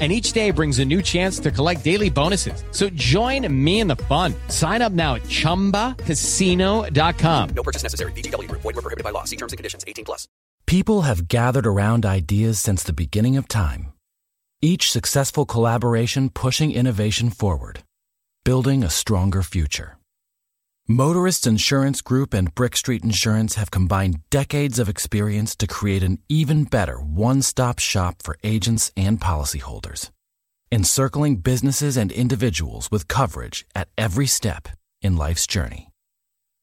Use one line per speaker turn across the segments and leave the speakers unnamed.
and each day brings a new chance to collect daily bonuses. So join me in the fun. Sign up now at ChumbaCasino.com.
No purchase necessary. VGW Group. Void were prohibited by law. See terms and conditions. 18 plus.
People have gathered around ideas since the beginning of time, each successful collaboration pushing innovation forward, building a stronger future. Motorists Insurance Group and Brick Street Insurance have combined decades of experience to create an even better one stop shop for agents and policyholders, encircling businesses and individuals with coverage at every step in life's journey.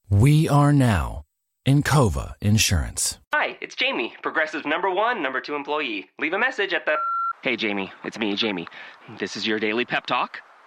We are now Encova Insurance.
Hi, it's Jamie, Progressive number one, number two employee. Leave a message at the. Hey, Jamie, it's me, Jamie. This is your daily pep talk.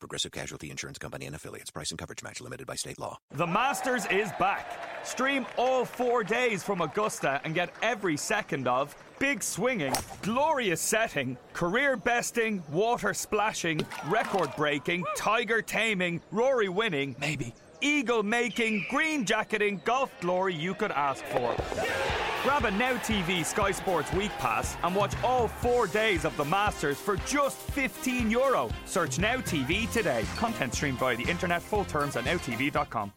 Progressive Casualty Insurance Company and affiliates. Price and coverage match limited by state law.
The Masters is back. Stream all four days from Augusta and get every second of big swinging, glorious setting, career besting, water splashing, record breaking, tiger taming, Rory winning, maybe, eagle making, green jacketing, golf glory you could ask for. Grab a Now TV Sky Sports Week Pass and watch all four days of the Masters for just 15 euro. Search Now TV today. Content streamed via the internet, full terms at nowtv.com.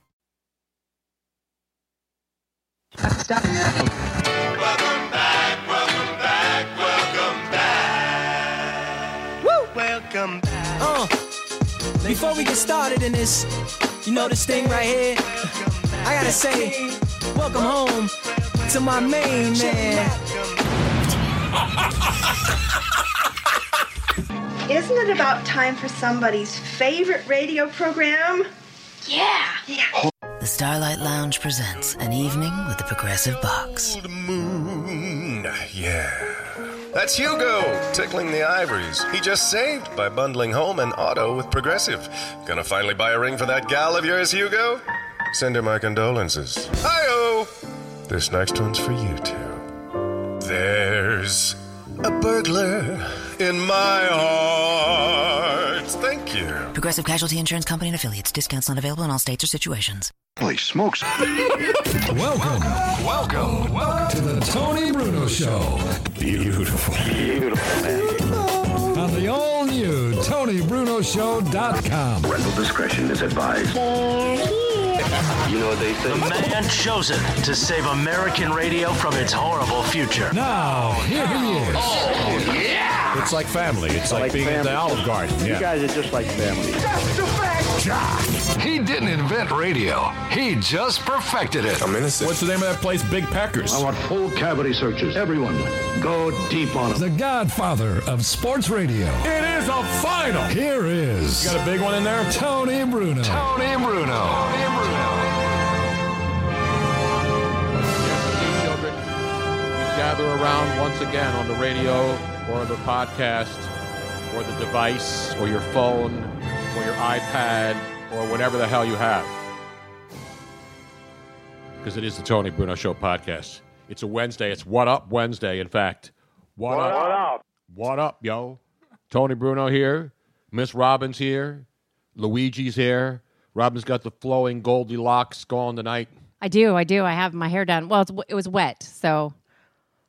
Welcome back, welcome back, welcome back. Woo! Welcome back.
Uh, before we get started in this, you know this thing right here. I gotta say, welcome home to my main man.
Isn't it about time for somebody's favorite radio program? Yeah. Yeah.
The Starlight Lounge presents an evening with the Progressive Box.
Moon, yeah. That's Hugo tickling the ivories. He just saved by bundling home and auto with Progressive. Gonna finally buy a ring for that gal of yours, Hugo? Send her my condolences. Hi-oh! This next one's for you two. There's a burglar in my heart. Thank you.
Progressive Casualty Insurance Company and affiliates. Discounts not available in all states or situations.
Holy smokes.
Welcome. Welcome. Welcome to the Tony Bruno Show. Beautiful. Beautiful, man. On the all new TonyBrunoShow.com.
Rental discretion is advised. You know what they
The
think?
man chosen to save American radio from its horrible future.
Now, here he
Oh,
is.
It's like family. It's like, being at the Olive Garden. Yeah.
guys are just like family.
Jock. He didn't invent radio, he just perfected it.
I'm innocent.
What's the name of that place? Big Packers.
I want full cavity searches. Everyone, go deep on them.
The godfather of sports radio.
It is a final. You
Here is
got a big one in there?
Tony Bruno. Tony Bruno. Tony Bruno.
children, you gather around once again on the radio or the podcast or the device or your phone or your iPad or whatever the hell you have. because it is the Tony Bruno Show podcast. It's a Wednesday. It's What Up Wednesday, in fact. What,
What
up? What up, yo? Tony Bruno here. Miss Robbins here. Luigi's here. Robin's got the flowing Goldilocks going tonight.
I do, I do. I have my hair done. Well, it's, it was wet, so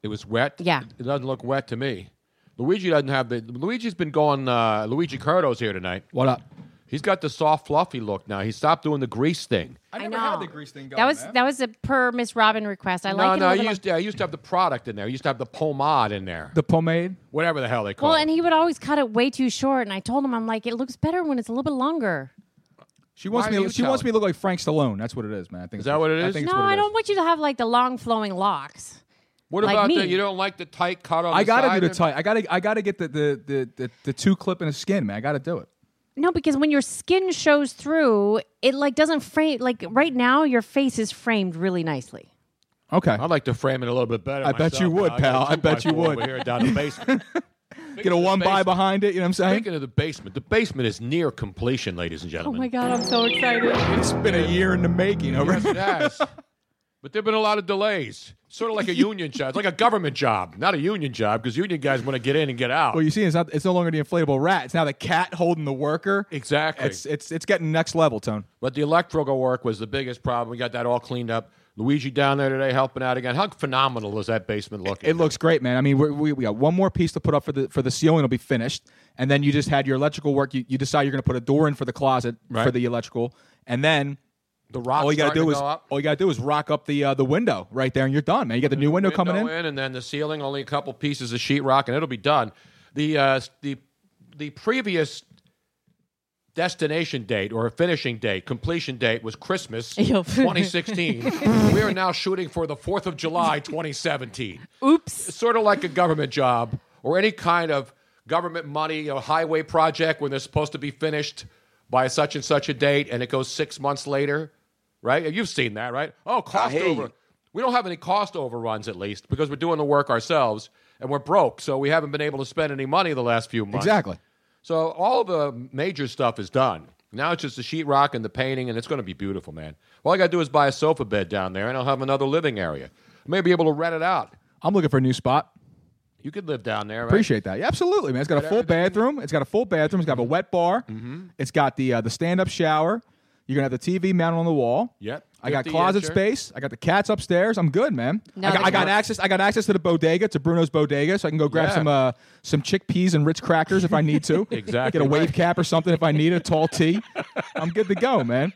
It was wet.
Yeah.
It doesn't look wet to me. Luigi doesn't have the. Luigi's been going. Uh, Luigi Curto's here tonight. What up? He's got the soft, fluffy look now. He stopped doing the grease thing.
I,
never
know.
had the grease thing
Oh. That
going,
was
man.
that was a per Miss Robin request. I
no,
like it.
no.
a
I
little-
used, to, I used to have the product in there. I used to have the pomade in there. The pomade? Whatever the hell they call
well,
it.
and he would always cut it way too short, and I told him I'm like, it looks better when it's a little bit longer.
She wants
Why
me.
are
To,
you
she wants
telling-
me to look like Frank Stallone. That's what it is, man. I think
Is that what it
I
is?
think it's
no,
what it
I
is.
don't want you to have like the long flowing locks.
What
like
about
me.
that? You don't like the tight cut on
I
the side?
gotta do the
there?
tight. I gotta. I gotta get the the the, the, the two clip and a skin, man. I gotta do it.
No, because when your skin shows through, it like doesn't frame. Like right now, your face is framed really nicely.
Okay.
I'd like to frame it a little bit better.
I bet you
myself,
would,
got
pal.
a
I bet you
two-by-four
would.
Over here down the basement.
Get a one by behind it. You know what I'm saying?
Speaking of the basement, the basement is near completion, ladies and
Oh
gentlemen.
my god, I'm so excited.
It's been a year in the making. Over.
Yes, it has. But there've been a lot of delays. Sort of like a union job. It's like a government job, not a union job, because union guys want to get in and get out.
Well, you see, it's not. It's no longer the inflatable rat. It's now the cat holding the worker.
Exactly.
It's it's it's getting next level, Tone.
But the electrical work was the biggest problem. We got that all cleaned up. Luigi down there today helping out again. How phenomenal is that basement looking?
It looks great, man. I mean, we're, we we got one more piece to put up for the for the ceiling. It'll be finished, and then you just had your electrical work. You, you decide you're going to put a door in for the closet for
Right.
the electrical, and then
the rock.
all you gotta
starting
do
to
is
go up.
all you gotta do is rock up the uh, the window right there, and you're done, man. You got the new window, coming in.
Window and then the ceiling, only a couple pieces of sheetrock, and it'll be done. The uh, s- the the previous destination date or finishing date, completion date was Christmas
Yo.
2016. we are now shooting for the 4th of July 2017.
Oops.
It's sort of like a government job or any kind of government money or highway project when they're supposed to be finished by such and such a date and it goes 6 months later, right? You've seen that, right? Oh, cost
hear
over.
you.
We don't have any cost overruns at least because we're doing the work ourselves and we're broke, so we haven't been able to spend any money the last few months.
Exactly.
So all the major stuff is done. Now it's just the sheetrock and the painting, and it's going to be beautiful, man. All I got to do is buy a sofa bed down there, and I'll have another living area. I may be able to rent it out.
I'm looking for a new spot.
You could live down there. Right?
Appreciate that. Yeah, absolutely, man. It's got a
But
full bathroom. It's got a full bathroom. It's got a wet bar.
Mm-hmm.
It's got the uh, the stand up shower. You're gonna have the TV mounted on the wall.
Yep.
I got
50
closet
incher.
space. I got the cats upstairs. I'm good, man.
No,
I, got,
that's
I got
not-
access. I got access to the bodega, to Bruno's bodega, so I can go grab
Yeah.
some uh, some chickpeas and Ritz crackers if I need to.
Exactly
Get a wave
right.
cap or something if I need a tall tea. I'm good to go, man.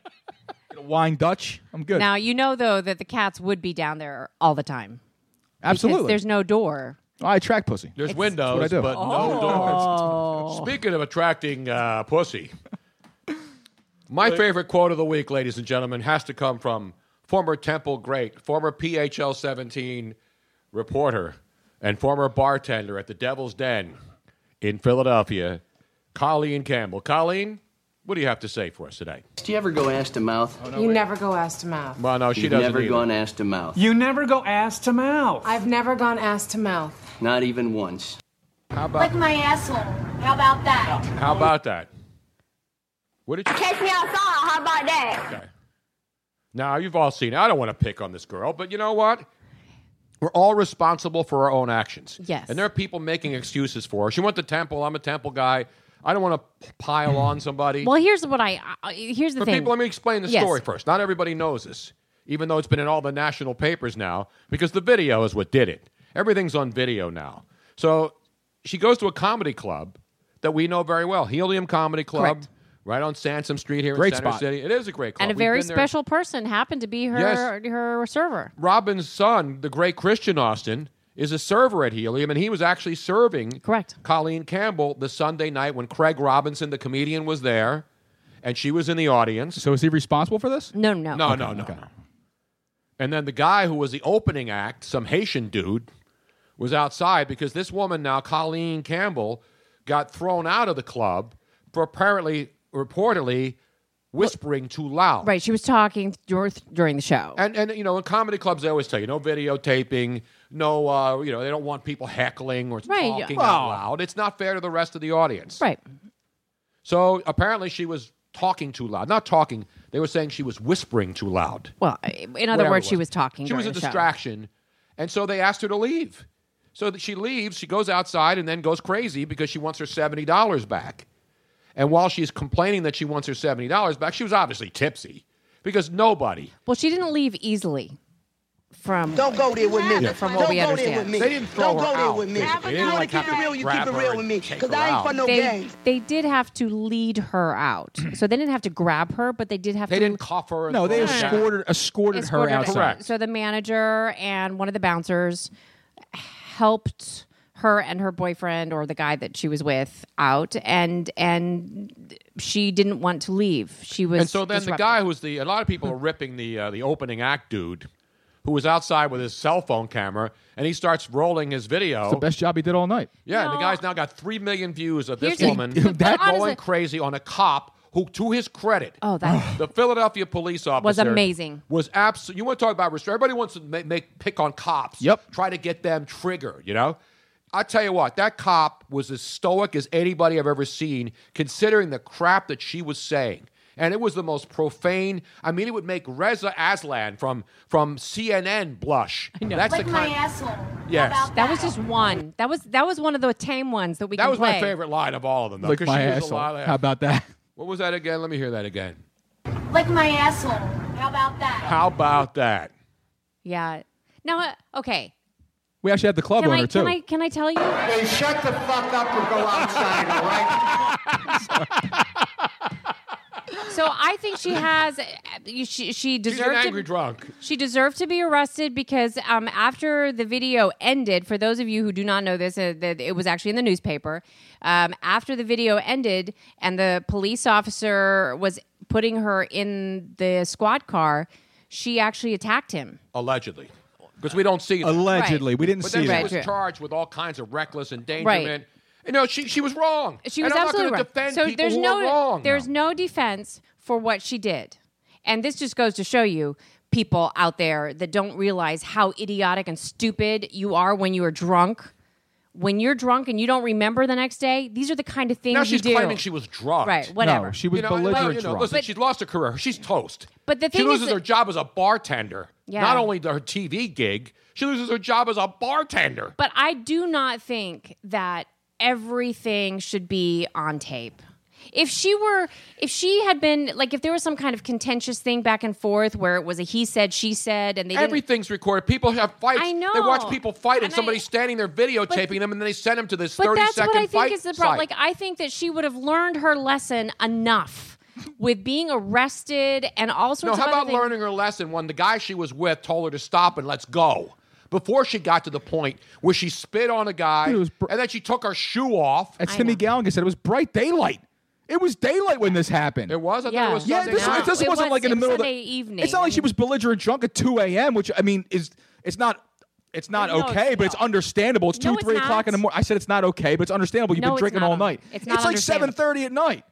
Get a wine Dutch. I'm good.
Now you know though that the cats would be down there all the time. Because
Absolutely.
there's no door.
I attract pussy.
There's
what I
windows,
do.
but
Oh.
no doors. Speaking of attracting uh, pussy, my favorite quote of the week, ladies and gentlemen, has to come from former Temple great, former PHL 17 reporter, and former bartender at the Devil's Den in Philadelphia, Colleen Campbell. Colleen, what do you have to say for us today?
Do you ever go ass to mouth?
you never go ass to mouth.
Well, no, she
You've
doesn't.
never
either.
gone ass to mouth.
You never go ass to mouth. I've never gone ass to mouth.
Not even once.
How
Lick
about
my asshole. How about that?
how about that? What did you?
Catch me outside. How about that?
Now, you've all seen, I don't want to pick on this girl, but you know what? We're all responsible for our own actions.
Yes.
And there are people making excuses for her. She went to temple. I'm a temple guy. I don't want to pile on somebody.
Mm. Well, here's what I uh, here's the
For
thing.
people, let me explain the
Yes.
story first. Not everybody knows this, even though it's been in all the national papers now, because the video is what did it. Everything's on video now. So she goes to a comedy club that we know very well, Helium Comedy Club,
Correct.
right on Sansom Street here
Great
in Center
spot.
City. It is a great club.
and a
We've
very
been there.
special person happened to be her
Yes.
her server.
Robin's son, the great Christian Austin, is a server at Helium, and he was actually serving
correct
Colleen Campbell the Sunday night when Craig Robinson, the comedian, was there, and she was in the audience.
So is he responsible for this?
No, no,
No, no, no. And then the guy who was the opening act, some Haitian dude, was outside because this woman now, Colleen Campbell, got thrown out of the club for apparently, reportedly, whispering too loud.
Right, she was talking dur- during the show.
And and you know, in comedy clubs, they always tell you no videotaping, no uh, you know, they don't want people heckling or
Right, yeah.
talking
Well-
out loud. It's not fair to the rest of the audience.
Right.
So apparently, she was talking too loud. Not talking. They were saying she was whispering too loud.
Well, in other
Whatever
words,
it
she was talking.
She was a
during the show.
distraction, and so they asked her to leave. So that she leaves, she goes outside and then goes crazy because she wants her seventy dollars back. And while she's complaining that she wants her seventy dollars back, she was obviously tipsy because nobody.
Well, she didn't leave easily. From
Don't go there with me.
From
Don't
what we
go
understand,
there with me.
They didn't throw
Don't
her
go there
out.
with me.
They didn't,
you
like,
keep it real, you keep
grab
it
her
real with
and
me.
take
Because
her
I ain't
out.
for no
they,
games.
they did have to lead her out, so they didn't have to grab her, but they did have.
They
to
didn't cuff her. and
No,
throw
they
her down.
escorted escorted,
escorted
her outside.
Correct.
So the manager and one of the bouncers helped her and her boyfriend or the guy that she was with out, and and she didn't want to leave. She was
and so then the
disruptive.
guy who was the a lot of people are ripping the uh, the opening act dude who was outside with his cell phone camera and he starts rolling his video
It's the best job he did all night.
yeah and the guy's now got 3 million views of this
Here's the-
woman
But
that going
honestly-
crazy on a cop who to his credit
Oh, that-
the Philadelphia police officer
amazing.
was absolutely you want to talk about restraint everybody wants to make, make pick on cops
Yep.
try to get them triggered you know I tell you what, that cop was as stoic as anybody I've ever seen, considering the crap that she was saying. And it was the most profane. I mean, it would make Reza Aslan from from CNN blush. I know. That's
Lick
the
my
kind.
asshole.
Yes.
How about
That was just one. That was that was one of the tame ones that we.
that
can
was my
play.
favorite line of all of them. Though,
Lick
'cause
my
she was a
asshole.
lot of-
How about that?
What was that again? Let me hear that again.
Lick my asshole. How about that?
How about that?
Yeah. Now, uh, okay.
We actually had the club
Can
owner
I,
too.
can I can I tell you?
Hey, shut the fuck up and go outside, all right?
So I think she has. She, she
She's
deserved.
an
to-
angry drunk.
She deserved to be arrested because um, after the video ended, for those of you who do not know this, uh, that it was actually in the newspaper. Um, after the video ended and the police officer was putting her in the squad car, she actually attacked him.
Allegedly. Because we don't see that.
Allegedly. Right. We didn't
but
see
then
that.
she
Right.
was charged with all kinds of reckless endangerment. You know, she, she was wrong.
She
and
was
I'm
absolutely
not
right.
going to defend
so
people
there's
who
no
are wrong.
there's no defense for what she did, and this just goes to show you people out there that don't realize how idiotic and stupid you are when you are drunk. When you're drunk and you don't remember the next day, these are the kind of things
now
you
she's
do.
claiming she was drunk.
Right, whatever. No,
she was
You know, and,
belligerent
you know,
drunk.
Listen, she's lost her career. She's toast.
But the
she
thing is
loses
that-
her job as a bartender.
Yeah.
Not only her TV gig, she loses her job as a bartender.
But I do not think that everything should be on tape. If she were, if she had been, like, if there was some kind of contentious thing back and forth where it was a he said, she said, and they didn't
Everything's recorded. People have fights.
I
They watch
know.
people fight, and,
And I-
somebody's standing there videotaping them, and then they send them to this
But
thirty
that's
second
what I
fight
think is the problem.
site.
Like I think that she would have learned her lesson enough with being arrested and all
No,
sorts
how
of other
about
things.
learning her lesson when the guy she was with told her to stop and let's go? Before she got to the point where she spit on a guy, and then she took her shoe off.
As Timmy Gallagher said, it was bright daylight. It was daylight when this happened. It
was. I
Yeah.
thought it was
yeah.
Sunday
This,
night.
this
It
wasn't
was-
like in
it
the
was
middle of
Sunday
the
evening.
It's not like she was belligerent drunk at 2 a.m., which I mean is it's not. It's not
No, it's-
okay, but it's understandable. It's
No,
two,
it's
three o'clock in the
not.
morning. I said it's not okay, but it's understandable. You've
No,
been
it's
drinking
not
all
un-
night.
it's not
like seven
understandable.
thirty at night.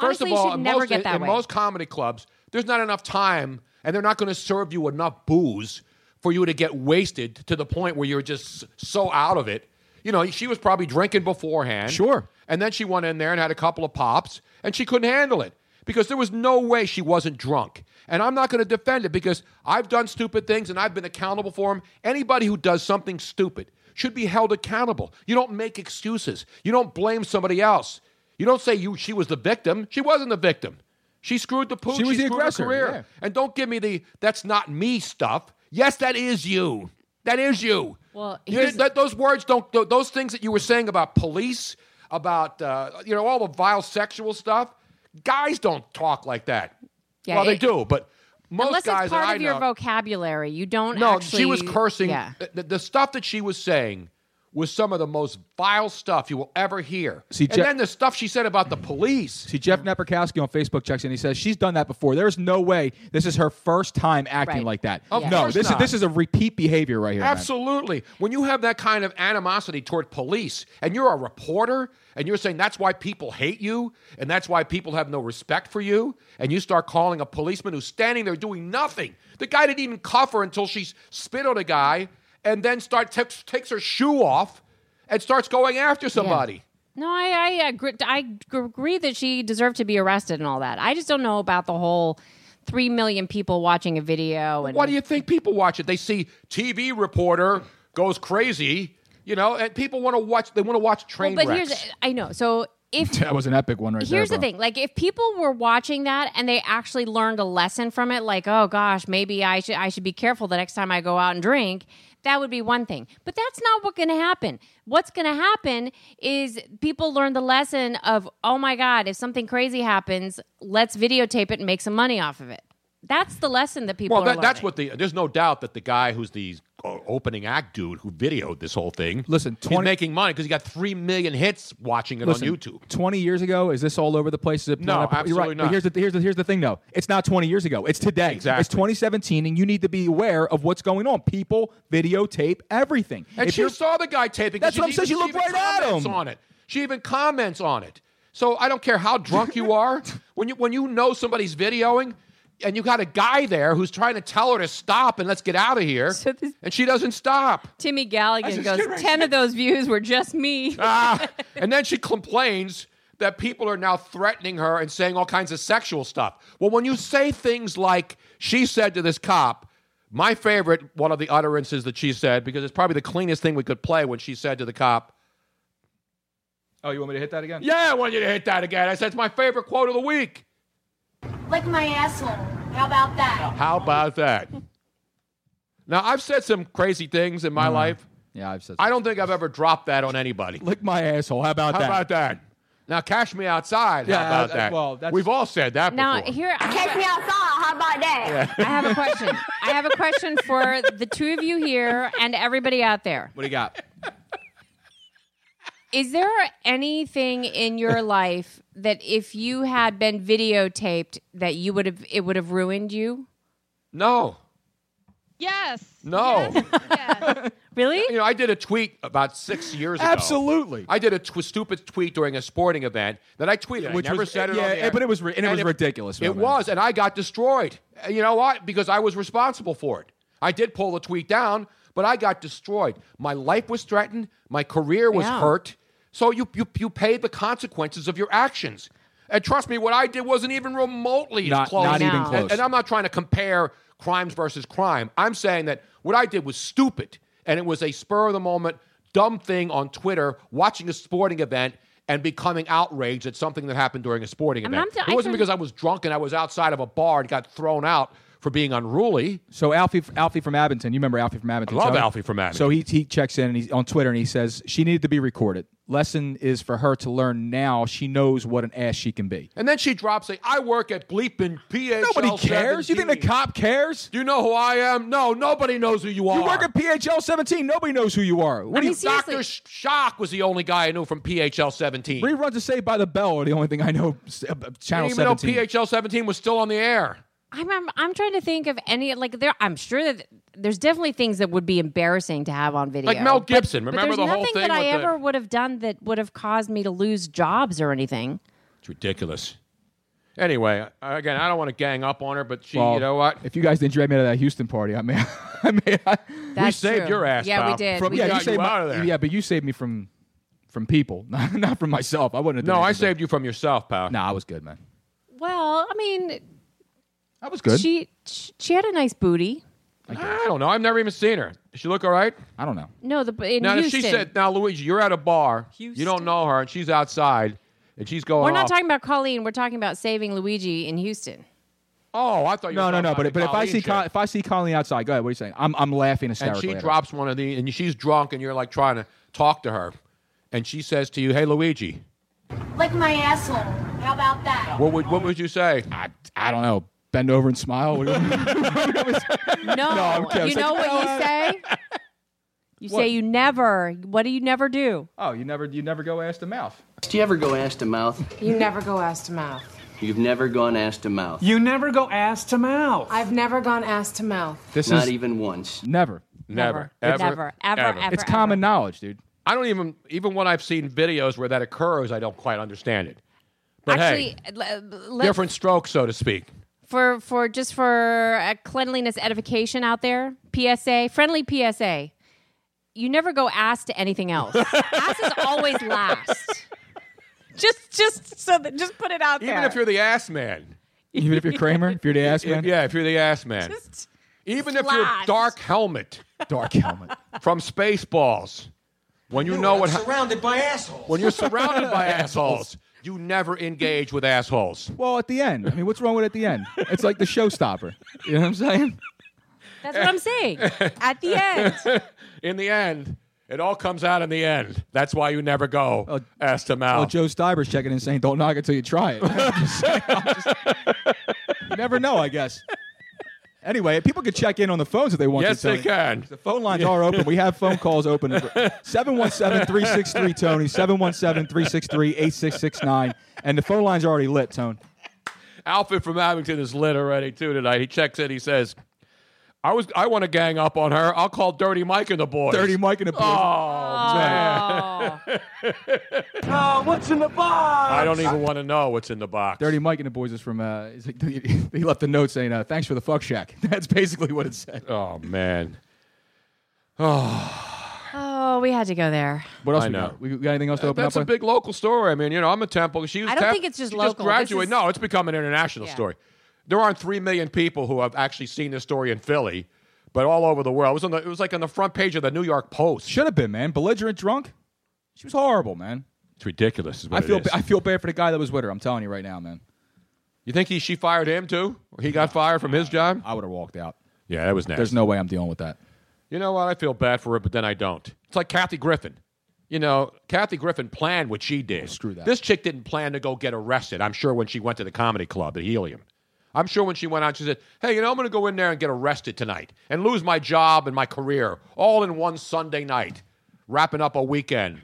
First
Honestly,
of
you
all,
should
in,
never
most,
get that
in
way.
most comedy clubs, there's not enough time, and they're not going to serve you enough booze for you to get wasted to the point where you're just so out of it. You know, she was probably drinking beforehand. Sure. And then she went in there and had a couple of pops, and she couldn't handle it because there was no way she wasn't drunk. And I'm not going to defend it because I've done stupid things and I've been accountable for them. Anybody who does something stupid should be held accountable. You don't make excuses. You don't blame somebody else. You don't say you she was the victim. She wasn't the victim. She screwed the pooch.
She was the
screwed her
aggressor,
career.
yeah.
And don't give me the that's not me stuff. Yes, that is you. That is you.
Well,
You
here's-
didn't- that- those words don't. tho- Those things that you were saying about police, about uh, you know all the vile sexual stuff. Guys don't talk like that.
Yeah,
well, they
it-
do, but most
Unless
guys
it's
that
part
I
of your
know,
vocabulary, you don't.
no,
actually,
she was cursing.
Yeah.
The, the- the stuff that she was saying was some of the most vile stuff you will ever hear.
See,
and
Jeff-
then the stuff she said about the police.
See, Jeff Napierkowski on Facebook checks in. He says she's done that before. There's no way this is her first time acting
Right.
like that.
Of Yeah.
No,
course
this
not.
is this is a repeat behavior right here. man.
Absolutely. When you have that kind of animosity toward police and you're a reporter and you're saying that's why people hate you and that's why people have no respect for you, and you start calling a policeman who's standing there doing nothing. The guy didn't even cuff her until she spit on a guy and then start takes takes her shoe off and starts going after somebody.
No, I I agree, I gr- agree that she deserved to be arrested and all that. I just don't know about the whole three million people watching a video and
Why do you think people watch it? They see TV reporter goes crazy, you know, and people want to watch. They want to watch train
Well, but
wrecks.
here's I know. So if
That was an epic one right
Here's
there.
the thing. Like, if people were watching that and they actually learned a lesson from it, like, oh gosh, maybe I should I should be careful the next time I go out and drink. That would be one thing. But that's not what's going to happen. What's going to happen is people learn the lesson of, oh my God, if something crazy happens, let's videotape it and make some money off of it. That's the lesson that people
well,
are
that, that's
learning.
what the. There's no doubt that the guy who's the o- opening act dude who videoed this whole thing.
Listen, 20
he's making money because he got three million hits watching it
Listen,
on YouTube.
20 years ago, is this all over the place? Is it
No,
not- you're
absolutely
right. But
not.
here's the, here's, the, here's the thing, though. It's not 20 years ago. It's today. Exactly. It's 2017, and you need to be aware of what's going on. People videotape everything.
And
If
she
you're-
saw the guy taping. 'cause
That's what I'm saying.
even-
She looked
even
right at
comments
him.
On it, she even comments on it. So I don't care how drunk you are when you when you know somebody's videoing. And you got a guy there who's trying to tell her to stop and let's get out of here, and she doesn't stop.
Timmy
I just
Gallagher
get right
goes, 10 of those views were just me.
Ah, and then she complains that people are now threatening her and saying all kinds of sexual stuff. Well, when you say things like she said to this cop, my favorite one of the utterances that she said, because it's probably the cleanest thing we could play when she said to the cop,
oh, you want me to hit that again?
Yeah, I want you to hit that again. I said, It's my favorite quote of the week.
Lick my asshole. How about that?
How about that? now, I've said some crazy things in my life.
Mm-hmm. Yeah, I've said.
I don't think I've ever dropped that on anybody.
Lick my asshole. How about
How
that?
about that? Now, cash me outside.
Yeah,
How about
uh,
that?
well, that's-
We've all said that
Now,
before.
here.
Take me outside. How about that?
Yeah.
I have a question. I have a question for the two of you here and everybody out there.
What do you got?
Is there anything in your life that if you had been videotaped that you would have it would have ruined you?
No.
Yes.
No.
really?
You know, I did a tweet about six years ago.
Absolutely.
I did a tw- stupid tweet during a sporting event that I tweeted.
Which
I never
was-
said it.
yeah,
on the air.
but it was ri- and it was ridiculous,
It
wasn't it?
was, and I got destroyed. And You know what? Because I was responsible for it. I did pull the tweet down, but I got destroyed. My life was threatened. My career was
Yeah.
hurt. So you you you pay the consequences of your actions. And trust me, what I did wasn't even remotely
Not-
as close.
not even
And-
close.
and I'm not trying to compare crimes versus crime. I'm saying that what I did was stupid and it was a spur of the moment, dumb thing on Twitter, watching a sporting event and becoming outraged at something that happened during a sporting
And
event.
I'm-
it
I
wasn't
can-
because I was drunk and I was outside of a bar and got thrown out for being unruly.
So Alfie, Alfie from Abington, you remember Alfie from Abington?
I love
so,
Alfie from Abington.
So he he checks in and he's on Twitter and he says she needed to be recorded. Lesson is for her to learn now. She knows what an ass she can be.
And then she drops a, I work at bleeping PHL.
Nobody cares. You think the
17."
cop cares?
Do you know who I am? No, Oh, nobody knows who you are.
You work at PHL 17. Nobody knows who you are. What do you?
Dr. Sh- Shock was the only guy I knew from PHL 17.
Reruns of Saved by the Bell are the only thing I know. s- uh, Channel
I didn't
17.
even know PHL 17 was still on the air.
I'm, I'm I'm trying to think of any like there I'm sure that there's definitely things that would be embarrassing to have on video.
Like Mel
But-
Gibson.
but
Remember
there's
the whole
nothing
thing
that I
with the-
ever would have done that would have caused me to lose jobs or anything.
It's ridiculous. Anyway, I- again, I don't want to gang up on her, but she,
Well,
you know what?
If you guys didn't drag me to that Houston party, I mean, I mean, I,
That's
saved
true.
your ass,
Yeah, we
pal.
did.
From-
we
yeah,
did.
you saved
my-
out of there.
Yeah, but you saved me from from people, not, not from myself. I wouldn't. Have done
No, I
anything.
saved you from yourself, pal.
No, I was good, man.
Well, I mean,
I was good.
She sh- she had a nice booty.
I don't know. I've never even seen her. Does she look all right?
I don't know.
No, the in
now, if
Houston.
she said, now, Luigi, you're at a bar. You don't know her, and she's outside, and she's going
we're not
off.
talking about Colleen. We're talking about saving Luigi in Houston.
oh, I thought you
No,
were
no,
talking
no.
about
But
the
but if I
Colleen
see
shit.
Col- if I see Colleen outside, go ahead. What are you saying? I'm I'm laughing
and
hysterically.
she
at her.
drops one of the, and she's drunk, and you're like trying to talk to her, and she says to you, hey, Luigi,
Lick my asshole. How about that?
what would, what would you say?
I, I don't know. Bend over and smile. What do you-
No,
I'm kidding.
you know what you say. You
What?
say you never. What do you never do?
oh, you never you never go ass to mouth.
Do you ever go ass to mouth?
You never go ass to mouth.
You've never gone ass to mouth.
You never go ass to mouth. I've never gone ass to mouth.
This
Not
is-
even once.
Never.
Never. Never. Ever. Never. Ever, Ever. ever,
It's
ever.
common knowledge, dude.
I don't even even when I've seen videos where that occurs, I don't quite understand it. But
Actually,
hey,
l- l-
different strokes, so to speak.
for for just for uh, cleanliness edification out there. PSA, friendly PSA. You never go ass to anything else. ass is always last. just just so that just put it out
Even
there.
if you're the ass man.
Even if you're Kramer, if you're the ass man.
Yeah, if you're the ass man. Even if you're
Splash.
Dark Helmet.
Dark Helmet.
From Spaceballs. When you know what ha-
surrounded by assholes.
when you're surrounded by assholes, you never engage with assholes.
Well, at the end. I mean, what's wrong with at the end? It's like the showstopper. You know what I'm saying?
That's what I'm saying. At the end.
in the end, it all comes out in the end. That's why you never go ass to
Oh,
mouth.
Joe Steiber's checking in saying, don't knock it till you try it. Just saying, I'm just- you never know, I guess. Anyway, people could check in on the phones if they want
Yes,
to.
they
Tony.
can.
The phone lines are open. We have phone calls open. 717 363 Tony, 717 363 8669. And the phone lines are already lit, Tone.
Alfred from Abington is lit already too tonight. He checks in. He says, "I was I want to gang up on her. I'll call Dirty Mike and the boys.
Dirty Mike and the boys.
Oh man,
Oh, what's in the box?
I don't even want to know what's in the box.
Dirty Mike and the boys is from, uh, is like- he left a note saying, uh, thanks for the fuck shack. That's basically what it said.
Oh man. Oh,
Oh, we had to go there.
What else
I
we
know. Uh,
got? We we got anything else to open
That's
up
a
with?
big local story. I mean, you know, I'm a Temple. She was
I don't
Tem-
think it's just
she
local. This
graduated.
is-
No, it's become an international
Yeah.
story. There aren't three million people who have actually seen this story in Philly, but all over the world. It was on the, it was like on the front page of the New York Post.
Should have been, man. Belligerent drunk. She was horrible, man.
It's ridiculous. Is
I
what
feel
It is.
ba- I feel bad for the guy that was with her. I'm telling you right now, man.
you think he she fired him too? Or he got fired from his job?
I would have walked out.
Yeah, that was nasty.
There's no way I'm dealing with that.
You know what? I feel bad for her, but then I don't. It's like Kathy Griffin. You know, Kathy Griffin planned what she did. screw that. This chick didn't plan to go get arrested. I'm sure when she went to the comedy club, the Helium. I'm sure when she went out, she said, "Hey, you know, I'm going to go in there and get arrested tonight and lose my job and my career all in one Sunday night, wrapping up a weekend,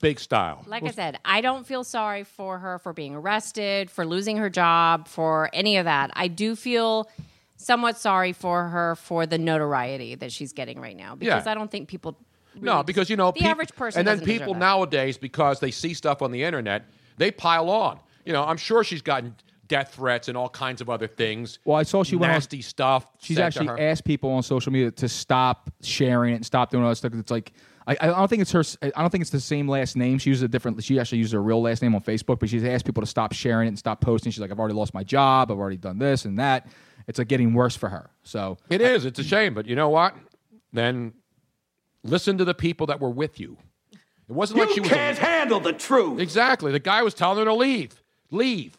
big style."
Like I said, I don't feel sorry for her for being arrested, for losing her job, for any of that. I do feel somewhat sorry for her for the notoriety that she's getting right now because
Yeah.
I don't think people.
No, because you know
the
peop-
average person
and then
doesn't deserve
people
that.
nowadays because they see stuff on the internet, they pile on. You know, I'm sure she's gotten death threats and all kinds of other things.
Well, I saw she went on-
nasty stuff.
She's
said to
actually
her.
asked people on social media to stop sharing it and stop doing all that stuff. 'cause It's like I, I don't think it's her. s- I don't think it's the same last name. She uses a different. She actually uses her real last name on Facebook, but she's asked people to stop sharing it and stop posting. She's like, I've already lost my job. I've already done this and that. It's like getting worse for her. So
It is. It's a shame, but you know what? Then listen to the people that were with you. It wasn't like
You
she was
can't handle
the truth. Exactly. The guy was telling her to leave. Leave.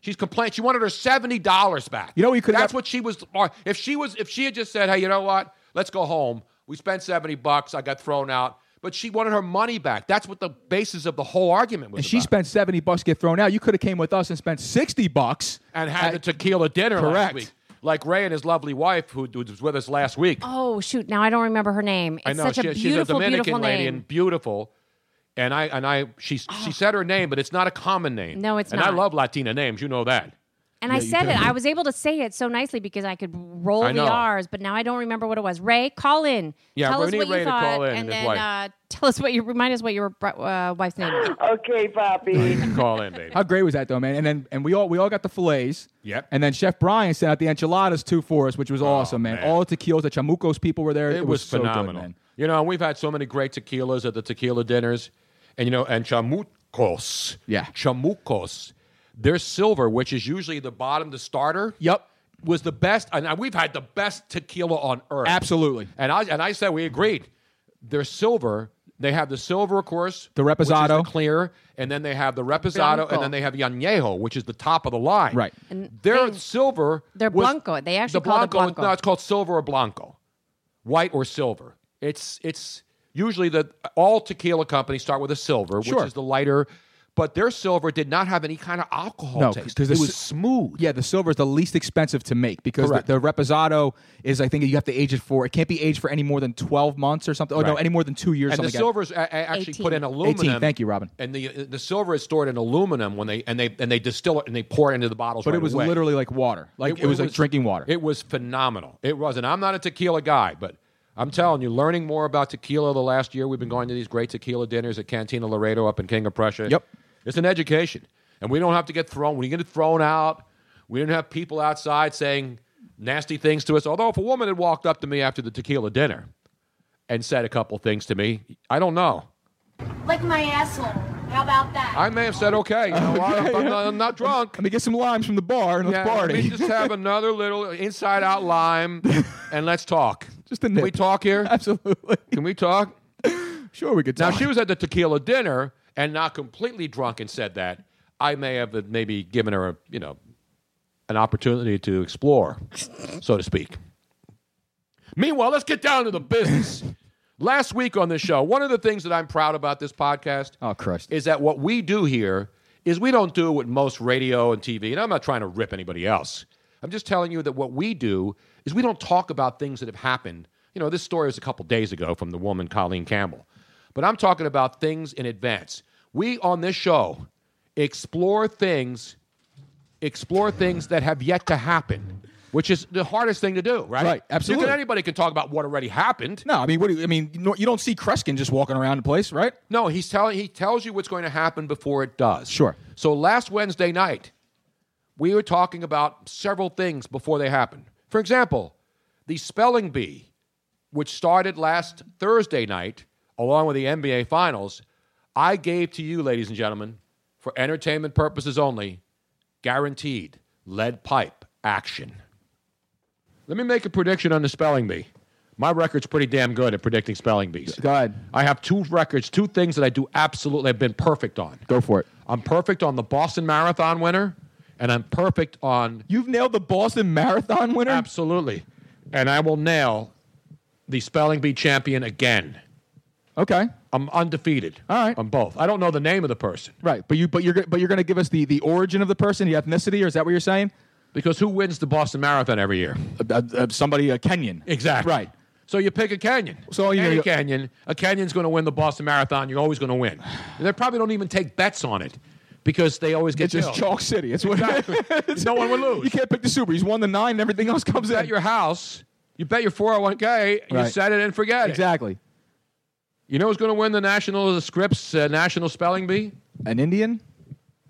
She's complaining. She wanted her seventy dollars back. You know you could. That's what she was. or If she was, if she had just said, "Hey, you know what? Let's go home. We spent seventy bucks. I got thrown out." But she wanted her money back. That's what the basis of the whole argument was.
and she spent seventy bucks to get thrown out. You could have came with us and spent sixty bucks
and had the tequila dinner last
Correct.
week, like Ray and his lovely wife, who who was with us last week.
Oh shoot! Now I don't remember her name. It's
I know
such
she-
a
she's a
beautiful,
Dominican
beautiful
lady
name. Oh.
and beautiful. And I and I she she said her name, but it's not a common name.
No, it's
and
not.
And I love Latina names. You know that.
And I said it. I was able to say it so nicely because I could roll
I
the
know.
R's, but now I don't remember what it was. Ray, call in.
Yeah,
tell
we
us
need
what
Ray
you
to
thought,
call in and
and
his
then
wife.
Uh, tell us what you remind us what your br- uh, wife's name is.
Okay, Poppy.
Call in, baby.
How great was that though, man? And then and we all we all got the fillets.
Yep. Oh,
And then Chef Brian sent out the enchiladas too for us, which was awesome, man. All the tequilas, the chamucos people were there. It, was, so
phenomenal.
Good, man.
You know, and we've had so many great tequilas at the tequila dinners, and you know, and chamucos. Yeah, chamucos. Their silver, which is usually the bottom, the starter. Yep. Was the best, and we've had the best tequila on earth.
Absolutely.
And I and I said we agreed. Their silver, they have the silver, of course, the
reposado.
the clear, and then they have the reposado,
Blanco.
and then they have the añejo, which is the top of the line. Right.
And
Their silver,
They're
was-
blanco. They actually
the
call it
blanco,
blanco.
No, it's called silver or blanco, white or silver. It's it's usually the all tequila companies start with a silver,
Sure.
which is the lighter. But their silver did not have any kind of alcohol
No,
taste.
because
it was smooth.
Yeah, the silver is the least expensive to make because the,
Correct.
the reposado is, I think, you have to age it for. It can't be aged for any more than twelve months or something. Oh no,
Right.
any more than two years.
and the
something like that.
silver's a- a- actually put in
18.
aluminum.
18, thank you, Robin.
And the the silver is stored in aluminum when they and they and they distill it and they pour it into the bottles.
But
right
it was
away.
literally like water. Like it, was like drinking water.
It was phenomenal. It was, and I'm not a tequila guy, but I'm telling you, learning more about tequila the last year. We've been going to these great tequila dinners at Cantina Laredo up in King of Prussia. Yep, it's an education, and we don't have to get thrown. We didn't get thrown out. We didn't have people outside saying nasty things to us. Although if a woman had walked up to me after the tequila dinner and said a couple things to me, I don't know.
Lick my asshole. How about that?
I may have said, okay, you know what? I'm, not, I'm not drunk.
Let me get some limes from the bar and let's
yeah,
party.
Let me just have another little inside out lime and let's talk. Just a Can we talk here?
Absolutely.
Can we talk?
Sure, we could.
Now,
Talk.
she was at the tequila dinner and not completely drunk and said that. I may have maybe given her, a, you know, an opportunity to explore, so to speak. Meanwhile, let's get down to the business. Last week on this show, one of the things that I'm proud about this podcast
oh, crushed.
is that what we do here is we don't do what most radio and TV, and I'm not trying to rip anybody else. I'm just telling you that what we do is we don't talk about things that have happened. You know, this story was a couple days ago from the woman Colleen Campbell, but I'm talking about things in advance. We on this show explore things, explore things that have yet to happen, which is the hardest thing to do, right?
Right,
You can-
absolutely.
anybody can talk about what already happened.
No, I mean, what do you, I mean, you know- you don't see Kreskin just walking around the place, right?
No, he's telling he tells you what's going to happen before it does. Sure. So last Wednesday night, we were talking about several things before they happen. For example, the spelling bee, which started last Thursday night along with the NBA finals, I gave to you ladies and gentlemen for entertainment purposes only, guaranteed lead pipe action. Let me make a prediction on the spelling bee. My record's pretty damn good at predicting spelling bees. Go
ahead.
I have two records, two things that I do absolutely have been perfect on.
Go for it.
I'm perfect on the Boston Marathon winner, and I'm perfect on.
You've nailed the Boston Marathon winner?
Absolutely. And I will nail the spelling bee champion again.
Okay.
I'm undefeated.
All right.
On both. I don't know the name of the person.
Right, but you, but you're, go- but you're going to give us the, the origin of the person, the ethnicity, or is that what you're saying?
Because who wins the Boston Marathon every year?
Uh, uh, somebody, a Kenyan.
Exactly.
Right.
So you pick a Kenyan. So
you
Any
go-
Kenyan, a Kenyon's going to win the Boston Marathon. You're always going to win. And they probably don't even take bets on it because they always get
It's just
killed.
chalk city. It's what
no one would lose.
you can't pick the super. He's won the nine, and everything else comes
bet
out.
your house. You bet your 401k. You
Right.
set it and forget it.
Exactly.
You know who's going to win the national the Scripps uh, National Spelling Bee?
An Indian,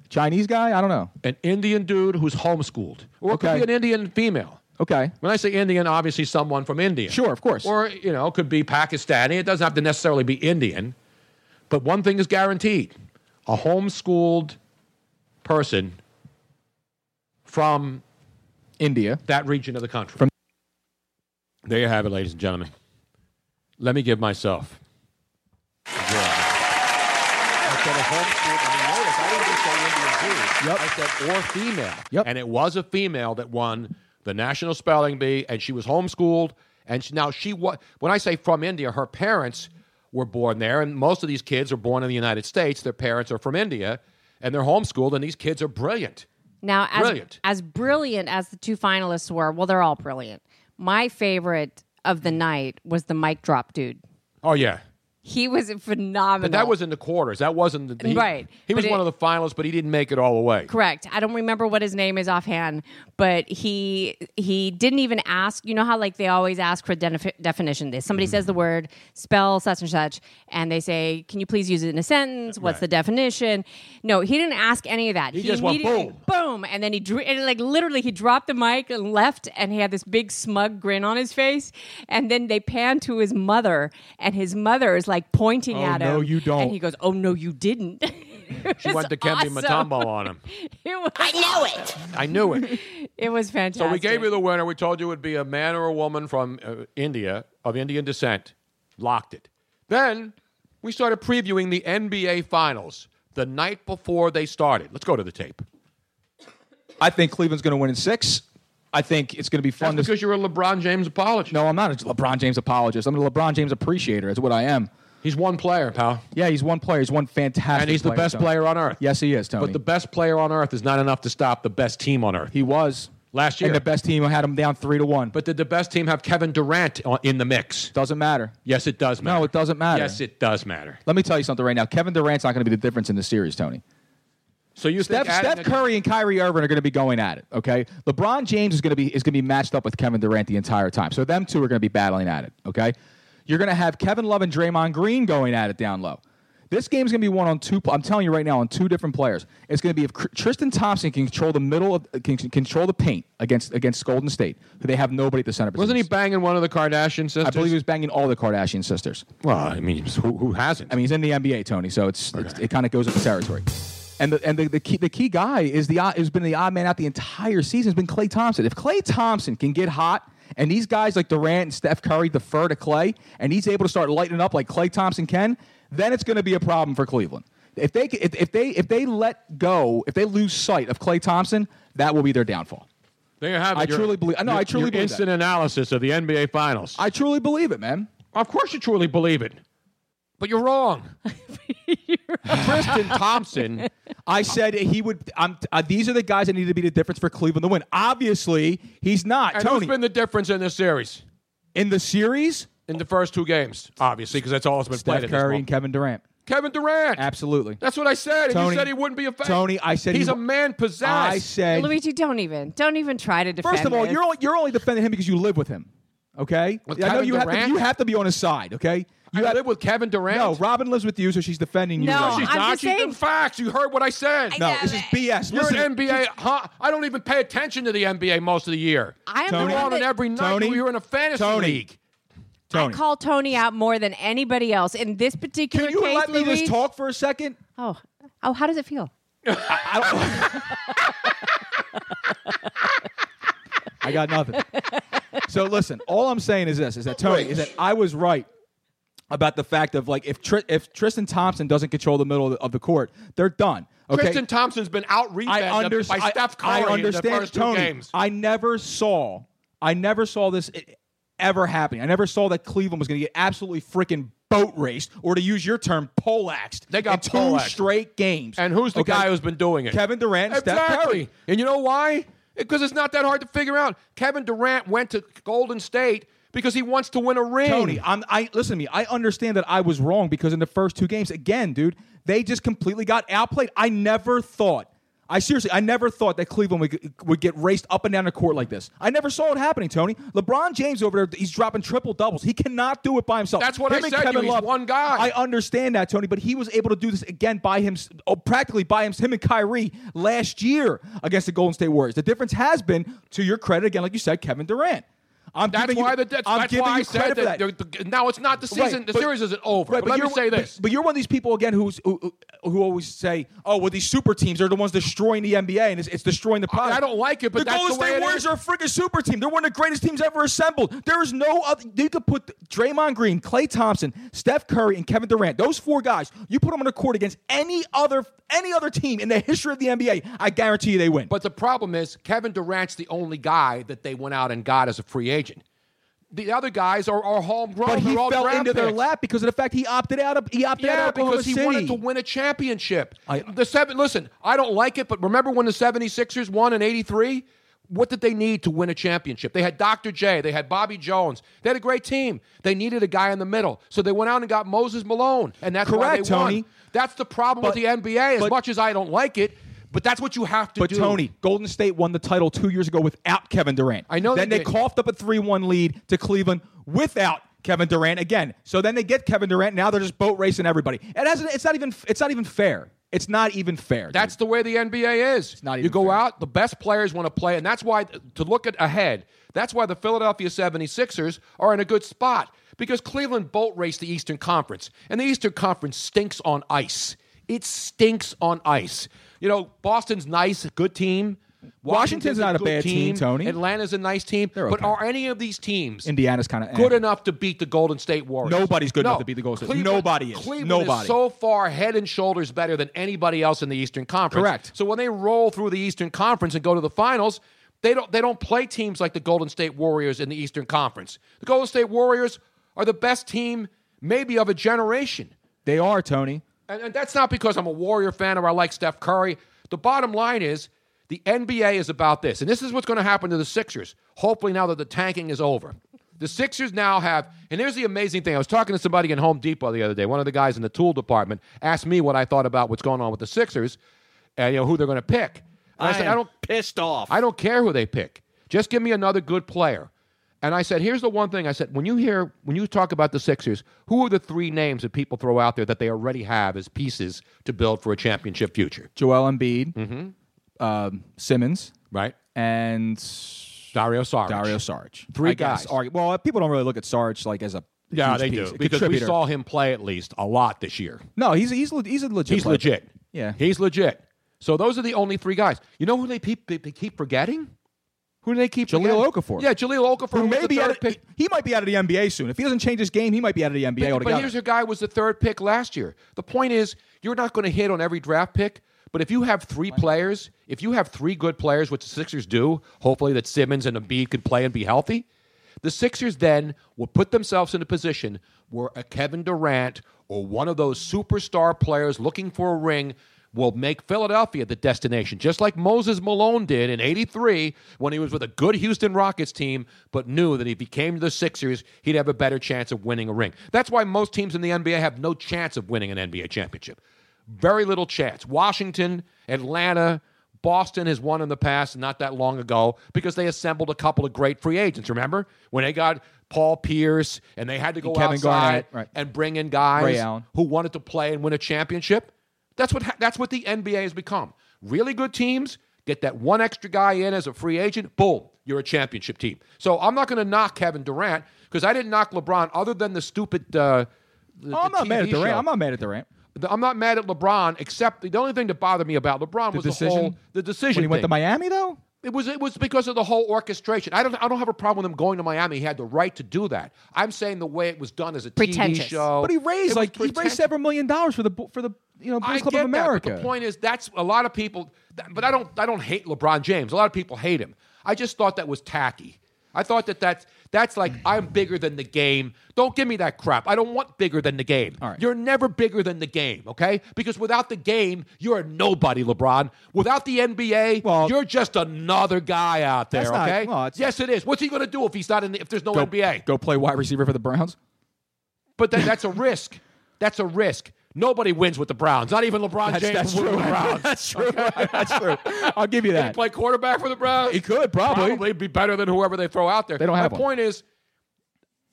Chinese guy. I don't know.
An Indian dude who's homeschooled, or it
Okay.
could be an Indian female.
Okay.
When I say Indian, obviously someone from India.
Sure, of course.
Or you know, it could be Pakistani. It doesn't have to necessarily be Indian. But one thing is guaranteed: a homeschooled person from
India.
that region of the country. there you have it, ladies and gentlemen. Let me give myself. I said or female. And it was a female that won the National Spelling Bee, and she was homeschooled. And she, now she was, when I say from India, her parents were born there, and most of these kids are born in the United States. Their parents are from India, and they're homeschooled, and these kids are brilliant.
Now, as
Brilliant.
as brilliant as the two finalists were, well, they're all brilliant. My favorite of
Hmm.
the night was the mic drop dude.
Oh, yeah.
He was phenomenal.
But that was in the quarters. That wasn't the. He,
Right.
He was
But
one
it-
of the finalists, but he didn't make it all the way.
Correct. I don't remember what his name is offhand, but he he didn't even ask. You know how like they always ask for defi- definition. They- Somebody says the
Mm-hmm.
word, spell such and such, and they say, "Can you please use it in a sentence? What's
Right.
the definition?" No, he didn't ask any of that.
He just went
immediately- boom, and then he drew and like literally he dropped the mic and left, and he had this big smug grin on his face, and then they pan to his mother, and his mother is like pointing
Oh,
at him.
no, you don't.
And he goes, "Oh no, you didn't."
She went to Kempi
awesome.
Matumbo on him.
I know it.
I knew it.
It was fantastic.
So we gave you the winner. We told you it would be a man or a woman from uh, India of Indian descent. Locked it. Then we started previewing the NBA finals the night before they started. Let's go to the tape.
I think Cleveland's going to win in six. I think it's going to be
That's
fun. to,
because you're a LeBron James apologist.
no, I'm not a LeBron James apologist. I'm a LeBron James appreciator. That's what I am.
He's one player, pal.
Yeah, he's one player. He's one fantastic.
And he's the best
Tony.
player on earth.
Yes, he is, Tony.
But the best player on earth is not enough to stop the best team on earth.
he was
Last year.
and the best team had him down three to one.
but did the best team have Kevin Durant on- in the mix?
Doesn't matter.
Yes, it does matter.
No, it doesn't matter.
Yes, it does matter.
Let me tell you something right now. Kevin Durant's not going to be the difference in the series, Tony.
So you
Steph,
think adding
Steph
a-
Curry and Kyrie Irving are going to be going at it. Okay, LeBron James is going to be is going to be matched up with Kevin Durant the entire time. So them two are going to be battling at it. Okay, you're going to have Kevin Love and Draymond Green going at it down low. This game's going to be won on two. pl- I'm telling you right now, on two different players. It's going to be if Cr- Tristan Thompson can control the middle of can can control the paint against against Golden State, who they have nobody at the center. Wasn't he
banging one of the Kardashian sisters?
I believe he was banging all the Kardashian sisters.
Well, I mean, who, who hasn't?
I mean, he's in the NBA, Tony. So it's, it's it kind of goes up the territory. And the and the, the key the key guy is the odd, has been the odd man out the entire season has been Clay Thompson. If Clay Thompson can get hot. And these guys like Durant and Steph Curry defer to Clay, and he's able to start lighting up like Clay Thompson can. Then it's going to be a problem for Cleveland. If they if, if they if they let go, if they lose sight of Clay Thompson, that will be their downfall.
There you have it.
I
your-
truly believe- I know,
your-
I truly
your
believe that.
instant analysis of the NBA Finals.
I truly believe it, man.
Of course, you truly believe it, but you're wrong. Tristan Thompson.
I said he would. I'm, uh, these are the guys that need to be the difference for Cleveland to win. Obviously, he's not.
And
Tony,
who's been the difference in this series?
In the series?
In the first two games, obviously, because that's all that's been played
Steph
at this
Curry and
point.
Kevin Durant.
Kevin Durant.
Absolutely.
That's what I said. and
Tony-
you said he wouldn't be a fan.
Tony, I said
he's
he-
a man possessed.
I said.
Luigi, don't even, don't even try to defend.
First of all,
this.
you're only, you're only defending him because you live with him. Okay,
With
I know
Kevin
you have to,
Durant?
you have to be on his side. Okay, you have, live
with Kevin Durant.
No, Robin lives with you, so she's defending you.
No,
right
she's
now.
not. She's in facts. You heard what I said.
No, this is BS.
You're
Listen,
an NBA. Huh? I don't even pay attention to the NBA most of the year.
I am the
You're
one
on
that-
it every night.
Tony,
You're in a fantasy
Tony,
league.
Tony,
call Tony out more than anybody else in this particular
can you
case.
let me
Luigi-
just talk for a second?
Oh, oh, how does it feel?
I got nothing. so listen, all I'm saying is this: is that Tony is that I was right about the fact of like if Tri- if Tristan Thompson doesn't control the middle of the, of the court, they're done. Okay.
Tristan Thompson's been out
I
rebounded
under-
by
I-
Steph Curry
I
in
understand,
the first
Tony.
two games.
I never saw, I never saw this i- ever happening. I never saw that Cleveland was going to get absolutely freaking boat raced, or to use your term, poleaxed. They
got
in two
poleaxed.
straight games.
And who's the
Okay?
guy who's been doing it?
Kevin Durant, and
exactly.
Steph Curry.
And you know why? Because it's not that hard to figure out. Kevin Durant went to Golden State because he wants to win a ring.
Tony, I'm, I listen to me. I understand that I was wrong because in the first two games, again, dude, they just completely got outplayed. I never thought. I seriously, I never thought that Cleveland would, would get raced up and down the court like this. I never saw it happening, Tony. LeBron James over there, he's dropping triple doubles. He cannot do it by himself.
That's what
Him
I
and
said. to you.
Kevin
He's
Love-
one guy.
I understand that, Tony, but he was able to do this again by him, oh, practically by him, him and Kyrie last year against the Golden State Warriors. The difference has been, to your credit, again, like you said, Kevin Durant. I'm
That's
giving
why
you,
the that's,
I'm
that's
giving
why
you
I
credit
said
for
that.
that.
the- now it's not the
Right,
season. the
but-
series isn't over.
right,
but, let me
you're-
say this.
But, but you're one of these people again who's who, who always say, "Oh, well, these super teams are the ones destroying the NBA and it's, it's destroying the product."
I don't like it, but
the
that's
Golden
the way
State
it
Warriors
is.
are a freaking super team. They're one of the greatest teams ever assembled. There is no other. You could put Draymond Green, Klay Thompson, Steph Curry, and Kevin Durant. Those four guys. You put them on the court against any other any other team in the history of the NBA. I guarantee you they win.
But the problem is Kevin Durant's the only guy that they went out and got as a free agent. The other guys are, are homegrown.
But he
They're all
fell
draft
into their
picks.
lap because of the fact he opted out of he opted out
Yeah,
of Oklahoma
because he
City.
wanted to win a championship. the seven. Listen, I don't like it, but remember when the 76ers won in '83? What did they need to win a championship? They had Dr. J, they had Bobby Jones, they had a great team. They needed a guy in the middle, so they went out and got Moses Malone, and that's why they
Correct, Tony.
won. That's the problem
But-
with the NBA. As
but-
much as I don't like it, but that's what you have to
But
do.
Tony, Golden State won the title two years ago without Kevin Durant. I know. Then
they
they,
did.
coughed up a three-one lead to Cleveland without Kevin Durant again. So then they get Kevin Durant. Now they're just boat racing everybody. It hasn't. It's not even. It's not even fair. It's not even fair.
That's the way the NBA is. you go out, the best players want to play, and that's why to look at ahead. That's why the Philadelphia 76ers are in a good spot because Cleveland boat raced the Eastern Conference, and the Eastern Conference stinks on ice. It stinks on ice. You know, Boston's nice, a good team.
Washington's not a
good
bad team, Tony.
Atlanta's a nice team. But are any of these teams
Indiana's eh. kind of
good enough to beat the Golden State Warriors?
Nobody's good
No.
enough to beat the Golden State.
Cleveland-
Nobody is.
Cleveland
Nobody.
is so far head and shoulders better than anybody else in the Eastern Conference.
Correct.
So when they roll through the Eastern Conference and go to the finals, they don't they don't play teams like the Golden State Warriors in the Eastern Conference. The Golden State Warriors are the best team maybe of a generation.
they are Tony.
And, and that's not because I'm a Warrior fan or I like Steph Curry. The bottom line is the NBA is about this. And this is what's going to happen to the Sixers, hopefully, now that the tanking is over. The Sixers now have, and here's the amazing thing. I was talking to somebody in Home Depot the other day. One of the guys in the tool department asked me what I thought about what's going on with the Sixers and you know, who they're going to pick. And I, said, I don't
pissed off.
I don't care who they pick. Just give me another good player. And I said, here's the one thing I said when you hear when you talk about the Sixers, who are the three names that people throw out there that they already have as pieces to build for a championship future? Mm-hmm.
Joel Embiid, um, Simmons,
right,
and
Dario Saric.
Dario Saric.
Three
I guess,
guys.
argu- well, people don't really look at Saric like as a
Yeah,
huge
they
piece,
do
a
because we
contributor.
saw him play at least a lot this year.
No, he's he's le- he's a legit.
He's
player.
legit.
Yeah.
He's legit. So those are the only three guys. You know who they, pe- they, they keep forgetting? Who do they keep
Jaleel
forgetting?
Okafor.
Yeah, Jaleel Okafor.
Who
was
may
the
be
third
out of, he, he might be out of the NBA soon. If he doesn't change his game, he might be out of the NBA
But- But
altogether.
here's a guy who was the third pick last year. The point is, you're not going to hit on every draft pick. But if you have three players, if you have three good players, which the Sixers do, hopefully that Simmons and Embiid could play and be healthy, the Sixers then will put themselves in a position where a Kevin Durant or one of those superstar players looking for a ring will make Philadelphia the destination, just like Moses Malone did in 83 when he was with a good Houston Rockets team, but knew that if he came to the Sixers, he'd have a better chance of winning a ring. That's why most teams in the NBA have no chance of winning an NBA championship. Very little chance. Washington, Atlanta, Boston has won in the past, not that long ago, because they assembled a couple of great free agents. Remember when they got Paul Pierce and they had to go
Kevin
outside
Garnett, right.
and bring in guys
Ray Allen.
who wanted to play and win a championship. That's what ha- that's what the NBA has become. Really good teams get that one extra guy in as a free agent. Boom, you're a championship team. So I'm not going to knock Kevin Durant because I didn't knock LeBron other than the stupid. Uh, the-
Oh, I'm
the
not mad at
TV
Durant.
show.
I'm not mad at Durant.
The- I'm not mad at LeBron, except the only thing that bothered me about LeBron
The
was
decision?
the whole the decision.
When he went to
thing.
Miami, though?
It was it was because of the whole orchestration. I don't I don't have a problem with him going to Miami. He had the right to do that. I'm saying the way it was done as a TV
Pretentious.
show.
But he
It was
raised like he
pretentious.
raised several million dollars for the bu- for the you know Blues
I
Club
get
of America.
That, but the point is, that's a lot of people. that- But I don't. I don't hate LeBron James. A lot of people hate him. I just thought that was tacky. I thought that that's that's
Mm.
like I'm bigger than the game. Don't give me that crap. I don't want bigger than the game. You're never bigger than the game, okay? Because without the game, you're a nobody, LeBron. Without the NBA, you're just another guy out there,
That's not-
okay?
well,
yes, it is. What's he going to do if he's not in? The, if there's no
go,
NBA,
go play wide receiver for the Browns.
but that, that's a risk. That's a risk. Nobody wins with the Browns. Not even LeBron
That's-
James
that's
wins
true.
with the Browns.
That's true. That's true. I'll give you
Did he
that.
play quarterback for the Browns?
He could, probably.
Probably be better than whoever they throw out there.
They don't
My
have one.
point is,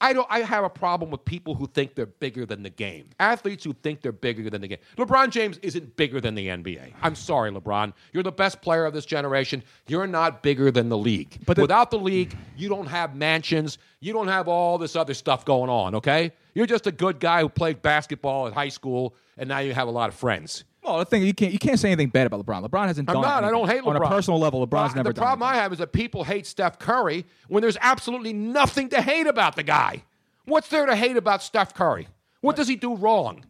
I don't. I have a problem with people who think they're bigger than the game. Athletes who think they're bigger than the game. LeBron James isn't bigger than the NBA. I'm sorry, LeBron. You're the best player of this generation. You're not bigger than the league. But without the league, you don't have mansions. You don't have all this other stuff going on. Okay, you're just a good guy who played basketball at high school, and now you have a lot of friends.
Well, the thing you can't you can't say anything bad about LeBron. LeBron hasn't
I'm
done.
not. I don't
anything.
hate LeBron.
on a personal level. LeBron's
But
never
The
done.
problem I have is that people hate Steph Curry when there's absolutely nothing to hate about the guy. What's there to hate about Steph Curry? What does he do wrong?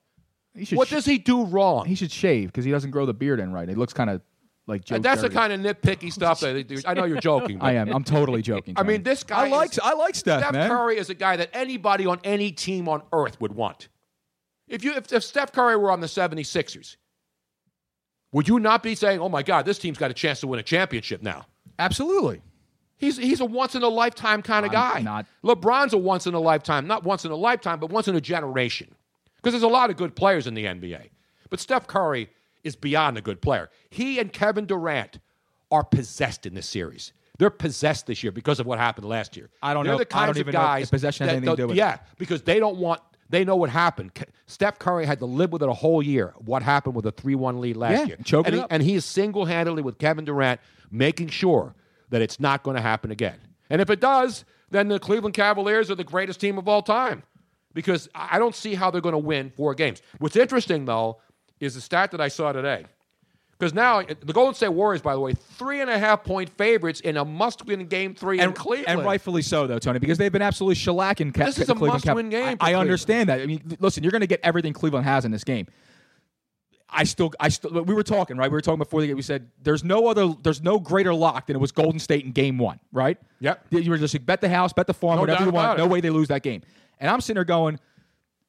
What does he do wrong?
He should shave because he doesn't grow the beard in right. It looks kind of like Joe.
And that's
Derry.
the kind of nitpicky stuff that they do. I know you're joking. but-
I am. I'm totally joking.
I
Tony.
mean, this guy.
I like
is-
I like Steph, man.
Curry is a guy that anybody on any team on earth would want. If you if, if Steph Curry were on the 76ers, would you not be saying, "Oh my God, this team's got a chance to win a championship now"?
Absolutely.
He's he's a once in a lifetime kind of guy. Not LeBron's a once in a lifetime, not once in a lifetime, but once in a generation. Because there's a lot of good players in the NBA, but Steph Curry is beyond a good player. He and Kevin Durant are possessed in this series. They're possessed this year because of what happened last year.
I don't
They're
know-
The
I don't
kinds
even
of
know if
guys
possession has
that
anything to do
they'll-
with it.
Yeah, because they don't want. They know what happened. K- Steph Curry had to live with it a whole year. What happened with a three-one lead last
Yeah,
year?
choke
and
it
he,
up.
and he is single-handedly with Kevin Durant making sure that it's not going to happen again. And if it does, then the Cleveland Cavaliers are the greatest team of all time because I I don't see how they're going to win four games. What's interesting though is the stat that I saw today. Because now uh, the Golden State Warriors, by the way, three and a half point favorites in a must-win game three in
and,
Cleveland.
and rightfully so, though, Tony, because they've been absolutely shellacking. Ca-
This is
the
a
Cleveland Cav-
must-win game for
I, I
Cleveland.
understand that. I mean, l- listen, you're going to get everything Cleveland has in this game. I still, I still, we were talking, right? We were talking before the game. We said there's no other, there's no greater lock than it was Golden State in Game One, right?
Yep.
You were just like bet the house, bet the farm,
No
whatever
doubt
you want.
about
No
it.
way they lose that game. And I'm sitting there going,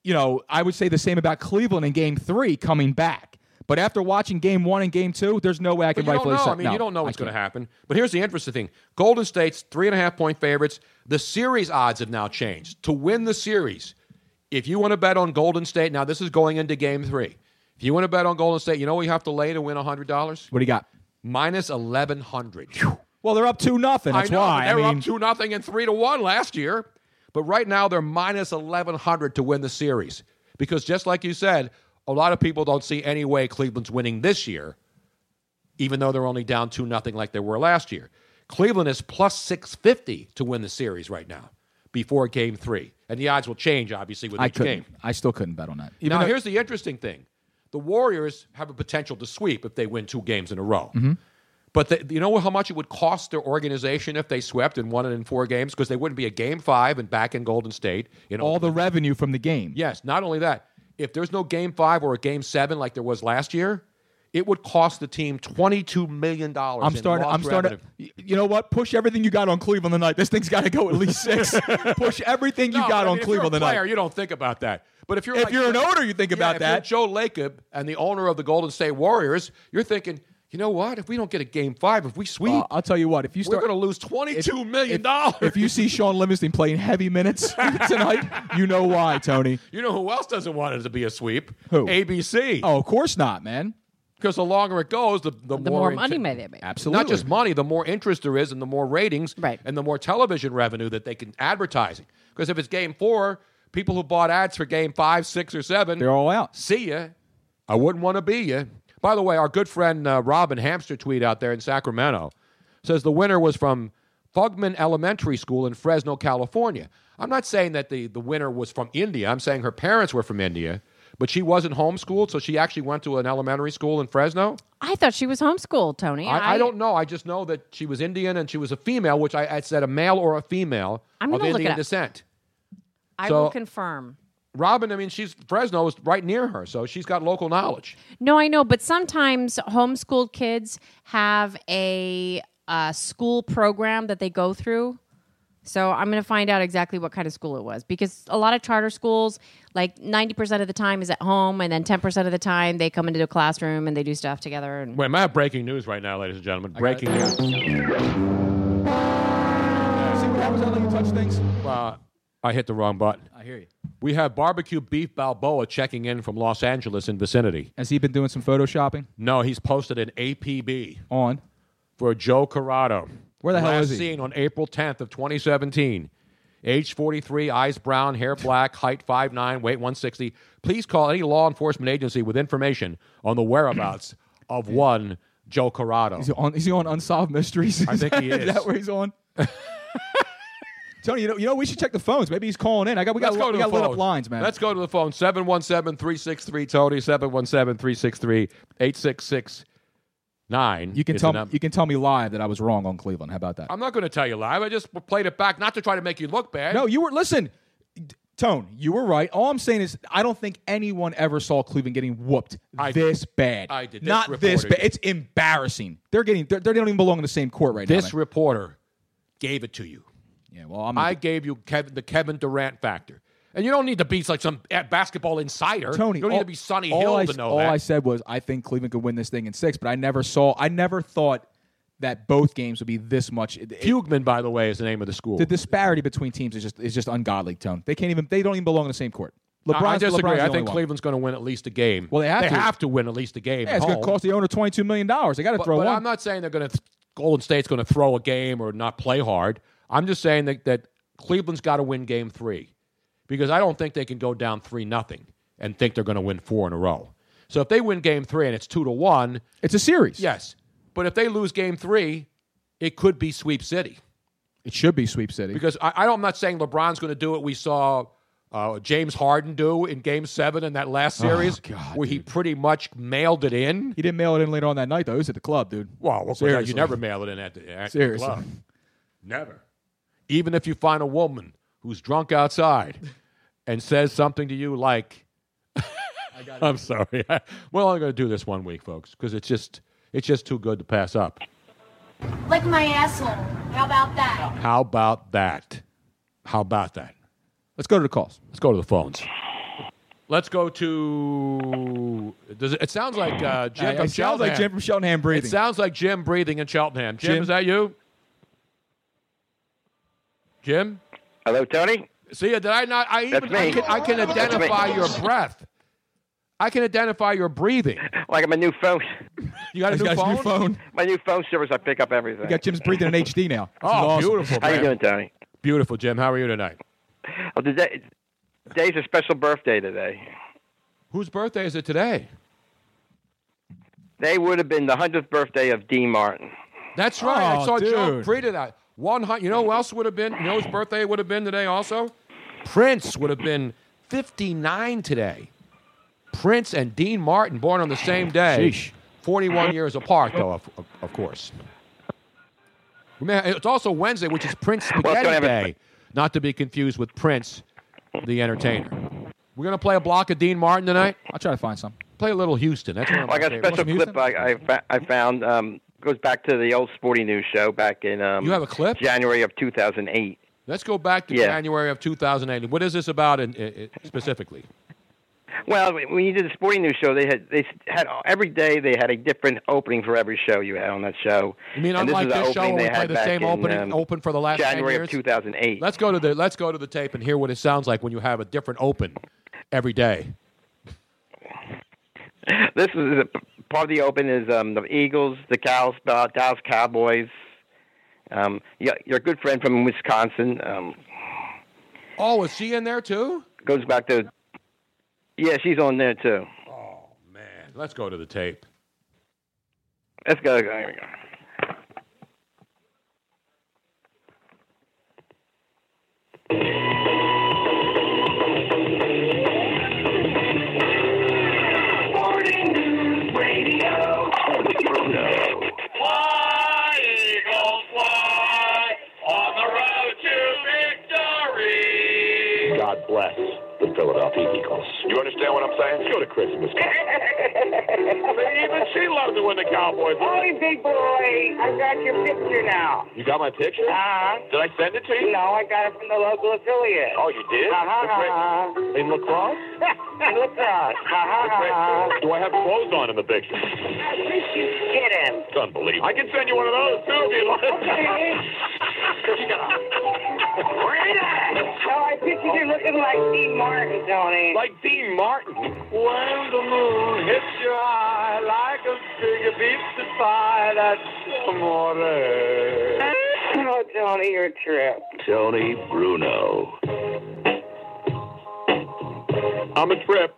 you know, I would say the same about Cleveland in Game Three coming back. But after watching Game One and Game Two, there's no way I can
But you don't
rightfully
know.
say.
I mean,
no,
you don't know what's
can't.
going to happen. But here's the interesting thing: Golden State's three and a half point favorites. The series odds have now changed to win the series. If you want to bet on Golden State, now this is going into Game Three. If you want to bet on Golden State, you know what you have to lay to win hundred dollars.
What do you got?
Minus eleven hundred.
Well, they're up two nothing. That's
I know, but
why.
They
I
were
mean,
up two nothing and three to one last year, but right now they're minus eleven hundred to win the series because just like you said, a lot of people don't see any way Cleveland's winning this year, even though they're only down two nothing like they were last year. Cleveland is plus six fifty to win the series right now before Game Three, and the odds will change obviously with
I
each
couldn't.
game.
I still couldn't bet on that.
now, here's the interesting thing: the Warriors have a potential to sweep if they win two games in a row.
Mhm.
But the, you know how much it would cost their organization if they swept and won it in four games because they wouldn't be a game five and back in Golden State. In
all the revenue from the game.
Yes, not only that, if there's no game five or a game seven like there was last year, it would cost the team twenty-two million dollars.
I'm starting. I'm starting. y- You know what? Push everything you got on Cleveland tonight. This thing's got to go at least six. Push everything you
No,
got
I
on
mean, if you're a
Cleveland
player,
tonight.
You don't think about that. But if you're
If
like-
you're an owner, you think
Yeah,
about
if you're
that.
Joe Lacob and the owner of the Golden State Warriors, you're thinking, you know what? If we don't get a game five, if we sweep,
Uh, I'll tell you what. If you
we're
start,
going to lose twenty-two million dollars.
if you see Sean Livingston playing heavy minutes tonight, you know why, Tony.
You know who else doesn't want it to be a sweep?
Who?
ABC.
Oh, of course not, man.
Because the longer it goes, the, the,
The more
int-
money may they make.
Absolutely.
Not just money, the more interest there is and the more ratings right. and the more television revenue that they can advertising. Because if it's game four, people who bought ads for game five, six, or seven, they're
all out.
See ya. I wouldn't want to be ya. By the way, our good friend uh, Robin Hamster tweet out there in Sacramento says the winner was from Fugman Elementary School in Fresno, California. I'm not saying that the, the winner was from India. I'm saying her parents were from India, but she wasn't homeschooled, so she actually went to an elementary school in Fresno.
I thought she was homeschooled, Tony.
I, I don't know. I just know that she was Indian and she was a female, which I, I said a male or a female
I'm
of
gonna look it
Indian
up.
descent.
I
So-
will confirm.
Robin, I mean, she's Fresno is right near her, so she's got local knowledge.
No, I know, but sometimes homeschooled kids have a uh, school program that they go through. So I'm going to find out exactly what kind of school it was because a lot of charter schools, like 90% of the time is at home, and then 10% of the time they come into a classroom and they do stuff together. And
Wait, am I breaking news right now, ladies and gentlemen? Breaking news.
See what happens when you touch things.
Uh, I hit the wrong button.
I hear you.
We have barbecue beef Balboa checking in from Los Angeles in vicinity.
Has he been doing some photoshopping
No, he's posted an APB
on?
for Joe Corrado.
Where the hell
Last
is he?
Seen on April 10th of 2017. Age 43, eyes brown, hair black, height 5'9", weight 160. Please call any law enforcement agency with information on the whereabouts of one Joe Corrado.
Is he on? Is he on Unsolved Mysteries?
I think he
is that
is.
where he's on? Tony, you know, you know, we should check the phones. Maybe he's calling in. I got we
Let's
got
go to
we
the
got lit up
phone.
lines, man.
Let's go to the phone. 717-363-TONY, 717-363-8669.
you can
is
tell
the
me,
number.
you can tell me live that I was wrong on Cleveland. How about that?
I'm not going to tell you live. I just played it back not to try to make you look bad.
No, you were listen, d- Tone. You were right. All I'm saying is I don't think anyone ever saw Cleveland getting whooped this bad.
I did. This
Not this
reporter
bad. It's embarrassing. They're getting. They're, they don't even belong in the same court right
This
now. man.
reporter gave it to you.
yeah. Well, I'm.
I gave you Kevin, the Kevin Durant factor. And you don't need to be like some eh, basketball insider.
Tony,
you don't
all-
need to be Sonny
all
Hill
I,
to know
all
that.
I said was I think Cleveland could win this thing in six, but I never saw. I never thought that both games would be this much. It- it-
Hugman, by the way, is the name of the school.
the disparity between teams is just is just ungodly. Tone. They can't even. They don't even belong in the same court.
I- I
LeBron's-
disagree.
LeBron's the
I
only
think
one.
Cleveland's going to win at least a game.
Well, they have
they
to.
have to win at least a game.
Yeah, it's going to cost the owner twenty two million dollars. They got to
But,
throw
but
one.
I'm not saying they're going to. Golden State's going to throw a game or not play hard. I'm just saying that, that Cleveland's got to win Game Three because I don't think they can go down three nothing and think they're going to win four in a row. So if they win Game Three and it's two to one,
it's a series.
Yes, but if they lose Game Three, it could be sweep city.
It should be Sweep City.
Because I, I don't, I'm not saying LeBron's going to do it. We saw uh, James Harden do in Game Seven in that last
Oh,
series, where he pretty much mailed it in.
He didn't mail it in later on that night though. It was at the club, dude.
Wow, well,
Seriously.
you never mail it in at the, at the
Seriously.
club. Never. Even if you find a woman who's drunk outside and says something to you like, "I'm sorry," well, I'm going to do this one week, folks, because it's just it's just too good to pass up.
Lick my asshole. How about that?
How about that? How about that?
Let's go to the calls.
Let's go to the phones. Let's go to. Does it, it sounds like uh, Jim
Uh,
from
it sounds like
Cheltenham.
Jim from Cheltenham breathing.
It sounds like Jim breathing in Cheltenham. Jim,
Jim?
is that you? Jim.
Hello, Tony.
See, did I not? I even
That's me.
I can, I can
That's me.
identify your breath. I can identify your breathing.
Well, I got my new phone.
You got a new phone?
My new phone shivers. I pick up everything.
You got Jim's breathing in HD now.
Oh, beautiful.
How you
man.
doing, Tony?
Beautiful, Jim. How are you tonight?
Oh, today, today's a special birthday today.
Whose birthday is it today?
They would have been the hundredth birthday of Dean Martin.
That's right. I
Oh,
saw Joe
dude.
Pre to that. One hundred. You know who else would have been? You know whose birthday would have been today? Also, Prince would have been fifty-nine today. Prince and Dean Martin, born on the same day,
Sheesh.
forty-one years apart, though. Of, of, of course. We may- It's also Wednesday, which is Prince Spaghetti Day, not to be confused with Prince, the entertainer. We're gonna play a block of Dean Martin tonight. I'll try to find some. Play a little Houston. That's one of
Well,
Oh, my
I got a
favorites.
special clip I, I, fa- I found. Um, goes back to the old Sporting News show back in. Um,
You have a clip?
January of 2008.
Let's go back to
Yeah.
January of 2008. What is this about in, in, in- specifically?
Well, when you did the Sporting News show, they had they had every day they had a different opening for every show you had on that show.
You mean
and
unlike
this, is
this
the
show
opening
where we
they
play
had
the
back
same
in,
opening
um,
open for the last 10
January
years?
of 2008?
Let's go to the let's go to the tape and hear what it sounds like when you have a different open every day.
This is a, part of the open is um, the Eagles, the Cows, uh, Dallas Cowboys. Um, your, your good friend from Wisconsin um,
Oh, is she in there too?
goes back to. Yeah, she's on there too.
Man, let's go to the tape.
Let's go. Here we go.
God bless the Philadelphia Eagles. You understand what I'm saying? Let's go to Christmas. Even she loved it when the Cowboys won.
Hey, big boy, I got your picture now.
You got my picture?
Uh-huh.
Did I send it to you?
No, I got it from the local affiliate.
Oh, you did?
Uh-huh.
The great- In lacrosse?
Look out. Uh-huh.
Do I have clothes on in the picture?
Get him.
It's unbelievable. I can send you one of those too if you like.
No, I pictured you looking like Dean Martin, Tony.
Like Dean Martin? When the moon hits your eye like a figure beats the fire, that's amore.
Oh, Tony, you're a trip.
Tony Bruno. I'm a trip.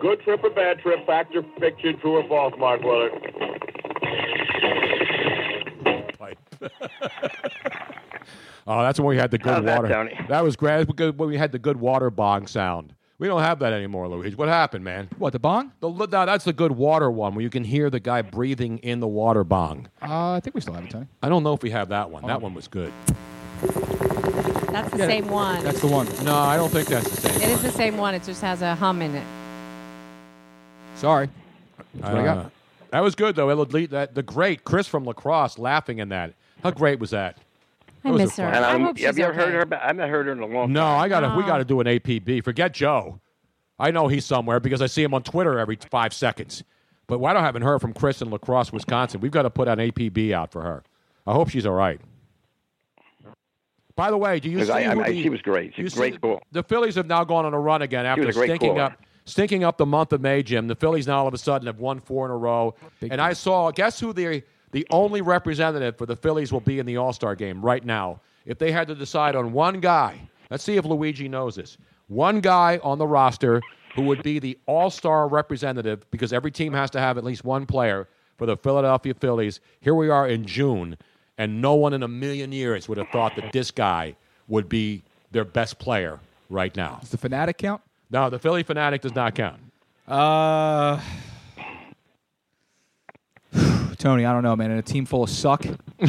Good trip or bad trip, factor, fiction, true or false, Mark Willard.
Oh, that's when we had the good
How's that,
water.
Tony?
That was great. That's because when we had the good water bong sound. We don't have that anymore, Luigi. What happened, man?
What the bong?
The, no, that's the good water one where you can hear the guy breathing in the water bong.
Uh, I think we still have it, Tony.
I don't know if we have that one.
Oh.
That one was good.
That's the
Yeah,
same one.
That's the one.
No, I don't think that's the same.
It is the same one. It just has a hum in it.
Sorry. That's what I got.
Uh, That was good though. It'll lead that the great Chris from lacrosse laughing in that. How great was that?
I
Those are
miss her.
fun.
And
I
I'm-
hope
have
she's
you ever
okay.
heard her? About, I haven't heard her in a long
No, I gotta we
Oh.
gotta do an APB. Forget Joe. I know he's somewhere because I see him on Twitter every five seconds. But why don't I haven't heard from Chris in lacrosse, Wisconsin? We've got to put an APB out for her. I hope she's all right. By the way, do you
Because
see
I- I-
who
I-
the-
she was great. She's
you
a
see
great
the-
goal.
The Phillies have now gone on a run again after
was a great
stinking
goalie.
up stinking up the month of May, Jim. The Phillies now all of a sudden have won four in a row. and I saw guess who the the only representative for the Phillies will be in the All Star game right now. If they had to decide on one guy, let's see if Luigi knows this. One guy on the roster who would be the All Star representative because every team has to have at least one player for the Philadelphia Phillies. Here we are in June, and no one in a million years would have thought that this guy would be their best player right now.
Does the fanatic count?
No, the Philly fanatic does not count.
Uh, Tony, I don't know, man. In a team full of suck,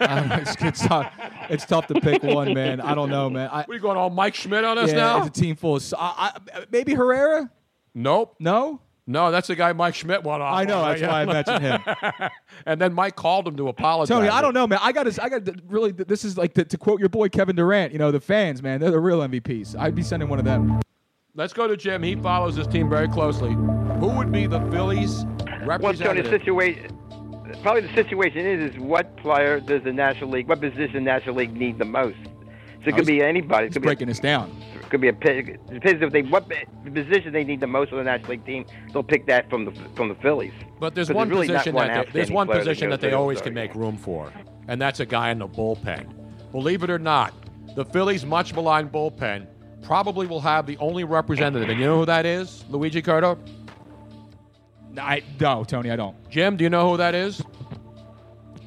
I don't know, it's, it's tough. It's tough to pick one, man. I don't know, man. I,
we going all Mike Schmidt on us
yeah,
now?
It's a team full of su- I, I, maybe Herrera.
Nope.
No.
No, that's the guy Mike Schmidt won off.
I know,
on,
that's why I mentioned
him. and then Mike called him to apologize.
Tony, I don't know, man. I got to, I got to really. th- This is like to, to quote your boy Kevin Durant. You know, the fans, man, they're the real MVPs. I'd be sending one of them.
Let's go to Jim. He follows his team very closely. Who would be the Phillies
Well, Tony, the
representative?
situation. Probably the situation is is what player does the National League, what position National League need the most? So
Oh,
it could be anybody. It could be
breaking this down.
It could be a pick. It depends if they what the position they need the most on the National League team. They'll pick that from the from the Phillies.
But there's
'Cause
one
really not
position that they, there's
outstanding
one
player
position
goes
that they
through,
always
so,
can make room for, and that's a guy in the bullpen. Believe it or not, the Phillies' much maligned bullpen probably will have the only representative, and you know who that is, Luigi Curto.
I no, Tony, I don't.
Jim, do you know who that is?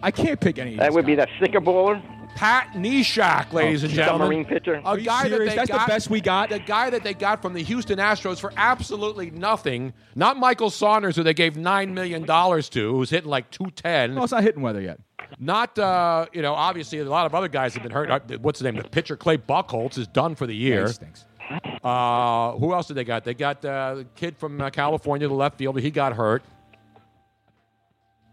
I can't pick any.
That would be that sicker bowler,
Pat Neshek, ladies
Oh,
and gentlemen.
submarine pitcher.
A guy that
serious?
they
That's the
got,
best
we got. The guy that they got from the Houston Astros for absolutely nothing. Not Michael Saunders, who they gave nine million dollars to, who's hitting like two ten.
No, it's not hitting weather yet.
Not uh, you know, obviously a lot of other guys have been hurt. Uh, What's his name? The pitcher Clay Buckholz is done for the year.
Yeah, he stinks.
Uh, who else did they got? They got uh, the kid from uh, California, the left fielder. He got hurt.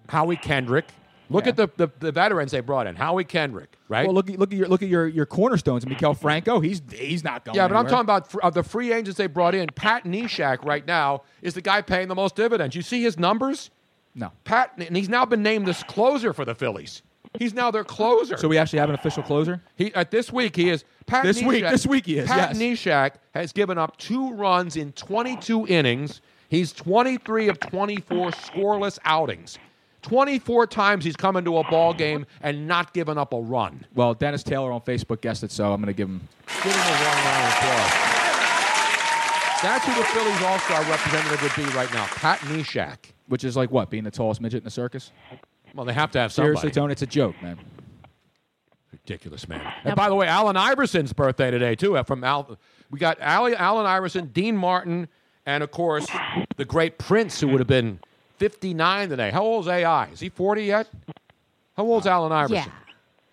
Howie Kendrick. Look at the, the the veterans they brought in. Howie Kendrick, right?
Well, look at look at your look at your, your cornerstones. Mikel Franco, he's he's not going.
Yeah, but I'm
anywhere.
talking about fr- of the free agents they brought in. Pat Neshek right now is the guy paying the most dividends. You see his numbers?
No.
Pat, and he's now been named this closer for the Phillies. He's now their closer.
So we actually have an official closer.
He at this week he is Pat
This week-
Neshek-
this week he is,
Pat
yes.
Neshek has given up two runs in 22 innings. He's 23 of 24 scoreless outings. 24 times he's come into a ball game and not given up a run.
Well, Dennis Taylor on Facebook guessed it, so I'm going to give him.
Give him a one round of applause. That's who the Phillies All Star representative would be right now, Pat Neshek.
Which is like what being the tallest midget in a circus.
Well, they have to have somebody.
Seriously, Tony, it's a joke, man.
Ridiculous, man. And by the way, Alan Iverson's birthday today too. uh, From Al, we got Ali, Alan Iverson, Dean Martin, and of course the great Prince, who would have been 59 today. How old's AI? Is he 40 yet? How old's Alan Iverson?
Yeah.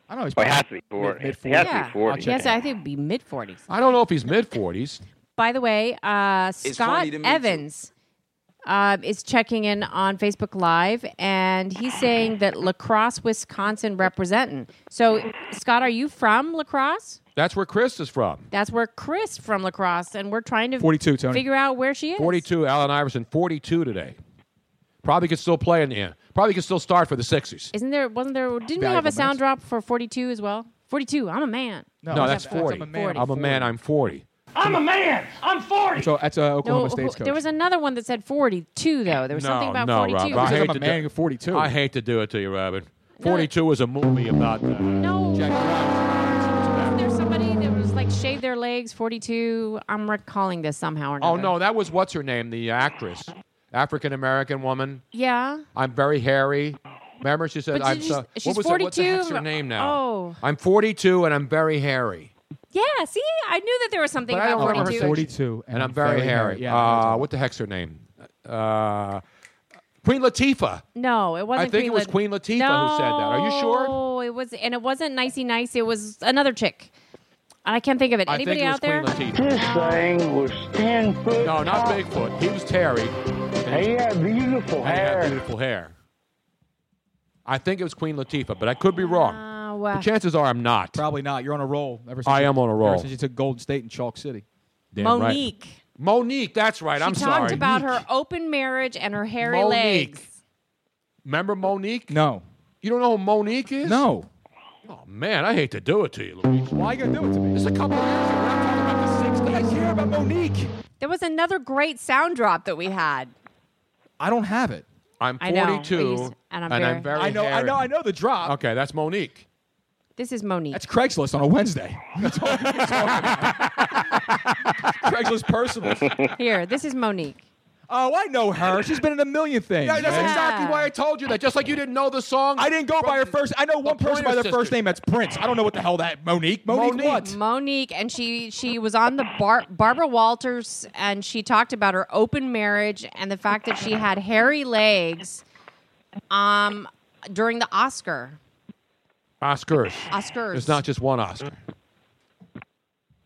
I don't know. He's
Oh, it has to be forty.
Mid-
it has to
yeah.
be forty.
Yes, I think it'd be mid 40s.
I don't know if he's mid 40s.
By the way, uh, Scott
funny to me, too.
Evans uh, is checking in on Facebook Live, and he's saying that Lacrosse, Wisconsin, representing. So, Scott, are you from Lacrosse?
That's where Chris is from.
That's where Chris from Lacrosse, and we're trying to
42, Tony.
figure out where she is.
42, Allen Iverson, 42 today. Probably could still play in the end. Probably could still start for the Sixers.
Isn't there? Wasn't there? Didn't we
Valuable
have a sound
minutes.
drop for 42 as well? 42. I'm a man.
No, that's 40.
I'm a man.
I'm a man. I'm 40.
I'm a man. I'm 40.
So that's uh, Oklahoma
who-
State's coach.
There was another one that said 42, though. There was
no,
something about
no,
42.
Robin.
It
I
says
hate
I'm a
to
man
do,
at 42.
I hate to do it to you, Robin. 42 is a movie about that.
No. Wasn't there somebody that was like shave their legs? 42. I'm recalling this somehow or
Oh,
another.
no, that was what's her name? The actress. African American woman.
Yeah.
I'm very hairy. Remember, she said,
But
I'm
did
so.
you- she's
uh, what was Her, what the
42?
heck's her name now?
Oh.
I'm 42 and I'm very hairy.
Yeah. See, I knew that there was something
But I
about
don't remember
42.
her saying- And, I'm very, hairy.
Yeah, I know what you're
uh, what the heck's her name? Uh, Queen Latifah.
No, it wasn't.
I think it was Queen Latifah who said that. Are you sure?
Oh, it was, and it wasn't nicey nice. It was another chick. I can't think of it.
I
Anybody
think it was
out there?
Queen Latifah. This thing was ten foot. No, not Bigfoot. He was Terry. And
He had beautiful
and he had
hair.
beautiful hair. I think it was Queen Latifah, but I could be wrong.
Oh,
The
wow.
chances are I'm not.
Probably not. You're on a roll. Ever since
I
you-
am on a
ever
roll.
since you took Golden State and Chalk City.
Damn right.
Monique.
Monique, that's right.
She
I'm
talked
sorry.
about her open marriage and her hairy
Monique.
legs.
Remember Monique?
No.
You don't know who Monique is?
No.
Oh man, I hate to do it to you, Luigi.
Why you gonna do it to me?
It's a couple of years ago. We're not talking about the 60s.
I care about Monique.
There was another great sound drop that we had.
I don't have it.
I'm
I know.
42,
I used- and I'm very-
I know. I
hairy.
know. I know the drop.
Okay, that's Monique.
This is Monique.
That's Craigslist on a Wednesday. That's all- that's all- Craigslist personals.
Here, this is Monique.
Oh, I know her. She's been in a million things.
Yeah, that's
man.
exactly why I told you that. Just like you didn't know the song.
I didn't go by her first. I know one person by their
Pointer
first
Sisters.
name. That's Prince. I don't know what the hell that Monique. Monique,
Monique.
what?
Monique, and she she was on the bar- Barbara Walters, and she talked about her open marriage and the fact that she had hairy legs, um, during the Oscar
Oscars.
Oscars.
There's not just one Oscar.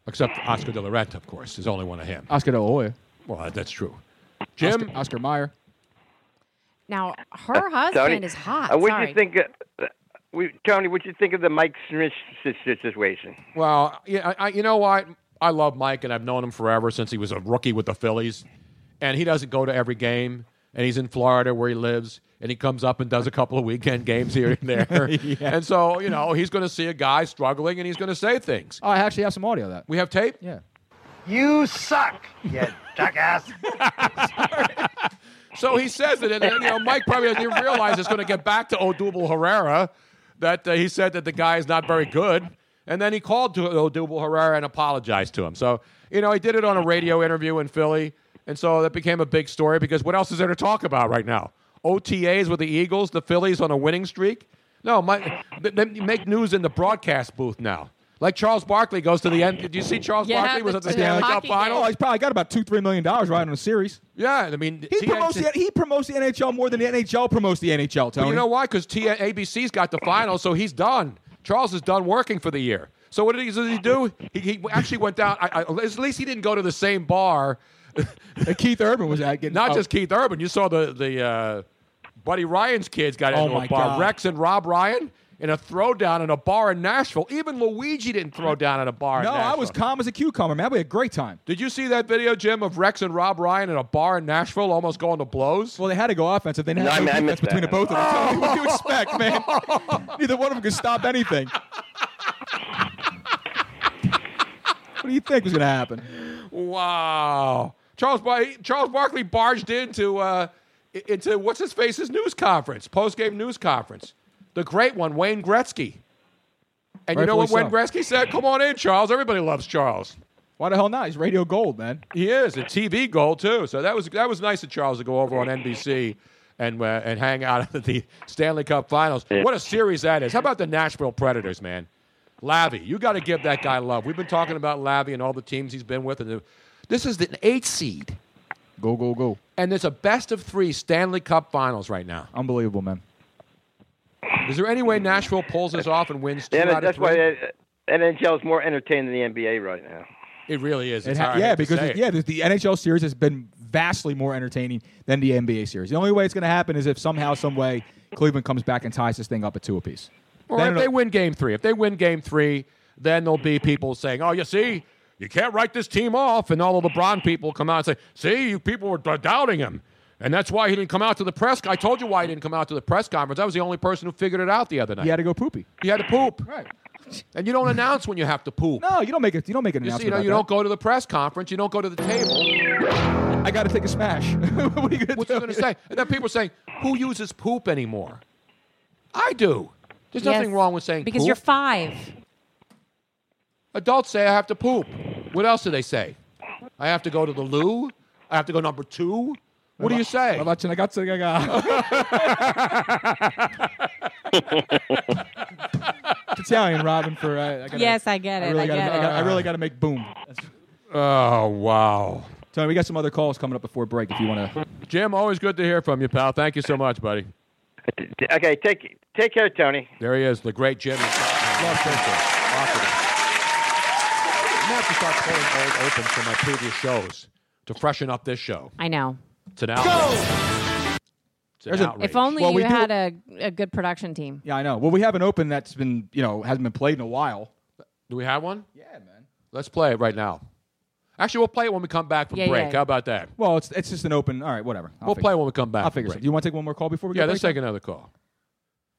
Except Oscar de la Renta, of course. There's only one of him.
Oscar De La Hoya.
Well, that's true. Jim?
Oscar, Oscar Meyer.
now her
Tony,
husband is hot.
Uh, what do
Sorry.
you think? Uh, we, Tony, what you think of the Mike Smith si- si- situation?
Well, yeah, I, I, you know what? I love Mike, and I've known him forever since he was a rookie with the Phillies. And he doesn't go to every game, and he's in Florida where he lives. and he comes up and does a couple of weekend games here and there. And so, you know, he's going to see a guy struggling and he's going to say things.
Oh, I actually have some audio of that.
We have tape?
Yeah.
You suck, you jackass.
So he says it, and then, you know, Mike probably doesn't even realize it's going to get back to Odubel Herrera that uh, he said that the guy is not very good. And then he called to Odubel Herrera and apologized to him. So, you know, he did it on a radio interview in Philly. And so that became a big story because what else is there to talk about right now? OTAs with the Eagles, the Phillies on a winning streak? No, my, they, they make news in the broadcast booth now. Like Charles Barkley goes to the end. Did you see Charles
Yeah,
Barkley was
the-
at the
the
Stanley Cup
hockey
final?
Oh, he's probably got about two, three million dollars right on the series.
Yeah, I mean,
He
TNT
promotes the he promotes the NHL more than the NHL promotes the NHL.
But
Tony,
you know why? Because ABC's got the final, so he's done. Charles is done working for the year. So what did he, did he do? He, he actually went down. I, I, at least he didn't go to the same bar.
Keith Urban was at getting
Not
oh.
just Keith Urban. You saw the the uh, Buddy Ryan's kids got
Oh
into
my
a bar.
God.
Rex and Rob Ryan in a throwdown in a bar in Nashville. Even Luigi didn't throw down at a bar. in
No, I
Nashville.
was calm as a cucumber, man. We had a great time.
Did you see that video, Jim, of Rex and Rob Ryan in a bar in Nashville, almost going to blows? Oh!
Well, they had to go offensive. They didn't
No,
have
I
no
mean, I
defense
missed
between
that.
the both of them. Tony, what do you expect, man? Neither one of them could stop anything. what do you think was going to happen?
Wow. Charles Bar- Charles Barkley barged into uh, i- into what's his face's news conference, post game news conference, the great one, Wayne Gretzky. And you know what
Rightfully
Wayne Gretzky said? Come on in, Charles. Everybody loves Charles.
Why the hell not? He's radio gold, man.
He is a TV gold too. So that was that was nice of Charles to go over on NBC and uh, and hang out at the Stanley Cup Finals. What a series that is! How about the Nashville Predators, man? Lavi, you got to give that guy love. We've been talking about Lavi and all the teams he's been with, and the, this is the eighth seed,
Go, go, go.
and it's a best of three Stanley Cup Finals right now.
Unbelievable, man.
Is there any way Nashville pulls this off and wins two
And
out of
that's
three?
why uh, NHL is more entertaining than the NBA right now.
It really is.
It
It's
ha-
hard- I
yeah,
hate to
because
say
it-
it.
yeah, the, the NHL series has been vastly more entertaining than the NBA series. The only way it's going to happen is if somehow, some way, Cleveland comes back and ties this thing up at two apiece.
Or
Then
if
it'll-
they win game three. If they win game three, then there'll be people saying, oh, you see, you can't write this team off. And all the LeBron people come out and say, see, you people were d- doubting him. And that's why he didn't come out to the press. I told you why he didn't come out to the press conference. I was the only person who figured it out the other night.
You had to go poopy.
He had to poop. Right. And you don't announce when you have to poop.
No, you don't make it. You don't make an
You, see,
announcement.
you
about
know, you
that.
don't go to the press conference. You don't go to the table.
I got to take a smash. what are you going
What's he going to say? And then people are saying, who uses poop anymore? I do. There's nothing
Yes,
wrong with saying
because
poop.
you're five.
Adults say I have to poop. What else do they say? I have to go to the loo. I have to go number two. What do you say?
How about Chinagats- Italian Robin for uh, I gotta,
Yes, I get it.
really
I
gotta,
get
I,
it.
gotta- I really got to make boom.
Oh wow,
Tony, we got some other calls coming up before break. If you want to,
Jim, always good to hear from you, pal. Thank you so much, buddy.
Okay, take take care, Tony.
There he is, the great Jim. I'm gonna have to start pulling old opens from my previous shows to freshen up this show.
I know.
It's an outrage. It's an
There's an-
outrage.
If only
Well,
you
we do-
had a, a good production team.
yeah, I know. Well, we have an open that's been you know hasn't been played in a while.
Do we have one? Yeah, man. Let's play it right now. Actually, we'll play it when we come back from
Yeah,
break.
yeah.
How about that?
Well, it's it's just an open. All right, whatever. I'll
we'll
figure
play
it.
when we come back.
I'll
from
figure it.
break.
Do you want to take one more call before we?
Yeah,
go
let's
break?
take another call.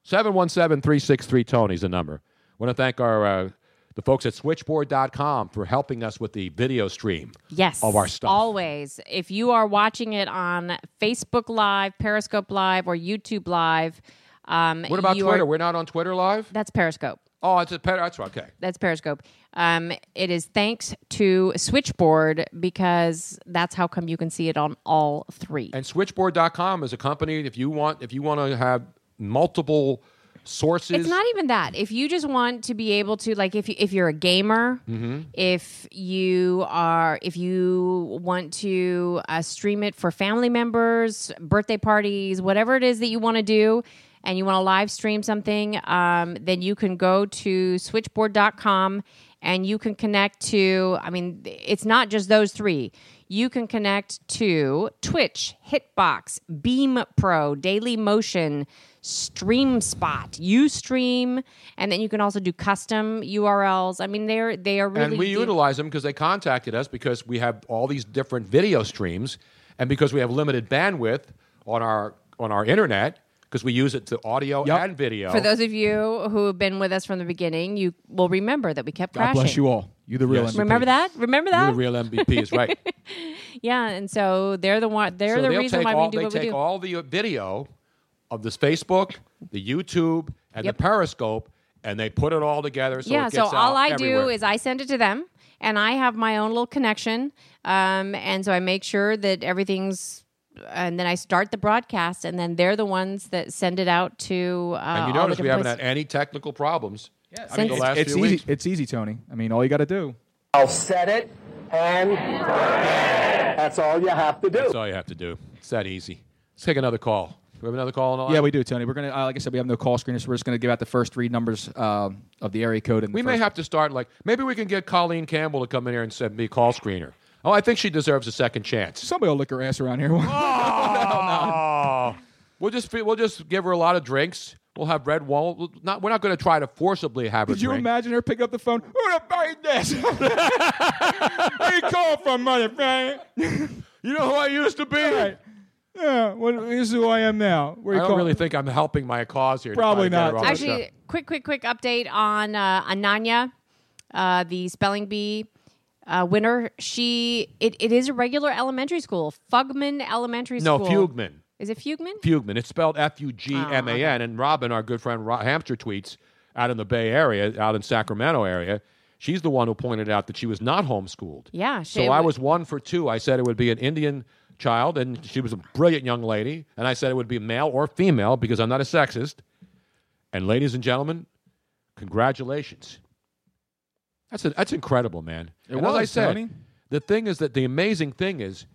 717 363 Tony's the number. want to thank our uh, the folks at switchboard.com for helping us with the video stream
Yes.
of our stuff.
Always. If you are watching it on Facebook Live, Periscope Live, or YouTube Live, um,
what about
you
Twitter?
Are,
We're not on Twitter live?
that's Periscope.
Oh, it's a pet. That's okay.
That's Periscope. Um, it is thanks to Switchboard because that's how come you can see it on all three.
And switchboard.com is a company if you want if you want to have multiple sources.
It's not even that. If you just want to be able to, like, if you, if you're a gamer,
Mhm.
if you are, if you want to uh, stream it for family members, birthday parties, whatever it is that you want to do, and you want to live stream something, um, then you can go to switchboard.com and you can connect to. I mean, it's not just those three. You can connect to Twitch, Hitbox, Beam Pro, Daily Motion, Stream Spot, Ustream, and then you can also do custom URLs. I mean, they're they are really
and we
deep-
utilize them because they contacted us because we have all these different video streams and because we have limited bandwidth on our on our internet because we use it to audio
Yep.
and video.
For those of you who have been with us from the beginning, you will remember that we kept
God
crashing.
bless you all. You're the real MVP.
Remember that? Remember
You're
that?
the real MVP is right.
yeah, and so they're the one. They're
so
the
they'll
reason
take
why
all,
we do
they
what
take
we do.
all the video of this Facebook, the YouTube, and
Yep.
the Periscope, and they put it all together. So
yeah,
it gets
so all
out
I do
everywhere.
is I send it to them, and I have my own little connection, um, and so I make sure that everything's. And then I start the broadcast, and then they're the ones that send it out to. Uh,
and you
all the
notice we
different
haven't
places.
had any technical problems. Yes. I mean, the
It's-
last
it's
few
easy.
weeks.
It's easy, Tony. I mean, all you got to do.
I'll set it and that's all you have to do.
That's all you have to do. It's that easy. Let's take another call. Do we have another call on the line?
Yeah, we do, Tony. We're gonna, uh, like I said, we have no call screeners. So we're just gonna give out the first three numbers um, of the area code. And
We
the
may
first-
have to start like maybe we can get Colleen Campbell to come in here and send me a call screener. Oh, I think she deserves a second chance.
somebody will lick her ass around here.
Oh, we'll just fe- we'll just give her a lot of drinks. We'll have red wine. We'll Not we're not going to try to forcibly have her
Could you
drink.
imagine her pick up the phone? Who the fuck is this? Where you call from, motherfucker?
you know who I used to be?
Yeah, what, this is who I am now. Where
I
you
don't
call-
really think I'm helping my cause here. to
Probably
try to
not.
get her on the show.
Actually, quick, quick, quick update on uh, Ananya, uh, the spelling bee uh, winner. She it, it is a regular elementary school, Fugman Elementary
no,
School.
Fugman.
Is it Fugman?
Fugman. It's spelled F U G M A N. And Robin, our good friend Ro- Hamster, tweets out in the Bay Area, out in Sacramento area. She's the one who pointed out that she was not homeschooled.
Yeah. She,
So I was one for two. I said it would be an Indian child, and she was a brilliant young lady. And I said it would be male or female because I'm not a sexist. And ladies and gentlemen, congratulations. That's a, that's incredible, man.
It
and as
was,
I said,
Tony.
the thing is that the amazing thing is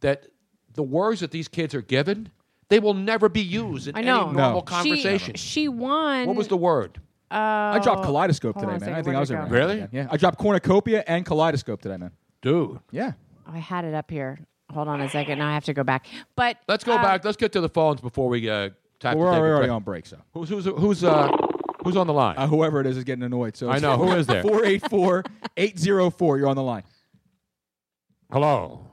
that the words that these kids are given, they will never be used in
I know.
any normal
She-
conversation.
She, won.
what was the word?
Uh,
I dropped kaleidoscope
hold
today,
on a
man. I
second,
think I
where'd
was
it
around.
go?
that again. Yeah, I dropped cornucopia and kaleidoscope today, man.
Dude.
Yeah.
Oh, I had it up here. Hold on a second. Now I have to go back. But
Let's go
uh,
back. Let's get to the phones before we uh, type.
Well, we're already- already
on
break, so.
Who's who's who's uh who's on the line?
Uh, whoever it is is getting annoyed. So
I know. Who is there?
484 804. You're on the line.
Hello.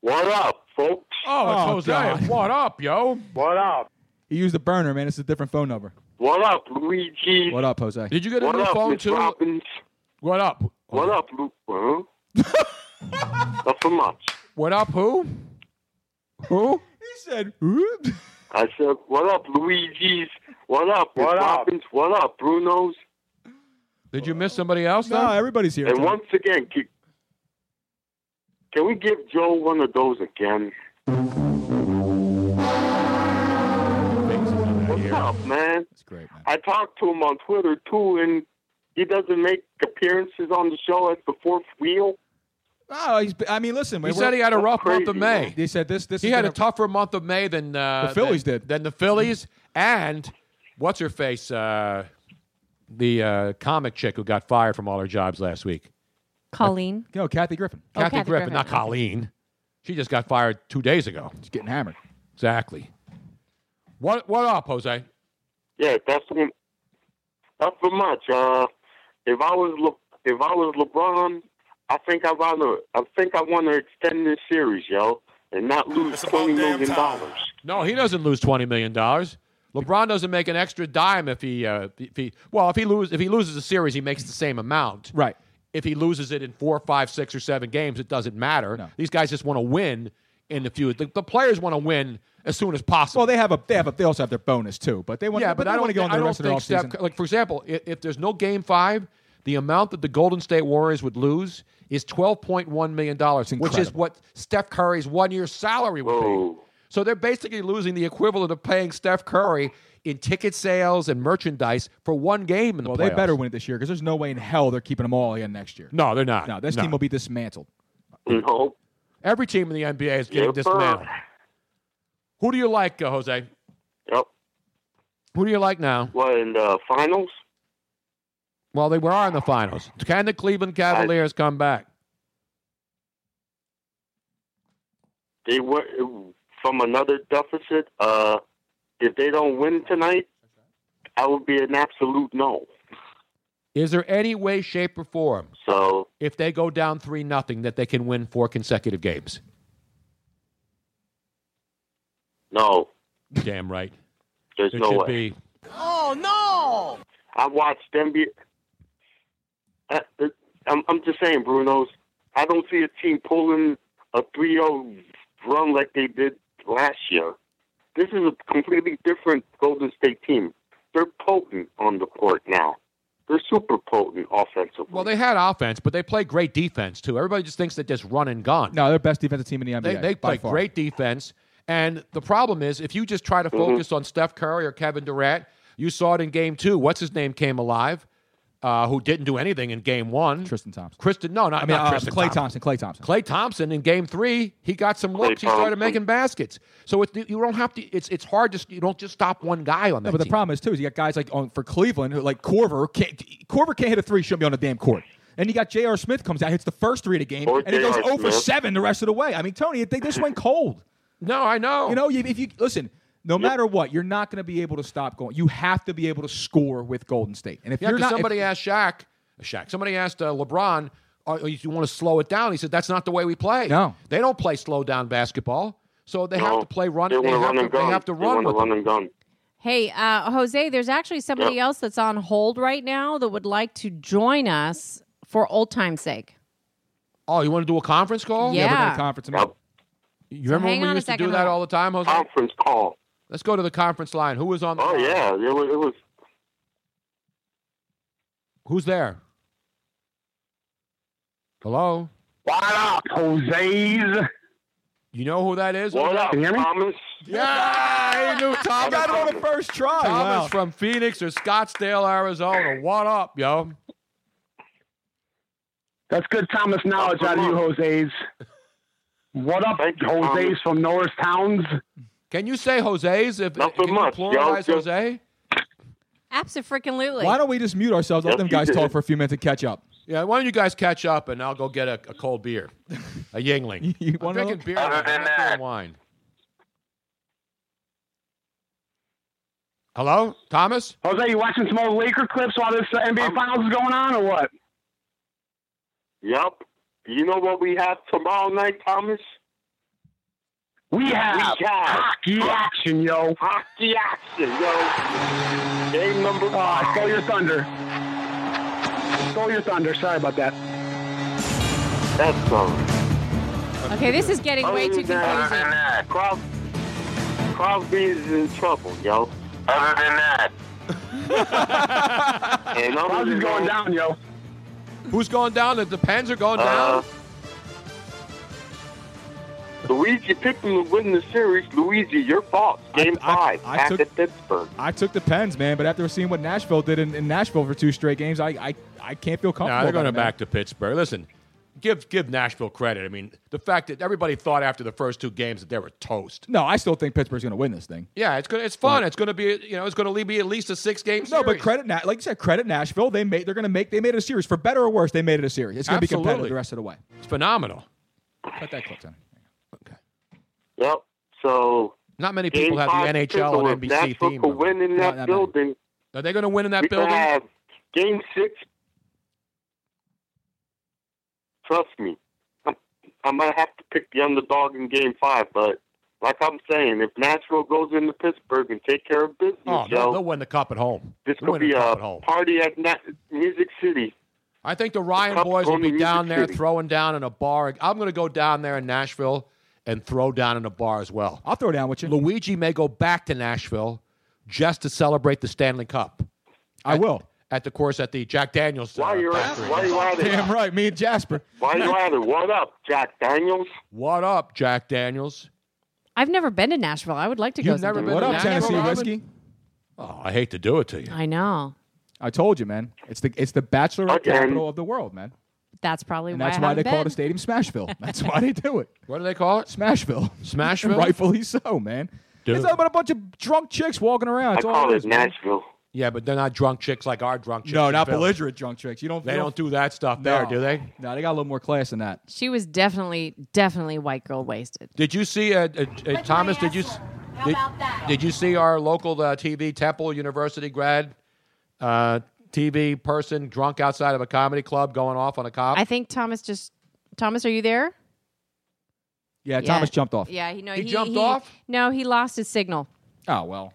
What up, folks?
Oh,
it's Jose.
What up, yo?
What up?
He used the burner, man. It's a different phone number.
What up, Luigi?
What up, Jose?
Did you get a
What
new
up,
phone
Miss
too?
Robbins?
What up?
What up, Luke? Huh? Nothing much.
What up? Who? Who?
He said,
I said, what up, Luigi's? What up, Miss
What up?
Robbins? What up, Bruno's?
Did you miss somebody else?
No, everybody's here.
and once again, can, can we give Joe one of those again? What's up, man? That's
great,
I talked to him on Twitter too, and he doesn't make appearances on the show at the fourth wheel.
Oh, he's. I mean, listen.
He
we're-
said he had a rough month of May.
He said this. This
he
has
had
been
a tougher month of May than uh,
The Phillies
than, did. Than the Phillies and what's her face, uh, the uh, comic chick who got fired from all her jobs last week.
Colleen.
No, Kathy Griffin.
Oh,
Kathy,
Kathy
Griffin,
Griffin,
not
okay.
Colleen. She just got fired two days ago. She's
getting hammered.
Exactly. What What up, Jose?
Yeah, that's the- that's the much. Uh, if I was Le- if I was LeBron, I think I want to I think I want to extend this series, yo, and not lose twenty million dollars.
No, he doesn't lose twenty million dollars. LeBron doesn't make an extra dime if he uh, if he well if he lose if he loses a series he makes the same amount.
Right.
If he loses it in four, five, six, or seven games, it doesn't matter. These guys just want to win in the few. The, the players want to win as soon as possible.
Well, they have a. They have a. They also have their bonus too. But they want.
yeah,
but,
but,
they
I don't
want to go on
thi-
the
I
rest of
don't
their
think
offseason.
Steph- like for example, if, if there's no game five, the amount that the Golden State Warriors would lose is twelve point one million dollars, which is
incredible.
what Steph Curry's one year salary would be. So they're basically losing the equivalent of paying Steph Curry in ticket sales and merchandise for one game in the
well,
playoffs.
they better win it this year because there's no way in hell they're keeping them all again next year.
No, they're not.
No, this
No.
team will be dismantled.
No,
Every team in the NBA is getting
Yes, sir.
dismantled. Who do you like, uh, Jose?
Yep.
Who do you like now?
What in the finals?
Well, they were in the finals. Can the Cleveland Cavaliers come back?
They were from another deficit. Uh, if they don't win tonight, I would be an absolute no.
Is there any way, shape, or form
So
if they go down three nothing that they can win four consecutive games?
no.
Damn right.
There's
It
no
should
way.
be.
Oh
I watched NBA. I, uh, I'm, I'm just saying, Bruno's. I don't see a team pulling a 3-0 run like they did last year. This is a completely different Golden State team. They're potent on the court now. They're super potent offensively.
Well, they had offense, but they play great defense too. Everybody just thinks that just run and gun.
No, they're best defensive team in the NBA.
They, they
by
play
far.
great defense. And the problem is, if you just try to
Mhm.
focus on Steph Curry or Kevin Durant, you saw it in game two. What's his name came alive, uh, who didn't do anything in game one? Tristan
Thompson.
Kristen, no, not,
I mean,
not
uh,
Tristan
Clay
Thompson.
Thompson. Clay Thompson.
Clay Thompson in Game Three, he got some looks. He started
Thompson.
making baskets. So it, you don't have to. It's it's hard to you don't just stop one guy on that.
No, but the
team.
problem is too is you got guys like on for Cleveland who like Corver can't Corver can't hit a three, shouldn't be on the damn court. And you got J.R. Smith comes out, hits the first three of the game,
Or
and he goes
J.R.
0 for
Smith.
7 the rest of the way. I mean, Tony, they just went cold.
No, I know.
You know, you- if you listen, no matter what, you're not going to be able to stop going. You have to be able to score with Golden State. And if
Yeah,
you're
'cause
not, if-
somebody asked Shaq, Shaq, somebody asked uh, LeBron, "Are- are you, you want to slow it down? He said, that's not the way we play. No. They don't play slow down basketball. So they have to play run.
They
They,
want to
have,
run
to,
and
they
gun.
have to
They
run
wanna
with
run
it.
and gun.
Hey, uh, Jose, there's actually somebody
Yeah.
else that's on hold right now that would like to join us for old time's sake.
Oh, you want to do a conference call?
Yeah, we're gonna Yeah.
conference
You remember
hang
when
on
we
a
used to do
second,
that
hold on.
all the time, Jose?
Conference call.
Let's go to the conference line. Who was on the
Oh
line?
yeah, it was. It was
Who's there? Hello?
What up, Jose's?
You know who that is?
What
Jose?
up, Can you hear me? Thomas?
Yeah, he knew Thomas.
I got it on the
first try.
Thomas
Wow.
from Phoenix or Scottsdale, Arizona. What up, yo?
That's good Thomas knowledge out of you, Jose's. What up, Jose's
Thomas.
from Norris Towns?
Can you say Jose's? If,
Not
can
so
you
much, yo.
pluralize
Just-
Jose?
Absolutely.
why don't we just mute ourselves, let
Yes,
them
you
guys
did.
talk for a few minutes and catch up?
Yeah, why don't you guys catch up and I'll go get a, a cold beer, a Yingling. I'm
wanna-
drinking beer,
Other
I'm
than
not
that.
drinking wine. Hello, Thomas.
Jose, you watching some old Laker clips while this uh, NBA Finals is going on, or what?
Yep. You know what we have tomorrow night, Thomas?
We have
we have
hockey action, yo.
hockey action, yo. Game number five.
Oh, stole your thunder. Stole your thunder. Sorry about that.
That's all.
Okay, this is getting way too confusing.
Cros- Crosby is in trouble, yo. Other than that. and
Crosby's going down, yo.
Who's going down? The, the Pens are going
Uh,
down.
Luigi picked him to win the series. Luigi, your fault. Game five.
I
back
took-
at Pittsburgh.
I took the Pens, man, but after seeing what Nashville did in, in Nashville for two straight games, I I, I can't feel comfortable.
Nah, they're
about
going
it,
to
man.
back to Pittsburgh. Listen, give give Nashville credit. I mean, the fact that everybody thought after the first two games that they were toast.
No, I still think Pittsburgh's going to win this thing.
Yeah, it's good. It's fun. It's going to be you know it's going to be at least a six game series.
No, but credit, Na- like you said, credit Nashville. They made, they're going to make, they made it a series for better or worse. They made it a series. It's going to be competitive
Absolutely.
the rest of the way.
It's phenomenal.
Cut that clip down.
Yep. So
not many
game
people have
five,
the
Pittsburgh,
NHL and
if
NBC
Nashville
theme.
could
on.
win in
Not
that,
that many.
building.
Are they going to win in that
we
building?
Have game six. Trust me, I'm- I might have to pick the underdog in game five, but like I'm saying, if Nashville goes into Pittsburgh and take care of business,
Oh,
yo,
they'll, they'll win the cup at home.
this
they'll win
could
the
be
cup
a
at home.
party at Na- Music City.
I think the Ryan
Cup's
boys will
going to
be
Music
down there
City.
throwing down in a bar. I'm going to go down there in Nashville and throw down in a bar as well.
I'll throw down with you.
Luigi may go back to Nashville just to celebrate the Stanley Cup.
I will.
At the course at the Jack Daniels.
While
uh,
you're at,
factory.
while you're at it,
Damn right, me and Jasper.
while you're at it, what up, Jack Daniels?
What up, Jack Daniels?
I've never been to Nashville. I would like to go.
You've never
sometime.
been
What
to
up,
Nashville,
Tennessee
Robin?
Whiskey?
Oh, I hate to do it to you.
I know.
I told you, man. It's the it's the bachelorette
Again.
capital of the world, man.
That's probably
And
why.
that's
I
why they
haven't
call it a stadium
been.
Smashville. That's why they do it.
What do they call it?
Smashville.
Smashville?
Rightfully so, man.
Dude.
It's about a bunch of drunk chicks walking around. That's all is, man.
Nashville.
Yeah, but they're not drunk chicks like our drunk chicks.
No,
in
not
Philly.
belligerent drunk chicks. You don't.
They
you
don't do that stuff there,
No.
do they?
No, they got a little more class than that.
She was definitely, definitely white girl wasted.
Did you see, uh, uh, uh, Thomas? Did you s- did, did you see our local uh, TV Temple University grad uh, TV person drunk outside of a comedy club going off on a cop?
I think Thomas just. Thomas, are you there?
Yeah,
Yeah.
Thomas jumped off.
Yeah, he no,
He jumped
he,
off?
No, he lost his signal.
Oh well.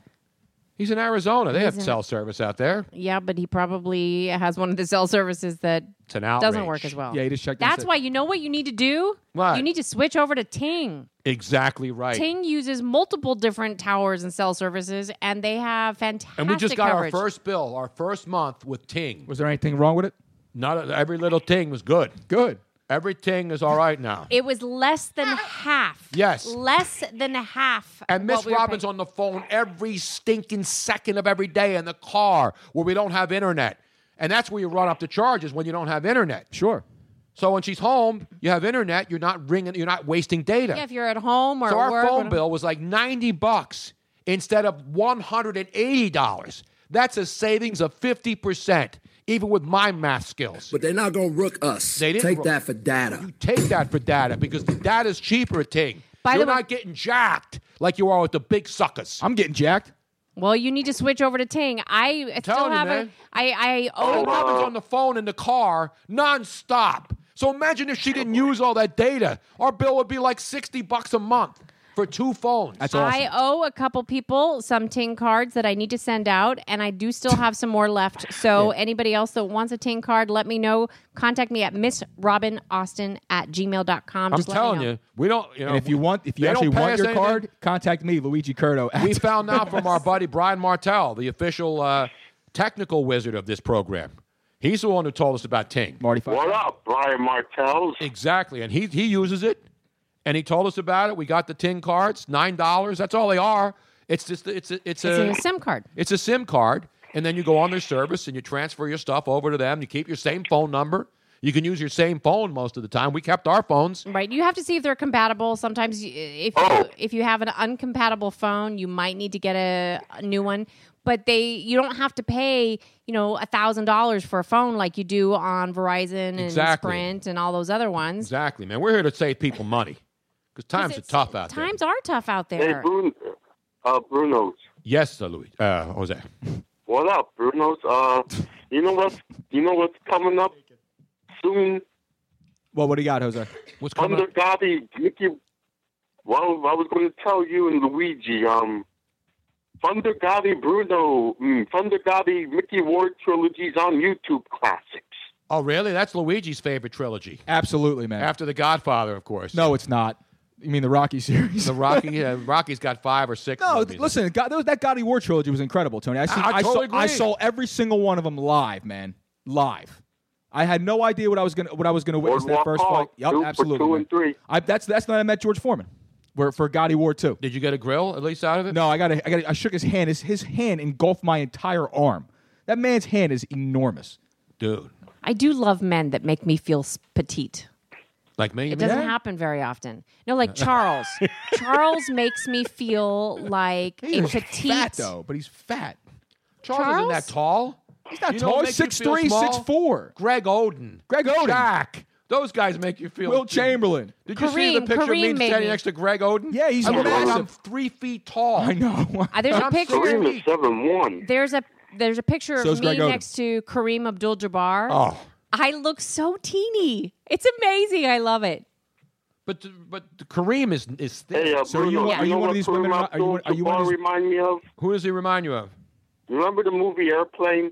He's in Arizona. They have
He's in-
cell service out there.
Yeah, but he probably has one of the cell services that
It's an outrage.
doesn't work as well.
Yeah, he just checked and
That's
said-
why you know what you need to do.
What?
You need to switch over to Ting.
Exactly right.
Ting uses multiple different towers and cell services, and they have fantastic.
and we just got
coverage.
our first bill, our first month with Ting.
Was there anything wrong with it?
Not a, every little Ting was good.
Good.
Every Ting is all right now.
It was less than half.
Yes.
less than half.
And
what
Miss
we were
Robbins on the phone every stinking second of every day in the car where we don't have internet. And that's where you run up the charges when you don't have internet.
Sure.
So when she's home, you have internet, you're not ringing, you're not wasting data.
paying. Yeah, if you're at home or
so
at
our
work,
phone
whatever.
bill was like 90 bucks instead of $180. That's a savings of 50%, even with my math skills. But
they're not going to rook us.
They didn't
Take
rook-
that for data.
You take that for data because the data's cheaper at Ting.
By the
you're
way-
not getting jacked like you are with the big suckers.
I'm getting jacked.
Well, you need to switch over to Ting. I still
telling you,
have a.
man.
I I
Owen
owe.
Robbins on the phone in the car nonstop. So imagine if she didn't use all that data. Our bill would be like 60 bucks a month for two phones.
I owe a couple people some Ting cards that I need to send out, and I do still have some more left. So anybody else that wants a Ting card, let me know. Contact me at missrobinaustin at gmail.com.
I'm
um, Just let me
telling
know.
you, we don't. You know,
and if you want, if you
they don't
actually
pay
want
us
your
anything.
card, contact me, Luigi Curto. at-
we found out from our buddy Brian Martell, the official uh, technical wizard of this program. He's the one who told us about Ting.
Marty
What up, Brian Martels?
Exactly. And he, he uses it. And he told us about it. We got the tin cards, nine dollars. That's all they are. It's just it's a, it's a
It's a SIM card.
It's a SIM card, and then you go on their service and you transfer your stuff over to them. You keep your same phone number. You can use your same phone most of the time. We kept our phones.
Right, you have to see if they're compatible. Sometimes, you- if
Oh.
you, if you have an uncompatible phone, you might need to get a, a new one. But they, you don't have to pay, you know, a thousand dollars for a phone like you do on Verizon and
Exactly.
Sprint and all those other ones.
Exactly, man. We're here to save people money because times are tough out there.
Times are tough out
Hey,
there.
Bruno. Uh, Bruno's.
Yes, sir, Louis. Uh, Jose.
What up, Bruno's? Uh, you know what's you know what's coming up soon?
well, what do you got, Jose?
What's
Thunder Gotti, Mickey. Well, I was going to tell you and Luigi. Um, Thunder Gotti, Bruno, mm, Thunder Gotti, Mickey Ward trilogies on YouTube Classic.
Oh, really? That's Luigi's favorite trilogy.
Absolutely, man.
After The Godfather, of course.
No, it's not. You mean the Rocky series?
The Rocky, uh, Rocky's got five or six.
No,
movies.
th- listen, God, those- that Gotti War trilogy was incredible, Tony. I, seen,
I- I
saw,
totally
I
agree.
saw every single one of them live, man, live. I had no idea what I was gonna what I was gonna witness that
Boardwalk
first
Hall,
fight. Yep,
two for
absolutely.
two
man.
and three.
I, that's that's when I met George Foreman, where for Gotti War two.
Did you get a grill at least out of it?
No, I got a, I got a, I shook his hand. His his hand engulfed my entire arm. That man's hand is enormous,
dude.
I do love men that make me feel s- petite.
Like me? you
It
mean?
doesn't happen very often. No, like Charles. Charles makes me feel like a
He's
petite.
fat though, but he's fat.
Charles, isn't that tall.
He's not
You know
tall.
what
He's
makes
six
you feel
three,
small?
six four.
Greg Oden.
Greg Oden.
Shaq. Those guys make you feel.
Will Chamberlain.
Did you see the
Kareem-
picture
Kareem
of me
made
standing
me-
next to Greg Oden?
Yeah, he's
I'm
massive.
I'm three feet tall.
I know.
Uh, there's a picture.
Kareem is seven one.
There's a there's a picture
So
of
is
me
Greg Oden.
next to Kareem Abdul-Jabbar.
Oh,
I look so teeny. It's amazing. I love it.
but th- but th- Kareem is is thick.
Hey, uh,
So are you-
Bruno,
are you
know
one of
what
these women
Kareem
around- are you one- are you one of
Abdul-Jabbar
these-
remind me of?
Who does he remind you of?
Remember the movie Airplane?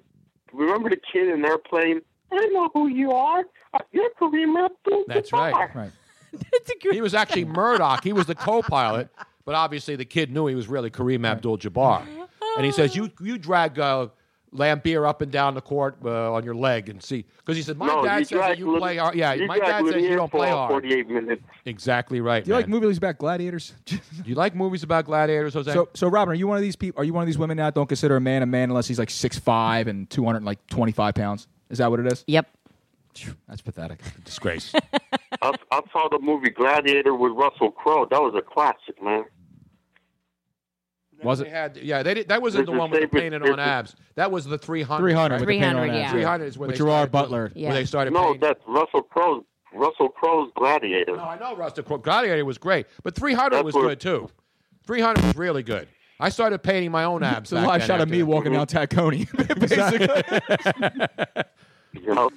Remember the kid in Airplane? I know who you are. Uh, You're Kareem Abdul-Jabbar.
That's right.
Right.
He was actually Murdoch. He was the co-pilot, but obviously the kid knew he was really Kareem Abdul-Jabbar, and he
Oh.
says, "You you drag uh, Lambeer up and down the court uh, on your leg and see." Because he said, "My
no,
dad
you
says
drag
that you
Lin-
play hard." Yeah,
you
my dad
drag
says you
Lanier
don't play
for
hard.
48 minutes.
Exactly right.
Do you
man.
like movies about gladiators?
Do you like movies about gladiators, Jose?
So, so Robin, are you one of these people? Are you one of these women now that don't consider a man a man unless he's like six five and two hundred like twenty five pounds? Is that what it is?
Yep.
That's pathetic.
Disgrace.
I, I saw the movie Gladiator with Russell Crowe. That was a classic, man.
was
They
it?
had, yeah, they did, that wasn't the
This is
one with the
favorite-
painted
this
on
is-
abs. That was the 300.
300 with the paint
300,
on
yeah.
abs.
300 is where
With
they
Gerard
started
Butler.
Where they started
No,
painting.
that's Russell Crowe's Russell Crowe's Gladiator.
No, I know Rustic Crow. Gladiator was great, but 300
That's
was
where-
good too. 300 was really good. I started painting my own
It's
abs.
a
back
live
then
shot of
after
me
that.
walking down Tacony. Basically.
You know?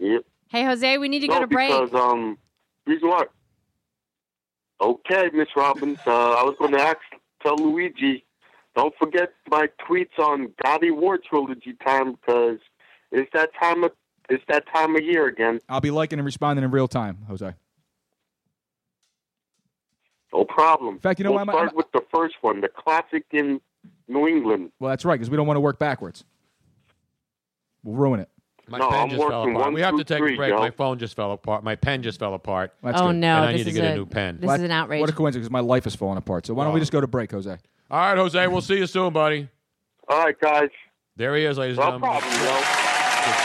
Yep.
Hey Jose, we need to
no,
go to break.
because um, reason why. Okay, Miss Robbins. Uh, I was going to ask, tell Luigi. Don't forget my tweets on Gotti War Trilogy time because it's that time of it's that time of year again.
I'll be liking and responding in real time, Jose.
No problem. In
fact, you know
we'll
what, I'm-
start
I'm-
with the first one, the classic in New England.
Well, that's right, because we don't want to work backwards. We'll ruin it.
My
No,
pen
I'm
just fell
working
apart.
one
we have
through
to take
three,
a break.
Joe.
My phone just fell apart. My pen just fell apart.
That's
Oh,
good.
And I need to get a, new pen.
Well, that- What a coincidence, because my life is falling apart. So why don't we just go to break, Jose?
All right, Jose. We'll see you soon, buddy.
All right, guys.
There he is, ladies
No
and gentlemen.
problem,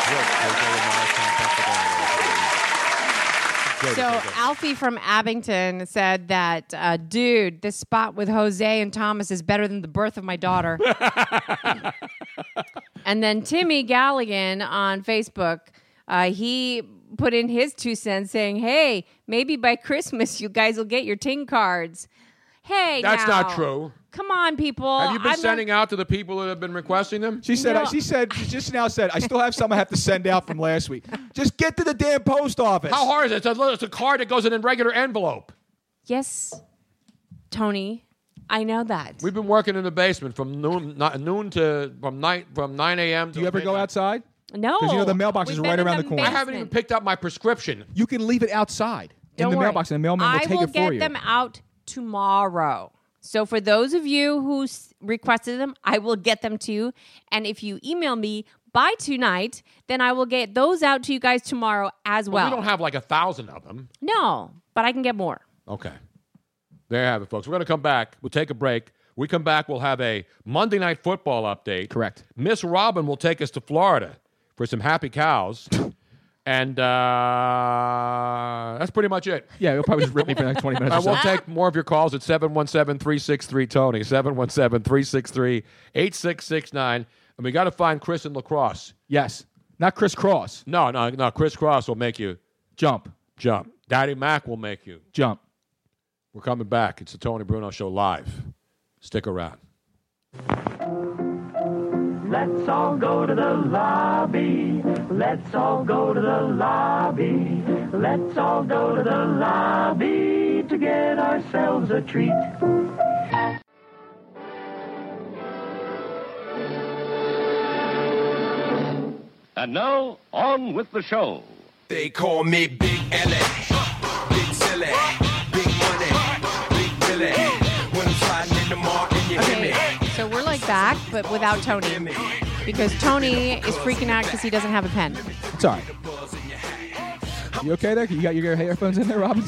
Good,
So
good, good.
Alfie from Abington said that, uh, dude, this spot with Jose and Thomas is better than the birth of my daughter. and then Timmy Galligan on Facebook, uh, he put in his two cents saying, hey, maybe by Christmas you guys will get your tin cards. Hey,
That's
now.
not true.
Come on, people.
Have you been
I'm not-
sending out to the people that have been requesting them?
She said. I, she said. She just now said. I still have some I have to send out from last week. Just get to the damn post office.
How hard is it? It's a, it's a card that goes in a regular envelope.
Yes, Tony, I know that.
We've been working in the basement from noon, not, noon to from night from nine a.m. Do you ever go
outside?
No.
'Cause you know the mailbox We've is right been in around the the corner.
I haven't even picked up my prescription.
You can leave it outside
Don't
in the
worry.
mailbox, and the mailman will
I
take
will
it for
get
you.
them out tomorrow. So for those of you who s- requested them, I will get them to you. And if you email me by tonight, then I will get those out to you guys tomorrow as well.
we don't have like a thousand of them.
no, but I can get more.
Okay. There you have it, folks. We're going to come back. We'll take a break. We come back. We'll have a Monday Night Football update.
Correct.
Miss Robin will take us to Florida for some happy cows. and uh, that's pretty much it.
Yeah, it'll probably just rip me for like twenty minutes.
I
or so.
will take more of your calls at 717 363 Tony, 717 363 8669. And we got to find Chris in lacrosse.
Yes. Not Chris Cross.
No, no, no. Chris Cross will make you
jump.
Jump. Daddy Mac will make you
jump.
We're coming back. It's the Tony Bruno Show live. Stick around.
Let's all go to the lobby. Let's all go to the lobby. Let's all go to the lobby to get ourselves a treat.
And now, on with the show. They call me Big L. Big Silly. Big Money. Big Billy. When I'm sliding in the mall, can you hear me?
So we're like back, but without Tony. Because Tony is freaking out because he doesn't have a pen.
It's all right. You okay there? You got your headphones in there, Robin?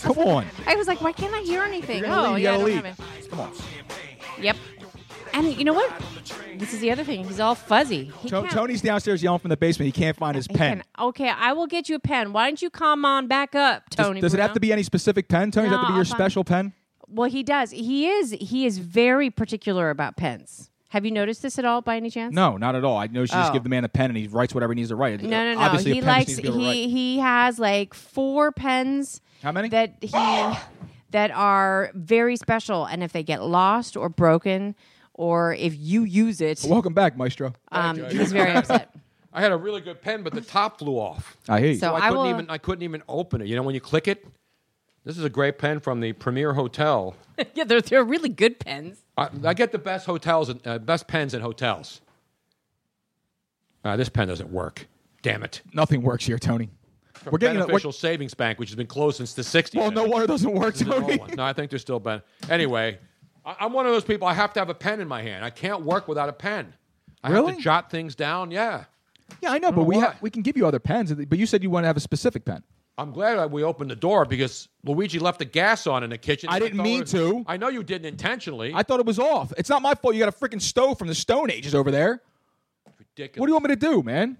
Come on.
I was like, why can't I hear anything?
You're gonna
Oh,
leave, you
yeah, I
gotta
don't have
leave.
it.
Come on.
Yep. And you know what? This is the other thing. He's all fuzzy. He
To-
can't-
Tony's downstairs yelling from the basement. He can't find his pen.
Okay, I will get you a pen. Why don't you come on back up,
Does-
Tony?
does, it have to be any specific pen, Tony? does it have to be
No,
your
I'll find-
special pen?
Well, he does. He is. He is very particular about pens. Have you noticed this at all, by any chance?
No, not at all. I know she just
Oh.
give the man a pen and he writes whatever he needs to write.
No, no, no.
Uh, Obviously,
he
a pen just
likes.
needs
He
to be able to write.
he has like four pens.
How many?
That he that are very special, and if they get lost or broken, or if you use it,
Welcome back, Maestro.
um, he's very upset.
I had a really good pen, but the top flew off.
I hear you.
So
So
I,
I
couldn't
will-
even I couldn't even open it. You know when you click it. This is a great pen from the Premier Hotel.
yeah, they're they're really good pens.
I, I get the best hotels and uh, best pens in hotels. Uh, this pen doesn't work. Damn it!
Nothing works here, Tony.
From
We're getting a,
Beneficial Savings Bank, which has been closed since the '60s.
Well, no wonder it doesn't work,
This is an old
Tony.
one. No, I think they're still ben. Anyway, I, I'm one of those people. I have to have a pen in my hand. I can't work without a pen. I have
Really?
to jot things down. Yeah.
yeah, I know, but we ha- we can give you other pens. But you said you want to have a specific pen.
I'm glad I- we opened the door because Luigi left the gas on in the kitchen. I didn't mean
to.
I know you didn't intentionally.
I thought it was off. It's not my fault. You got a freaking stove from the Stone Ages over there.
Ridiculous.
What do you want me to do, man?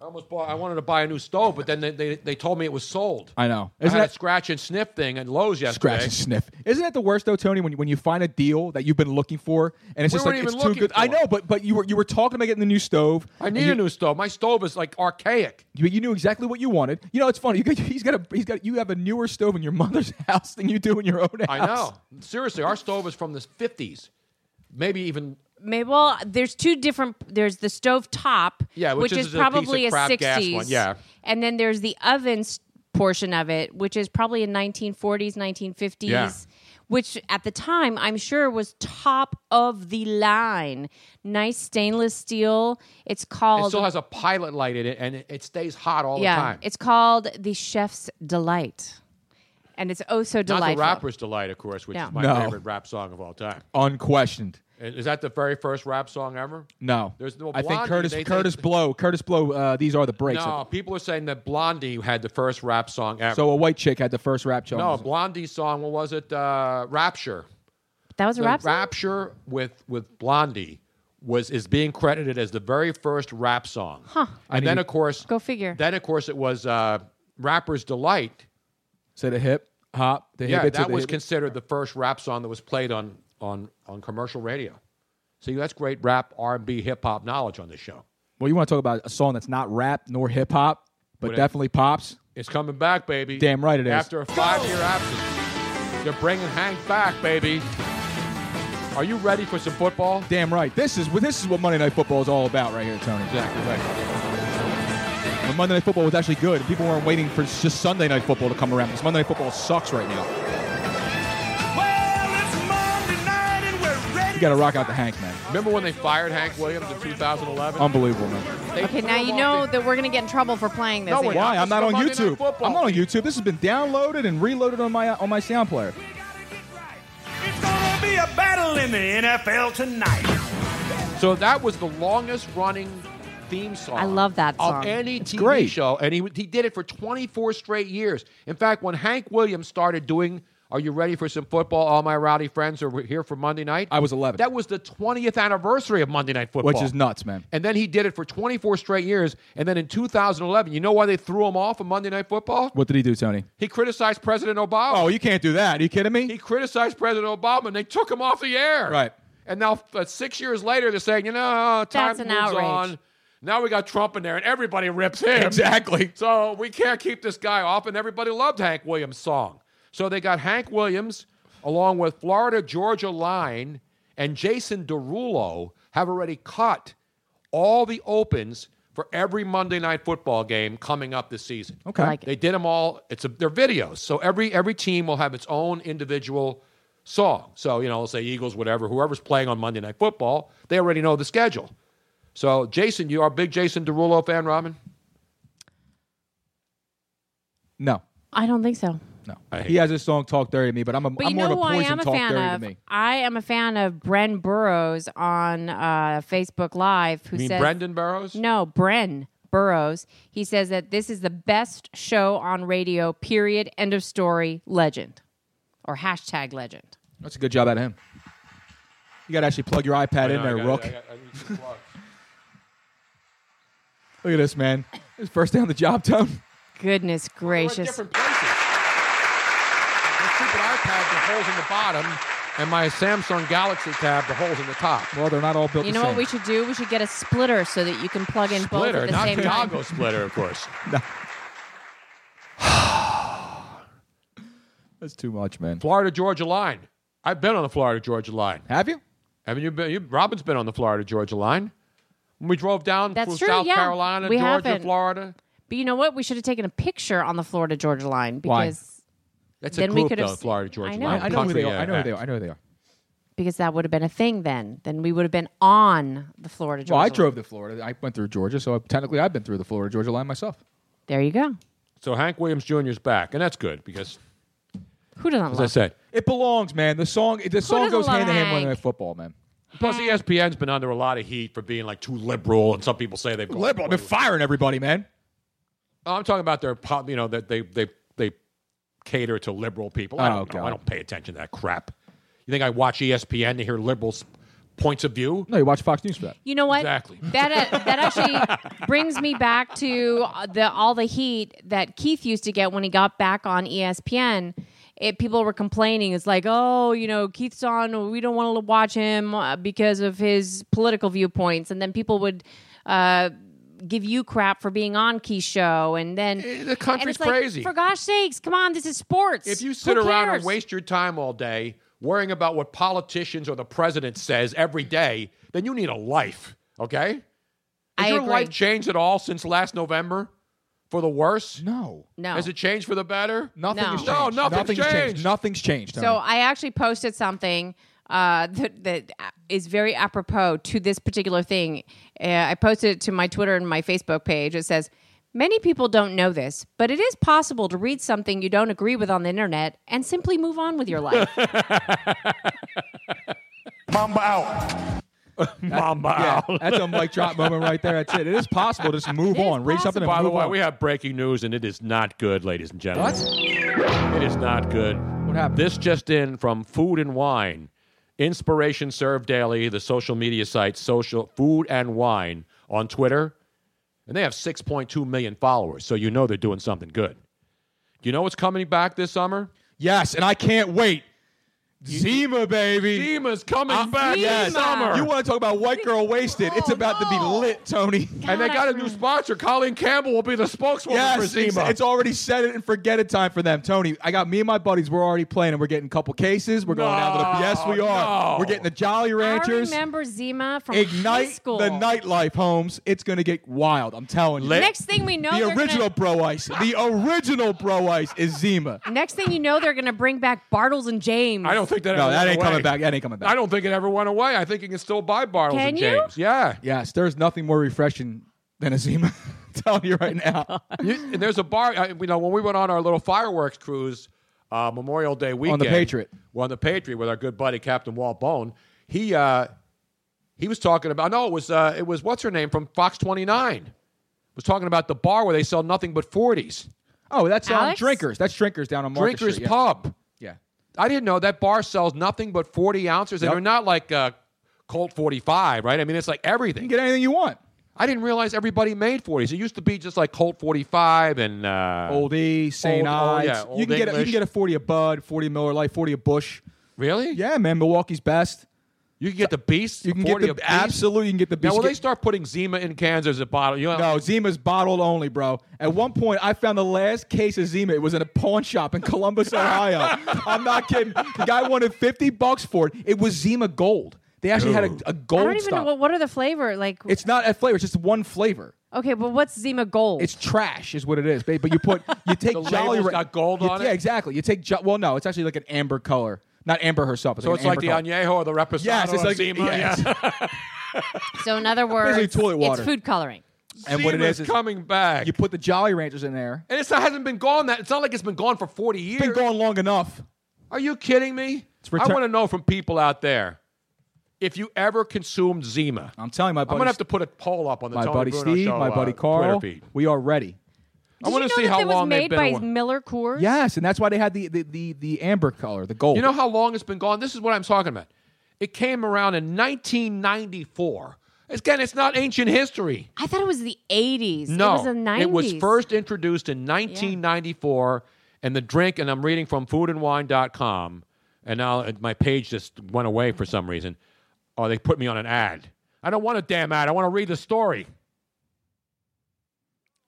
I almost bought. I wanted to buy a new stove, but then they, they, they told me it was sold.
I know.
Isn't
Isn't
I had
that
a scratch and sniff thing at Lowe's yesterday.
scratch and sniff? Isn't that the worst though, Tony? When you, when you find a deal that you've been looking for and it's
We
just
weren't
like
even
it's too
looking
good. I
for
know, but but you were you were talking about getting the new stove.
I need
you,
a new stove. My stove is like archaic.
You, you knew exactly what you wanted. You know, it's funny. You got, he's got a he's got you have a newer stove in your mother's house than you do in your own house.
I know. Seriously, our stove is from the 50s, maybe even
Maybe well, there's two different. There's the stove top,
Yeah, which is
is,
a piece of
probably
crap
a
gas
60s,
one, yeah.
and then there's the oven s- portion of it, which is probably a 1940s, 1950s,
Yeah.
which at the time I'm sure was top of the line. Nice stainless steel. It's called
It still has a pilot light in it, and it- it stays hot all
yeah,
the time.
It's called the Chef's Delight. And it's oh so
Not
delightful.
the rapper's delight, of course, which
Yeah.
is my
No.
favorite rap song of all time.
Unquestioned.
Is is that the very first rap song ever?
No,
There's no.
I think
Blondie,
Curtis
they- they-
Curtis Blow Curtis Blow. Uh, these are the breaks.
No, people are saying that Blondie had the first rap song ever.
So a white chick had the first rap show.
no, Blondie's song. What was it? Uh, Rapture.
That was a
The
rap song?
Rapture with with Blondie was is being credited as the very first rap song.
Huh. I
And then
need-
of course,
go figure.
Then of course it was uh, Rapper's Delight.
So the hip hop. The
yeah,
hip, it's a-
that was
hip-
considered the first rap song that was played on on on commercial radio. See, that's great rap, R and B, hip hop knowledge on this show.
Well, you want to talk about a song that's not rap nor hip hop, but
What-
definitely pops.
It's coming back, baby.
Damn right it is.
After a five year absence, they're bringing Hank back, baby. Are you ready for some football?
Damn right. This is what this is what Monday Night Football is all about, right here, Tony.
Exactly
right. When Monday Night Football was actually good, people weren't waiting for just Sunday Night Football to come around because Monday Night Football sucks right now. You got to rock out the Hank, man.
Remember when they fired Hank Williams in 2011?
Unbelievable, man.
Okay, now you know that we're gonna get in trouble for playing this.
No,
again.
Why? I'm not on
Monday Night
YouTube.
Football.
I'm not on YouTube. This has been downloaded and reloaded on my on my sound player.
There'll be a battle in the NFL tonight.
So that was the longest running theme song.
I love that
Of
song.
any TV
great.
show. And he, he did it for 24 straight years. In fact, when Hank Williams started doing Are You Ready for Some Football? All My Rowdy Friends Are Here for Monday Night.
I was 11.
That was the 20th anniversary of Monday Night Football.
Which is nuts, man.
And then he did it for 24 straight years. And then in 2011, you know why they threw him off of Monday Night Football?
What did he do, Tony?
He criticized President Obama.
Oh, you can't do that. Are you kidding me?
He criticized President Obama, and they took him off the air.
Right.
And now, uh, six years later, they're saying, you know, time
That's an
moves
outrage.
on. Now we got Trump in there, and everybody rips him.
Exactly.
So we can't keep this guy off, and everybody loved Hank Williams' song. So they got Hank Williams, along with Florida Georgia Line and Jason Derulo, have already cut all the opens for every Monday night football game coming up this season.
Okay. I like
They did them all. It's a, they're videos, so every every team will have its own individual song. So you know, let's say Eagles, whatever, whoever's playing on Monday Night Football, they already know the schedule. So Jason, you are a big Jason Derulo fan, Robin.
No.
I don't think so.
No. He has his song Talk Dirty to Me, but I'm, a,
But
I'm
you
more
know
of a
who I
poison
am a
talk dirty
fan
to me.
of? I am a fan of Bren Burrows on uh, Facebook Live, who
You mean
says
Brendan Burrows?
No, Bren Burrows. He says that this is the best show on radio. Period. End of story. Legend, or hashtag legend.
That's a good job out of him. You got to actually plug your iPad in there, Rook. Look at this, man. His first day on the job, Tone.
Goodness gracious!
different places. The stupid iPad, the holes in the bottom, and my Samsung Galaxy tab, the holes in the top.
Well, they're not all built
You know what we should do? We should get a splitter so that you can plug in both
Splitter,
at the
not
same time.
Tiago splitter, of course.
That's too much, man.
Florida Georgia line. I've been on the Florida Georgia line.
Have you?
Haven't you been? You, Robin's been on the Florida Georgia line. When we drove down
That's
through
true,
South
yeah.
Carolina,
We
Georgia,
haven't.
Florida.
But you know what? We should have taken a picture on the Florida Georgia line
Why?
because
That's
Then
a
we
group,
could have
though,
s-
Florida Georgia
I know.
line.
I know who they
Country,
are. I
uh,
know who they
act.
are. I know who they are.
because that would have been a thing then. Then we would have been on the Florida Georgia.
Well, I
line.
drove to Florida. I went through Georgia, so technically I've been through the Florida Georgia line myself.
There you go.
So Hank Williams Jr. is back, and that's good because,
Who doesn't
as
love
I said,
It belongs, man. The song, the song
doesn't
goes
love
hand in hand with
Hank?
Monday Night Football, man.
plus E ESPN's been under a lot of heat for being like too liberal, and some people say they've gone
Liberal. I've been firing everybody, man.
I'm talking about their pop. You know that they they they cater to liberal people. I
Oh,
don't know.
God.
I don't pay attention to that crap. You think I watch E ESPN to hear liberals' points of view?
No, you watch Fox News for that.
You know what?
Exactly.
That uh, that actually brings me back to uh, the all the heat that Keith used to get when he got back on E ESPN. It, people were complaining. It's like, oh, you know, Keith's on. We don't want to watch him uh, because of his political viewpoints. And then people would uh, give you crap for being on Keith's show. And then
Eh, the country's
and it's like,
crazy.
For gosh sakes, come on, this is sports.
If
Who
you sit around and
cares?
waste your time all day worrying about what politicians or the president says every day, then you need a life. Okay. Has
I
your
agree.
life changed at all since last November? for the worse?
No.
No.
Has it changed for the better?
Nothing
No.
has changed.
No, nothing's changed.
Nothing's changed.
So I actually posted something uh, that, that is very apropos to this particular thing. Uh, I posted it to my Twitter and my Facebook page. It says, Many people don't know this, but it is possible to read something you don't agree with on the internet and simply move on with your life.
Mamba out. Mamba
out.
that's a mic drop moment right there. That's it. It is possible to just move on, read something. And
By the
move
way,
on.
we have breaking news, and it is not good, ladies and gentlemen. What? It is not good. What
happened?
This just in from Food and Wine. Inspiration served daily, the social media site Social Food and Wine on Twitter. And they have 6.2 million followers, so you know they're doing something good. Do you know what's coming back this summer?
Yes, and I can't wait. Zima, baby.
Zima's coming
I-
back
yes.
this summer.
You want to talk about white girl wasted? it's
oh,
about to be lit, Tony.
and they got a new sponsor. Colleen Campbell will be the spokeswoman for
Yes,
Zima.
it's, it's already set it and forget it time for them, Tony. I got me and my buddies. We're already playing, and we're getting a couple cases. We're going down to the. Yes, we are.
no.
We're getting the Jolly
I
Ranchers.
remember Zima from high
Ignite
school.
the nightlife, Holmes. It's going to get wild. I'm telling you.
Next thing we know,
the
they're
original Bro Ice, the original Bro Ice is Zima.
Next thing you know, they're going to bring back Bartles and James.
I don't think that
No,
ever
that
went
ain't
away.
coming back. That ain't coming back.
I don't think it ever went away. I think you can still buy Bartles
Can
and
you?
James. Yeah.
Yes, there's nothing more refreshing than a Zima. I'm telling you right now.
You- and there's a bar. I, you know, when we went on our little fireworks cruise uh, Memorial Day weekend
Patriot.
well, on the Patriot with our good buddy Captain Walt Bone, he uh, he was talking about. No, it was uh, it was what's her name from Fox 29 was talking about the bar where they sell nothing but 40s.
Oh, that's um,
Alex?
drinkers. That's drinkers down on Market
Drinkers
Street, yeah.
Pub.
Yeah.
I didn't know that bar sells nothing but 40 ounces, and
Yep.
they're not like uh, Colt 45, right? I mean, it's like everything. You
can get anything you want.
I didn't realize everybody made 40s. It used to be just like Colt 45 and uh,
Old E, St.
Old- oh,
Ives.
yeah, Old
you can get a, you
English.
can get a forty of Bud, forty of Miller Lite, forty of Bush.
Really?
Yeah, man. Milwaukee's best.
You can get the Beast.
You can
40
get
of
the
Beast?
absolutely. You can get the beast.
Now,
You
will they
get-
start putting Zima in cans as a bottle? You know,
no, Zima's bottled only, bro. At one point, I found the last case of Zima. It was in a pawn shop in Columbus, Ohio. I'm not kidding. The guy wanted 50 bucks for it. It was Zima Gold. They actually had a, a gold
I don't even
stop.
know what, what are the flavor like.
It's not a flavor. It's just one flavor.
Okay, but what's Zima Gold?
It's trash, is what it is, babe. But you put you take
The
Jolly
label's
Ra-
got gold
you-
on it?
Yeah, exactly. You take jo- well, no, it's actually like an amber color, not amber herself.
so it's
an
like the
amber color.
añejo or the reposado
Yes, it's
of
like-
Zima.
yes.
Yeah.
so in other words,
Basically toilet water.
it's food coloring.
And what it
Zima's
is is
coming back.
you put the Jolly Ranchers in there.
and it's, it hasn't been gone that. It's not like it's been gone for 40 years.
Been going long enough.
Are you kidding me?
return-
I want to know from people out there if you ever consumed Zima.
I'm telling my
I'm
buddy,
gonna have to put a poll up on the
my
Tony
buddy
Bruno
Steve,
show,
my
uh,
buddy
Twitter
Carl.
feed.
We are ready.
I want to
you know
see
that
how
it was
long
made
they've been.
by
wa-
Miller Coors.
Yes, and that's why they had the the the, the amber color, the gold.
You know how long it's been gone? This is what I'm talking about. It came around in 1994. Again, it's not ancient history.
I thought it was the '80s.
No,
it was the '90s.
it was first introduced in 1994, and the drink. And I'm reading from foodandwine.com, and now uh, my page just went away for some reason. Oh, they put me on an ad. I don't want a damn ad. I want to read the story.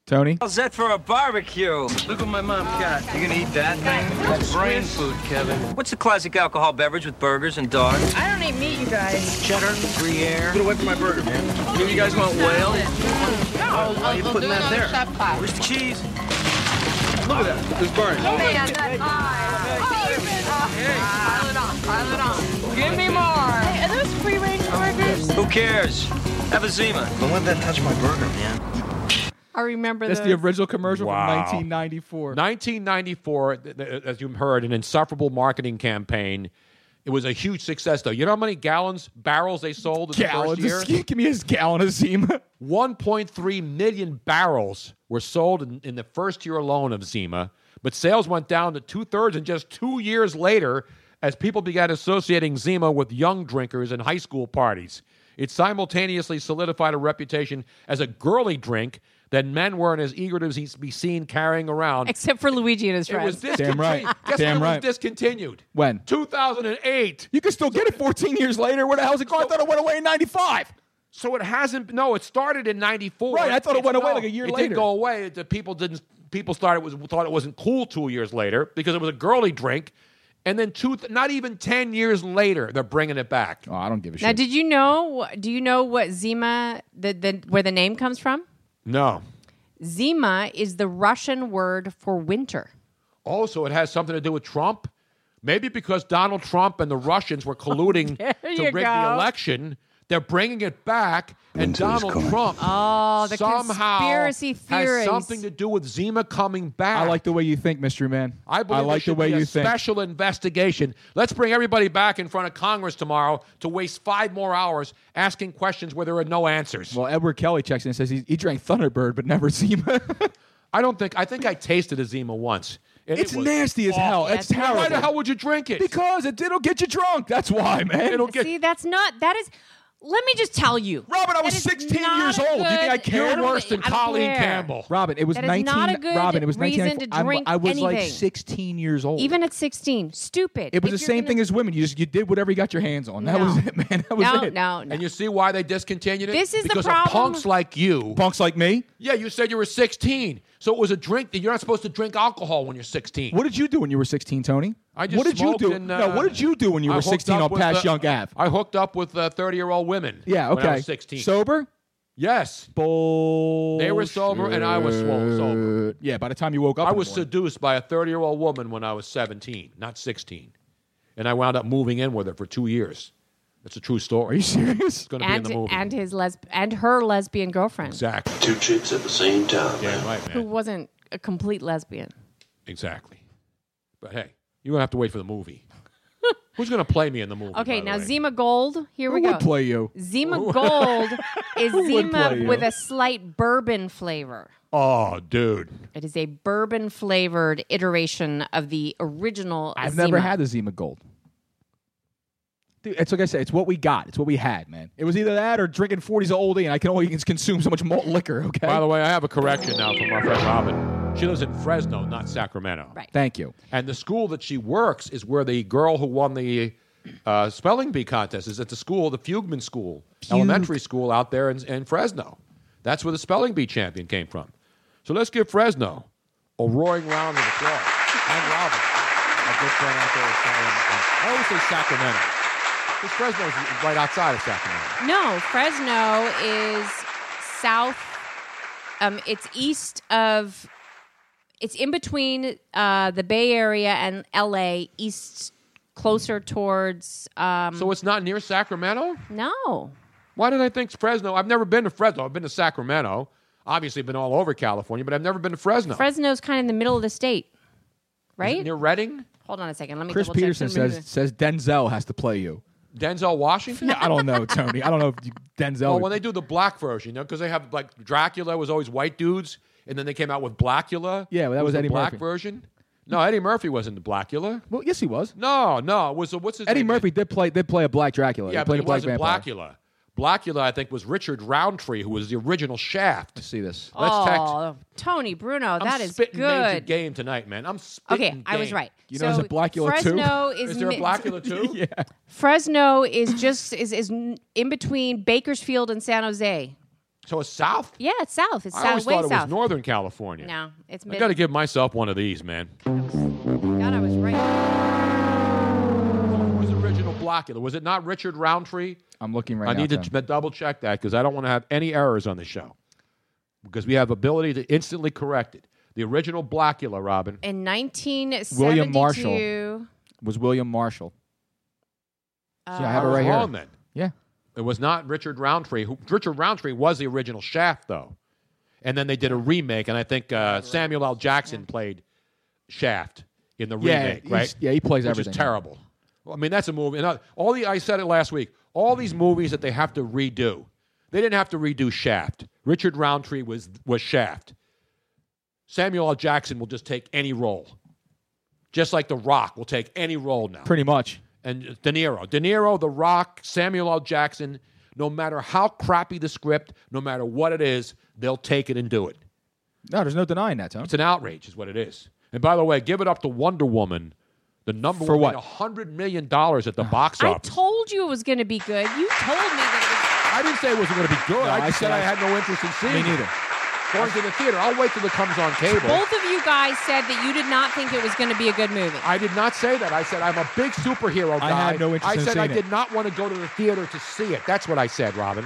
Tony.
How's that for a barbecue? Look what my mom got. You gonna eat that thing? That's brain food, Kevin. What's the classic alcohol beverage with burgers and dogs?
I don't eat meat, you guys.
Cheddar, Gruyere. Get away from my burger, man. You guys want whale? No, why are you putting that there? Where's the cheese? Look at that. It's burning.
man, that Oh, Pile it on, pile it on. Give me more. Hey, are those free range burgers?
Who cares? Have a Zima. Don't let that touch my burger, man.
I remember
That's
the,
the original commercial
Wow.
from 1994.
1994, th- th- as you heard, an insufferable marketing campaign. It was a huge success, though. You know how many gallons, barrels they sold in
Gallons.
the first year?
Give me his gallon of Zima.
1.3 million barrels were sold in, in the first year alone of Zima, but sales went down to two thirds in just two years later as people began associating Zima with young drinkers and high school parties. It simultaneously solidified a reputation as a girly drink that men weren't as eager to be seen carrying around.
except for Luigi and his
It was
friends.
discontinued. Guess
Damn
when it
right.
was discontinued?
When?
2008.
You can still get it 14 years later. Where the hell's it going? I thought it went away in 95.
So it hasn't. No, it started in '94.
Right, I thought it
It's-
went away
no,
like a year
it
later.
didn't go away. The people didn't. People started was thought it wasn't cool two years later because it was a girly drink, and then two, not even ten years later, they're bringing it back.
Oh, I don't give a
Now, did you know? Do you know what Zima the, the where the name comes from?
No,
Zima is the Russian word for winter.
Also, it has something to do with Trump. Maybe because Donald Trump and the Russians were colluding
There
to
you
rig the
go.
election, they're bringing it back. And Donald Trump
Oh, the
somehow
conspiracy
has
theories.
something to do with Zima coming back.
I like the way you think, Mystery Man.
I believe there
like the
should
way
be a
you think.
special investigation. Let's bring everybody back in front of Congress tomorrow to waste five more hours asking questions where there are no answers.
Well, Edward Kelly checks in and says he, he drank Thunderbird but never Zima.
I don't think I think I tasted a Zima once. and
it's
it was
nasty as hell.
awful.
It's terrible.
Why the hell would you drink it?
Because it, it'll get you drunk. That's why, man. It'll get
See, that's not that is. Let me just tell you,
Robert. I
was
16 years old. You think I care?
You're worse than Colleen Campbell.
Robin, it was
That is
19.
not a good
Robin, it was
reason to
1994. I'm-
drink
I was like
anything.
16 years old.
Even at sixteen,
it was
stupid. If
the
you're
same
gonna-
thing as women. You just you did whatever you got your hands on. That
No.
was it, man. That was
No,
it.
no, no.
And you see why they discontinued it?
This is the
because Of
problem.
punks like you.
Punks like me.
Yeah, you said you were 16, so it was a drink that you're not supposed to drink alcohol when you're 16.
What did you do when you were 16, Tony?
I just
what did you
smoked
do?
and,
no,
uh,
what did you do when you
I
were
hooked
16
up
on
with,
Past
uh,
Young Ave?
I hooked up with 30 year old women.
Yeah, okay.
When I was 16.
Sober?
Yes.
Bull.
They were sober and I was swole- sober.
Yeah, by the time you woke up,
I
in the
was
morning.
seduced by a 30 year old woman when I was 17, not 16. And I wound up moving in with her for two years. That's a true story. Are you
serious? It's
going to be in
and
the movie.
and his lesb and her lesbian girlfriend,
exactly.
Two chicks at the same time.
Yeah, right,
who
man.
wasn't a complete lesbian.
Exactly. But hey, you're going to have to wait for the movie. Who's going to play me in the movie?
Okay,
by
now
the way?
Zima Gold. Here we
Who
go.
would play you?
Zima
Who would-
Gold is
Who would
Zima
play you?
with a slight bourbon flavor.
Oh, dude.
It is a bourbon flavored iteration of the original.
I've
Zima.
never had the Zima Gold. Dude, it's like I said, it's what we got. It's what we had, man. It was either that or drinking 40s of Old E, and I can only consume so much malt liquor, okay?
By the way, I have a correction now from our friend Robin. She lives in Fresno, not Sacramento. Right.
Thank you.
And the school that she works is where the girl who won the uh, spelling bee contest is at the school, the Fugman School, elementary school out there in, in Fresno. That's where the spelling bee champion came from. So let's give Fresno a roaring round of applause. And Robin, a good friend out there. in Sacramento. I always say Sacramento. Because Fresno's right outside of Sacramento.
No, Fresno is south. Um, it's east of. It's in between uh, the Bay Area and L.A. East, closer towards. Um,
So it's not near Sacramento?
No.
Why did I think Fresno? I've never been to Fresno. I've been to Sacramento. Obviously, I've been all over California, but I've never been to Fresno.
Fresno's kind of in the middle of the state, right?
Near Redding?
Hold on a second. Let me.
Chris
double check.
Peterson says says Denzel has to play you.
Denzel Washington?
I don't know, Tony. I don't know if you- Denzel.
Well, when they do the black version, you know, because they have like Dracula was always white dudes, and then they came out with Blackula.
Yeah, well, that
who
was
the
Eddie
black
Murphy.
version. No, Eddie Murphy wasn't the Blackula.
well, yes, he was.
No, no, it was a, what's his
Eddie
name?
Murphy did play did play a black Dracula.
Yeah,
he played
but
a
he
black
wasn't
vampire.
Blackula. Blackula, I think, was Richard Roundtree, who was the original Shaft.
see this.
Let's text.
Oh, Tony Bruno,
I'm
that is
spitting major
good.
game tonight, man. I'm spitting
Okay, I was
game.
right. so Fresno is,
there a
mi-
Blackula too? yeah.
Fresno is just is is n- in between Bakersfield and San Jose.
So it's south.
Yeah, it's south. It's
I always
south, way
thought it
south.
was Northern California.
No, it's
I
mid.
got to give myself one of these, man.
God, I was right.
Who was the original Blackula? Was it not Richard Roundtree?
I'm looking right
I
now.
need to
Tony.
ch- double check that because I don't want to have any errors on the show because we have ability to instantly correct it. The original Blackula, Robin.
In 1972.
William Marshall. was William Marshall.
uh,
See, I have it
Uh, was
right here.
wrong then.
Yeah.
It was not Richard Roundtree. Who, Richard Roundtree was the original Shaft, though. And then they did a remake, and I think uh, Samuel L. Jackson played Shaft in the
Yeah,
remake,
he's-
right?
yeah, he plays
Which
everything.
Is terrible. Well, I mean, that's a movie. And uh, all the I said it last week. All these movies that they have to redo, they didn't have to redo Shaft. Richard Roundtree was was Shaft. Samuel L. Jackson will just take any role, just like The Rock will take any role now
Pretty much.
and De Niro. De Niro, The Rock, Samuel L. Jackson, no matter how crappy the script, no matter what it is, they'll take it and do it.
No, there's no denying that, Tony.
It's an outrage, is what it is. And by the way, give it up to Wonder Woman, the number
For
one,
what?
$100 million at the box
I
office.
told you it was going to be good. You told me that
I didn't say it wasn't going to be good.
No,
I just
I
said
said-
I had no interest in seeing
Me
it.
neither.
Going to the theater. I'll wait till it comes on
it was.
cable.
Both of you guys said that you did not think it was going to be a good movie.
I did not say that. I said I'm a big superhero guy.
I had no interest
I
in
said I
seeing it.
did not want to go to the theater to see it. That's what I said, Robin.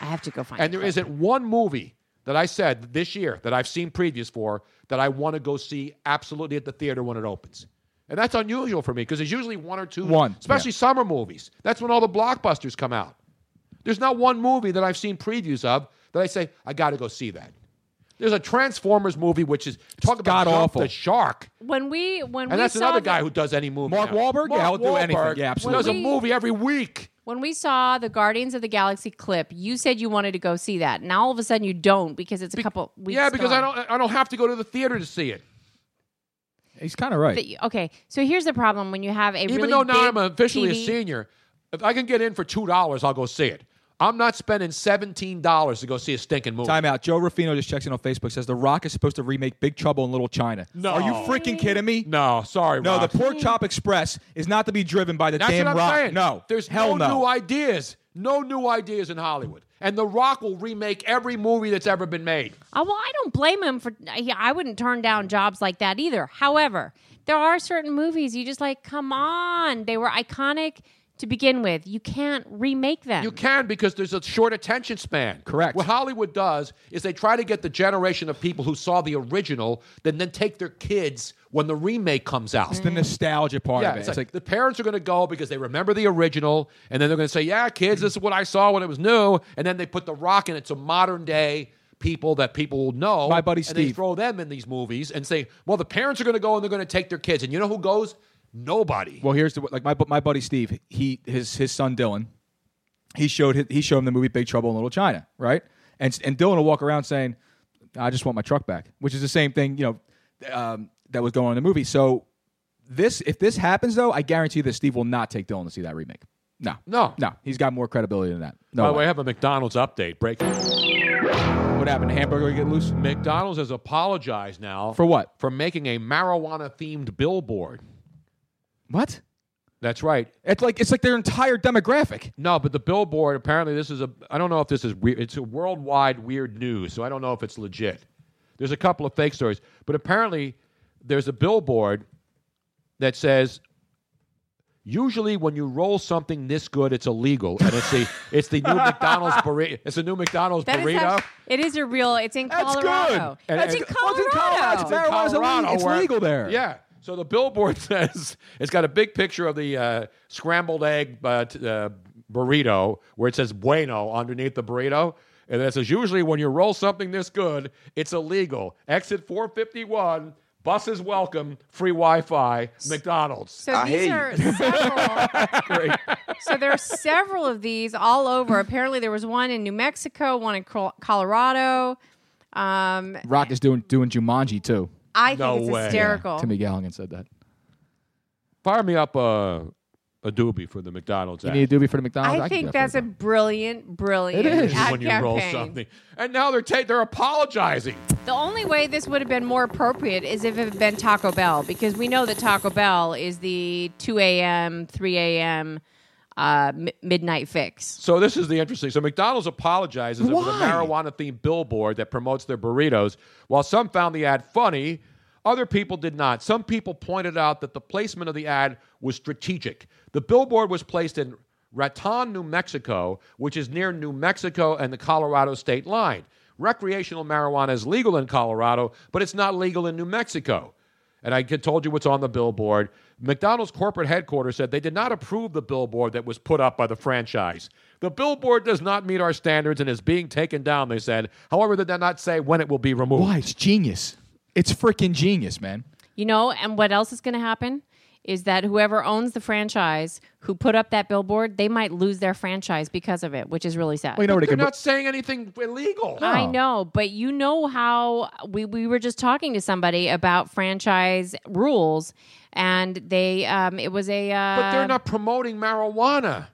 I have to go find
And
it.
there isn't one movie that I said this year that I've seen previews for that I want to go see absolutely at the theater when it opens. And that's unusual for me because there's usually one or two,
One,
especially summer movies. That's when all the blockbusters come out. There's not one movie that I've seen previews of that I say I got to go see that. There's a Transformers movie which is talk about jump
god-awful.
the shark,
When we when we
and that's
saw
another
the-
guy who does any movie.
Mark
now.
Wahlberg? Yeah, he'll
Mark
do anything.
Wahlberg
Yeah, absolutely.
Does a
When we-
movie every week.
when we saw the Guardians of the Galaxy clip, you said you wanted to go see that. Now all of a sudden you don't because it's a couple weeks.
Yeah, because I
gone.
don't I don't have to go to the theater to see it.
He's kind of right.
But- okay, so here's the problem when you have a
Even
really
though now I'm
big
officially
TV
a senior, if I can get in for two dollars, I'll go see it. I'm not spending seventeen dollars to go see a stinking movie.
Time out. Joe Rufino just checks in on Facebook. Says The Rock is supposed to remake Big Trouble in Little China.
No.
are you freaking kidding me?
No, sorry.
No,
Rock.
the Pork Chop Express is not to be driven by the
That's
damn
what I'm
Rock.
saying.
No,
there's
hell
no,
no.
new ideas. No new ideas in Hollywood. And The Rock will remake every movie that's ever been made.
Oh, well, I don't blame him for. I I wouldn't turn down jobs like that either. However, there are certain movies you just like. Come on, they were iconic to begin with. You can't remake them.
You can because there's a short attention span. Correct. What Hollywood does is they try to get the generation of people who saw the original, then then take their kids when the remake comes out.
It's the nostalgia part
yeah,
of it.
It's, like, the parents are going to go because they remember the original, and then they're going to say, "Yeah, kids, this is what I saw when it was new," and then they put the rock in it so modern day people that people will know.
My buddy
and They
Steve.
throw them in these movies and say, "Well, the parents are going to go and they're going to take their kids," and you know who goes? Nobody.
Well, here's the like my bu- my buddy Steve. He his his son Dylan. He showed his, he showed him the movie Big Trouble in Little China, right? And and Dylan will walk around saying, "I just want my truck back," which is the same thing you know um, that was going on in the movie. So this if this happens though, I guarantee that Steve will not take Dylan to see that remake. No,
no,
no. He's got more credibility than that.
By
No,
the way, I have a McDonald's update. Break.
What happened? Hamburger get loose?
McDonald's has apologized now
For what?
For making a marijuana themed billboard.
What?
That's right.
It's like it's like their entire demographic.
No, but the billboard apparently this is a I don't know if this is weird. It's a worldwide weird news, so I don't know if it's legit. There's a couple of fake stories, but apparently there's a billboard that says usually when you roll something this good it's illegal and it's the it's the new McDonald's burrito. It's a new McDonald's
That is
burrito.
actu- it is a real. It's in
That's good.
Colorado.
And-
It's
and-
in
Well, it's in Colorado.
Colorado.
It's Marijuana's illegal- it's
where-
legal there.
Yeah. So the billboard says it's got a big picture of the uh, scrambled egg uh, t- uh, burrito where it says bueno underneath the burrito. And it says, usually when you roll something this good, it's illegal. Exit 451, buses welcome, free Wi Fi, McDonald's.
So these are several. so there are several of these all over. Apparently, there was one in New Mexico, one in Col- Colorado. Um,
Rock is doing doing Jumanji too.
I think No it's way. hysterical.
Yeah, Timmy Gallagher said that.
Fire me up a, a doobie for the McDonald's
You
ad.
need a doobie for the McDonald's. can
I, think
do that
that's a brilliant,
It
brilliant.
is
ad
when you roll
campaign.
something. And now they're, ta- they're apologizing.
The only way this would have been more appropriate is if it had been Taco Bell, because we know that Taco Bell is the 2 a.m., 3 a.m., uh, mi- midnight fix.
So this is the interesting. So McDonald's apologizes over the
Why?
marijuana-themed billboard that promotes their burritos. While some found the ad funny, other people did not. Some people pointed out that the placement of the ad was strategic. The billboard was placed in Raton, New Mexico, which is near New Mexico and the Colorado state line. Recreational marijuana is legal in Colorado, but it's not legal in New Mexico. And I could- told you what's on the billboard. McDonald's corporate headquarters said they did not approve the billboard that was put up by the franchise. The billboard does not meet our standards and is being taken down, they said. However, they did not say when it will be removed.
Why? It's genius. It's freaking genius, man.
You know, and what else is going to happen is that whoever owns the franchise who put up that billboard, they might lose their franchise because of it, which is really sad.
Well, you know what it
They're
could
not saying anything illegal.
I know, but you know how we, we were just talking to somebody about franchise rules, and they um, it was a uh,
But they're not promoting marijuana.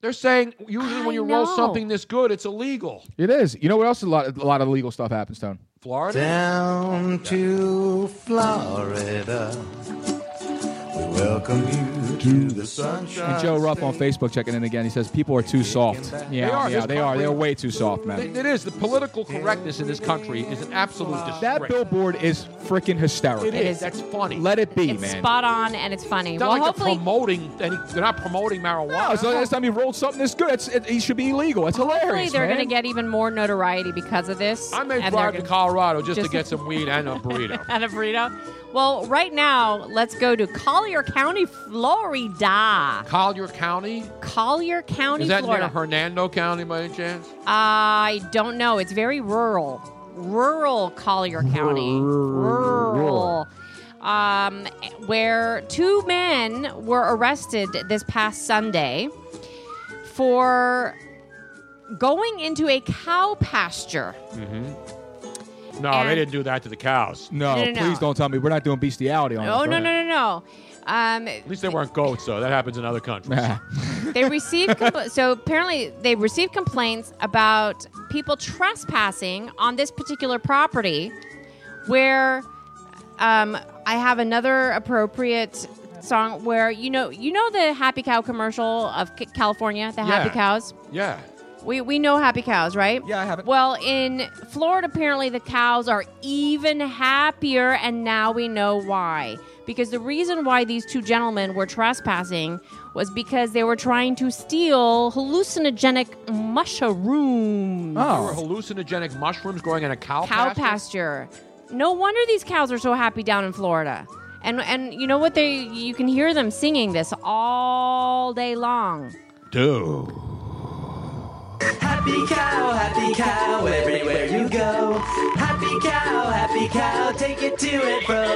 They're saying usually when you roll
know.
something this good, it's illegal.
It is. You know what else? A lot, a lot of legal stuff happens, Stone.
Florida?
Down to Florida. We
Welcome you to the sunshine.
And Joe Ruff on Facebook checking in again. He says people are too soft. Yeah,
They are.
yeah, they are. They're way too soft, man.
It is. The political correctness in this country is an absolute disgrace.
That billboard is freaking hysterical.
It is. That's funny.
Let it be,
it's
man.
spot on and it's funny.
It's
well,
not like they're
hopefully,
promoting. Any, they're not promoting marijuana.
No, it's the Oh, last time he rolled something this good. It's, it, he should be illegal. It's
hopefully
hilarious,
they're
man.
going to get even more notoriety because of this.
I may
and they're
drive to
gonna-
Colorado just,
just-
to get some weed and a burrito.
and a burrito. Well, right now, let's go to Collier County, Florida.
Collier County?
Collier County,
is that
Florida.
near Hernando County by any chance?
I don't know. It's very rural. Rural Collier County.
Mm-hmm.
Rural. Um, where two men were arrested this past Sunday for going into a cow pasture.
Mm-hmm. No,
And-
they didn't do that to the cows.
No,
No, no, no.
please don't tell me we're not doing bestiality on
Oh,
this.
no,
right?
no, no, no. Um,
At least they weren't goats, though. That happens in other countries.
they received compl- so apparently they received complaints about people trespassing on this particular property where um, i have another appropriate song where you know you know the happy cow commercial of C- california the happy
Yeah.
cows
yeah.
we, we know happy cows, right? Yeah, I have it. Well, in Florida, apparently the cows are even happier, and now we know why. Because the reason why these two gentlemen were trespassing was because they were trying to steal hallucinogenic mushrooms.
Oh.
There were hallucinogenic mushrooms growing in a cow,
Oh. cow
pasture?
pasture. No wonder these cows are so happy down in Florida. And and you know what they you can hear them singing this all day long.
Dude.
Happy cow, happy cow, everywhere you go. Happy cow, happy cow, take it to and fro.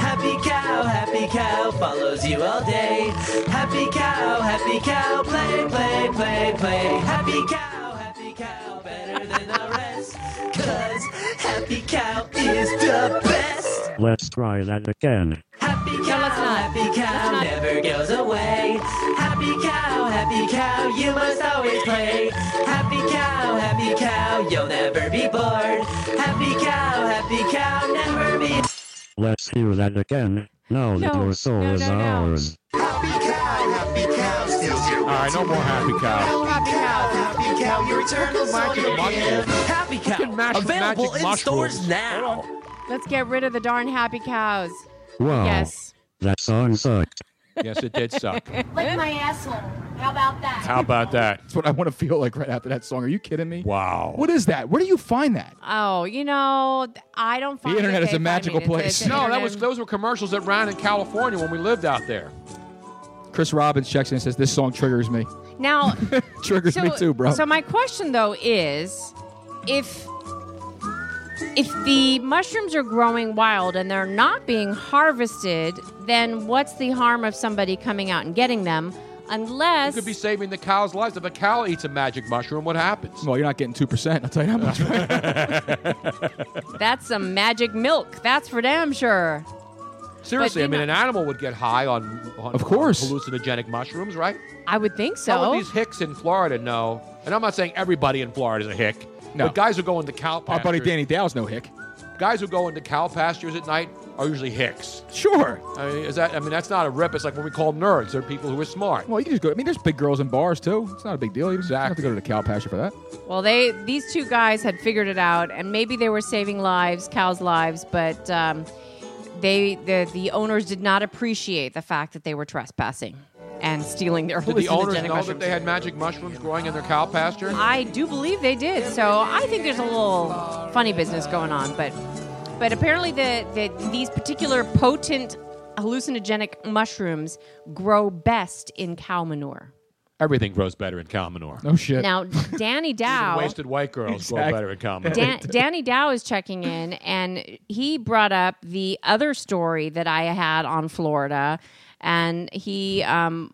Happy cow, happy cow, follows you all day. Happy cow, happy cow, play, play, play, play. Happy cow, happy cow, better than the rest. Cause happy cow is the best.
Let's try that again.
Happy cow, happy cow, never goes away. Happy cow, happy cow, you must always play. Happy cow, happy cow, you'll never be bored. Happy cow, happy cow, never be.
Let's hear that again. Now that
No,
your soul
no,
is
no, no.
ours.
All right, no more happy cow.
Happy cow, happy cow, your eternal soul. Happy cow, available in stores now.
Let's get rid of the darn happy cows.
Wow.
Yes.
That song sucked.
Yes, it did suck.
Lick my asshole. How about that?
How about that?
That's what I want to feel like right after that song. Are you kidding me?
Wow.
What is that? Where do you find that?
Oh, you know, th- I don't find
internet
it
is a
gay, but I
magical
mean, it's-
place.
it's-
No,
internet-
that was those were commercials that ran in California when we lived out there.
Chris Robbins checks in and says, This song triggers me.
now.
Triggers
so,
me too, bro.
So my question though is, if if the mushrooms are growing wild and they're not being harvested, then what's the harm of somebody coming out and getting them?
You
Unless
could be saving the cow's lives. If a cow eats a magic mushroom, what happens?
well, you're not getting 2%. I'll tell you how much.
that's some magic milk. That's for damn sure.
Seriously,
But
I mean,
you
an animal would get high on, on of course hallucinogenic mushrooms, right?
I would think so.
How would these hicks in Florida know? And I'm not saying everybody in Florida is a hick.
No.
But guys who go into cow pastures.
Our buddy Danny Dow's no hick.
Guys who go into cow pastures at night are usually hicks.
Sure.
I mean, is that? I mean, that's not a rip. It's like what we call nerds. They're people who are smart.
Well, you can just go. I mean, there's big girls in bars too. It's not a big deal. You just don't have to go to the cow pasture for that.
Well, they these two guys had figured it out, and maybe they were saving lives, cows' lives, but um, they the the owners did not appreciate the fact that they were trespassing and stealing their
Did the owners
hallucinogenic
know that
mushrooms.
they had magic mushrooms growing in their cow pasture?
I do believe they did. So I think there's a little funny business going on, but but apparently the, the these particular potent hallucinogenic mushrooms grow best in cow manure.
Everything grows better in cow manure.
No shit.
Now, Danny Dow
Wasted white girls grow
Exact-
better in cow manure.
Dan- Danny Dow is checking in, and he brought up the other story that I had on Florida, and he. Um,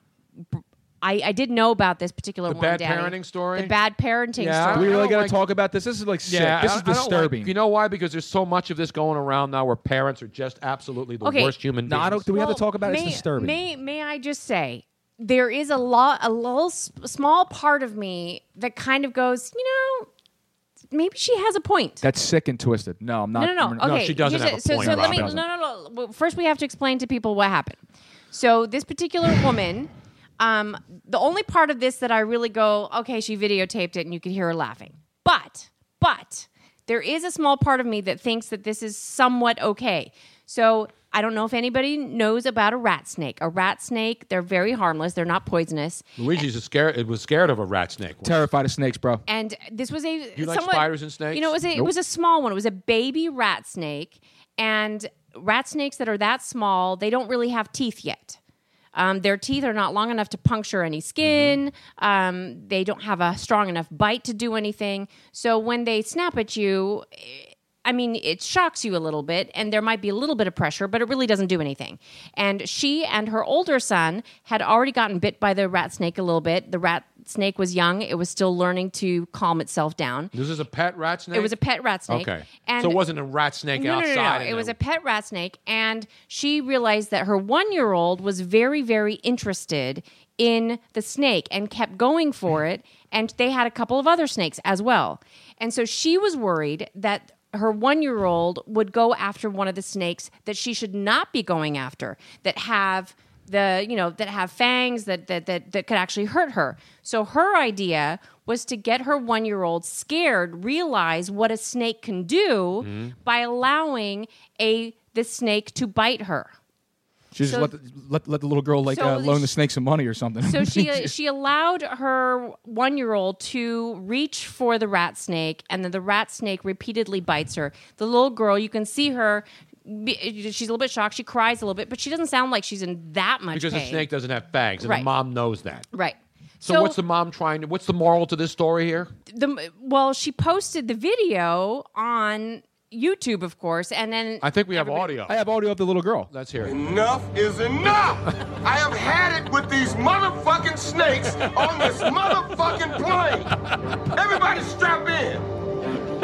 br- I, I did know about this particular
The
one.
bad
Danny.
parenting story?
The bad parenting
Yeah.
Do we
story.
really
don't
got to
like-
talk about this? This is like sick.
Yeah,
this
I-
is
I don't like-
disturbing.
you know why? Because there's so much of this going around now where parents are just absolutely the
Okay.
worst human beings.
No, I don't- do we have to talk about it? It's
may,
disturbing.
May may I just say there is a lot a little s- small part of me that kind of goes, you know, maybe she has a point.
That's sick and twisted. No, I'm not.
no, no,
I'm
no.
not-
Okay, here's So, so let me. No, no, no. Well, First, we have to explain to people what happened. So this particular woman, um, the only part of this that I really go, okay, she videotaped it and you could hear her laughing. But, but there is a small part of me that thinks that this is somewhat okay. So I don't know if anybody knows about a rat snake. A rat snake, they're very harmless. They're not poisonous.
Luigi's a scared. It was scared of a rat snake. once.
Terrified of snakes, bro.
And this was a
You like
somewhat,
spiders and snakes?
You know, it was a, it
Nope.
was a small one. It was a baby rat snake, and rat snakes that are that small, they don't really have teeth yet. Um, their teeth are not long enough to puncture any skin. Um, they don't have a strong enough bite to do anything. So when they snap at you, I mean, it shocks you a little bit, and there might be a little bit of pressure, but it really doesn't do anything. And she and her older son had already gotten bit by the rat snake a little bit. The rat snake was young, it was still learning to calm itself down.
This is a pet rat snake.
It was a pet rat snake.
Okay,
And-
so it wasn't a rat snake
no,
outside.
No, no, no.
and
It
they-
was a pet rat snake, and she realized that her one year old was very, very interested in the snake and kept going for it. And they had a couple of other snakes as well. And so she was worried that her one year old would go after one of the snakes that she should not be going after, that have the you know that have fangs that that that, that could actually hurt her so her idea was to get her one year old scared realize what a snake can do
Mhm.
by allowing a the snake to bite her
She just
So-
let, the, let let the little girl like
So
uh, loan
she-
the snake some money or something.
so she uh, she allowed her one year old to reach for the rat snake, and then the rat snake repeatedly bites her. The little girl, you can see her. be- She's a little bit shocked. She cries a little bit, but she doesn't sound like she's in that much
because
pain.
a snake doesn't have fangs, and
Right.
the mom knows that.
Right.
So, what's the mom trying to? What's the moral to this story here?
the well? She posted the video on YouTube, of course, and then
I think we have audio.
I have audio of the little girl.
Let's hear it.
Enough is enough. I have had it with these motherfucking snakes on this motherfucking plane. Everybody strap in.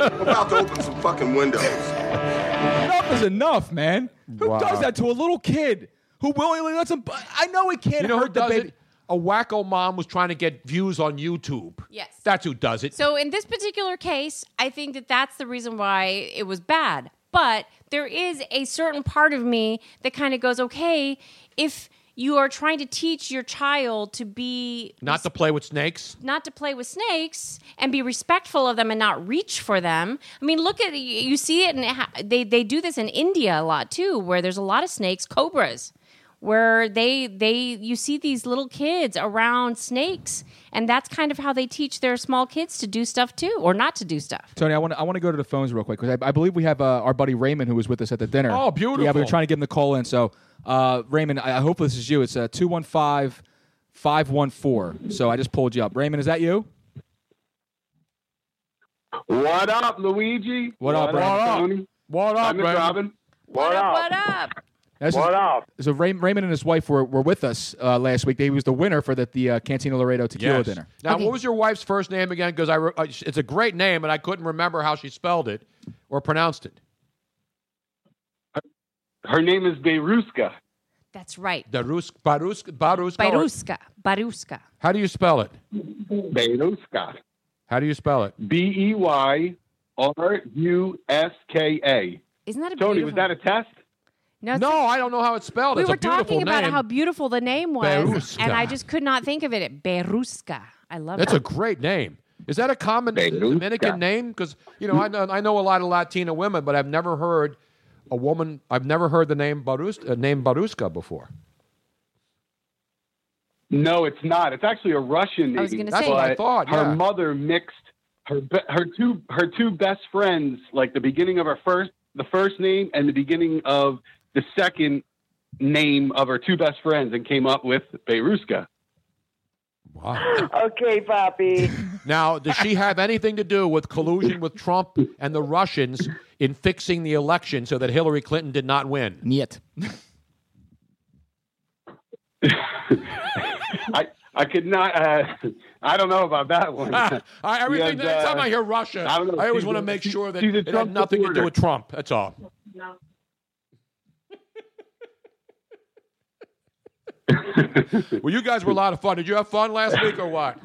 I'm about to open some fucking windows.
enough is enough, man. Who
Wow.
does that to a little kid who willingly lets him? bu- I know it can't
You know who
hurt the
does
baby.
it? A wacko mom was trying to get views on YouTube.
Yes.
That's who does it.
So in this particular case, I think that that's the reason why it was bad. But there is a certain part of me that kind of goes, okay, if you are trying to teach your child to be
Not to play with snakes.
not to play with snakes and be respectful of them and not reach for them. I mean, look at you- you see it, and they they do this in India a lot too, where there's a lot of snakes, cobras, where they they you see these little kids around snakes, and that's kind of how they teach their small kids to do stuff too, or not to do stuff.
Tony, I want to I want to go to the phones real quick because I, I believe we have uh, our buddy Raymond who was with us at the dinner.
Oh, beautiful.
Yeah, we were trying to give him the call in. So, uh, Raymond, I, I hope this is you. It's uh, 215-514. So I just pulled you up. Raymond, is that you?
What up, Luigi?
What up, Brandon?
Tony?
What
up, Miss
Brandon?
Robin? What up? What
up?
That's-
What up?
So Ray, Raymond and his wife were, were with us uh, last week. They was the winner for the, the uh, Cantina Laredo Tequila
Yes.
dinner.
Now, what was your wife's first name again? Because I, re- I- it's a great name, and I couldn't remember how she spelled it or pronounced it.
Her name is Beiruska.
That's right.
Darusk, Barusk, Baruska. or-
Baruska, Baruska.
How do you spell it?
Beiruska.
How do you spell it?
B E Y R U S K A.
Isn't that a
Tony,
beautiful?
was that a test?
no,
No, Oh, I don't know how it's spelled.
We
it's
were
a beautiful
talking about
name.
how beautiful the name was,
Beruska.
and I just could not think of it. Beruska. I love
That's
it.
a great name. Is that a common Dominican name? Because you know, I know I know a lot of Latina women, but I've never heard a woman. I've never heard the name Barus, uh, name Baruska before.
No, it's not. It's actually a Russian name.
I was gonna That's say. what I
But
thought, yeah.
Her mother mixed her be- her two her two best friends, like the beginning of her first the first name and the beginning of the second name of her two best friends, and came up with Beiruska.
Okay, Poppy.
Now, does she have anything to do with collusion with Trump and the Russians in fixing the election so that Hillary Clinton did not win?
Yet.
I I could not. Uh, I don't know about that one.
Ah, I, everything.
And,
every time
uh,
I hear Russia,
I
I,
don't know.
always
She's
want
a-
to make sure that
she's a
it had
Trump
nothing to do
supporter.
with Trump. That's all. well, you guys were a lot of fun. Did you have fun last week or what?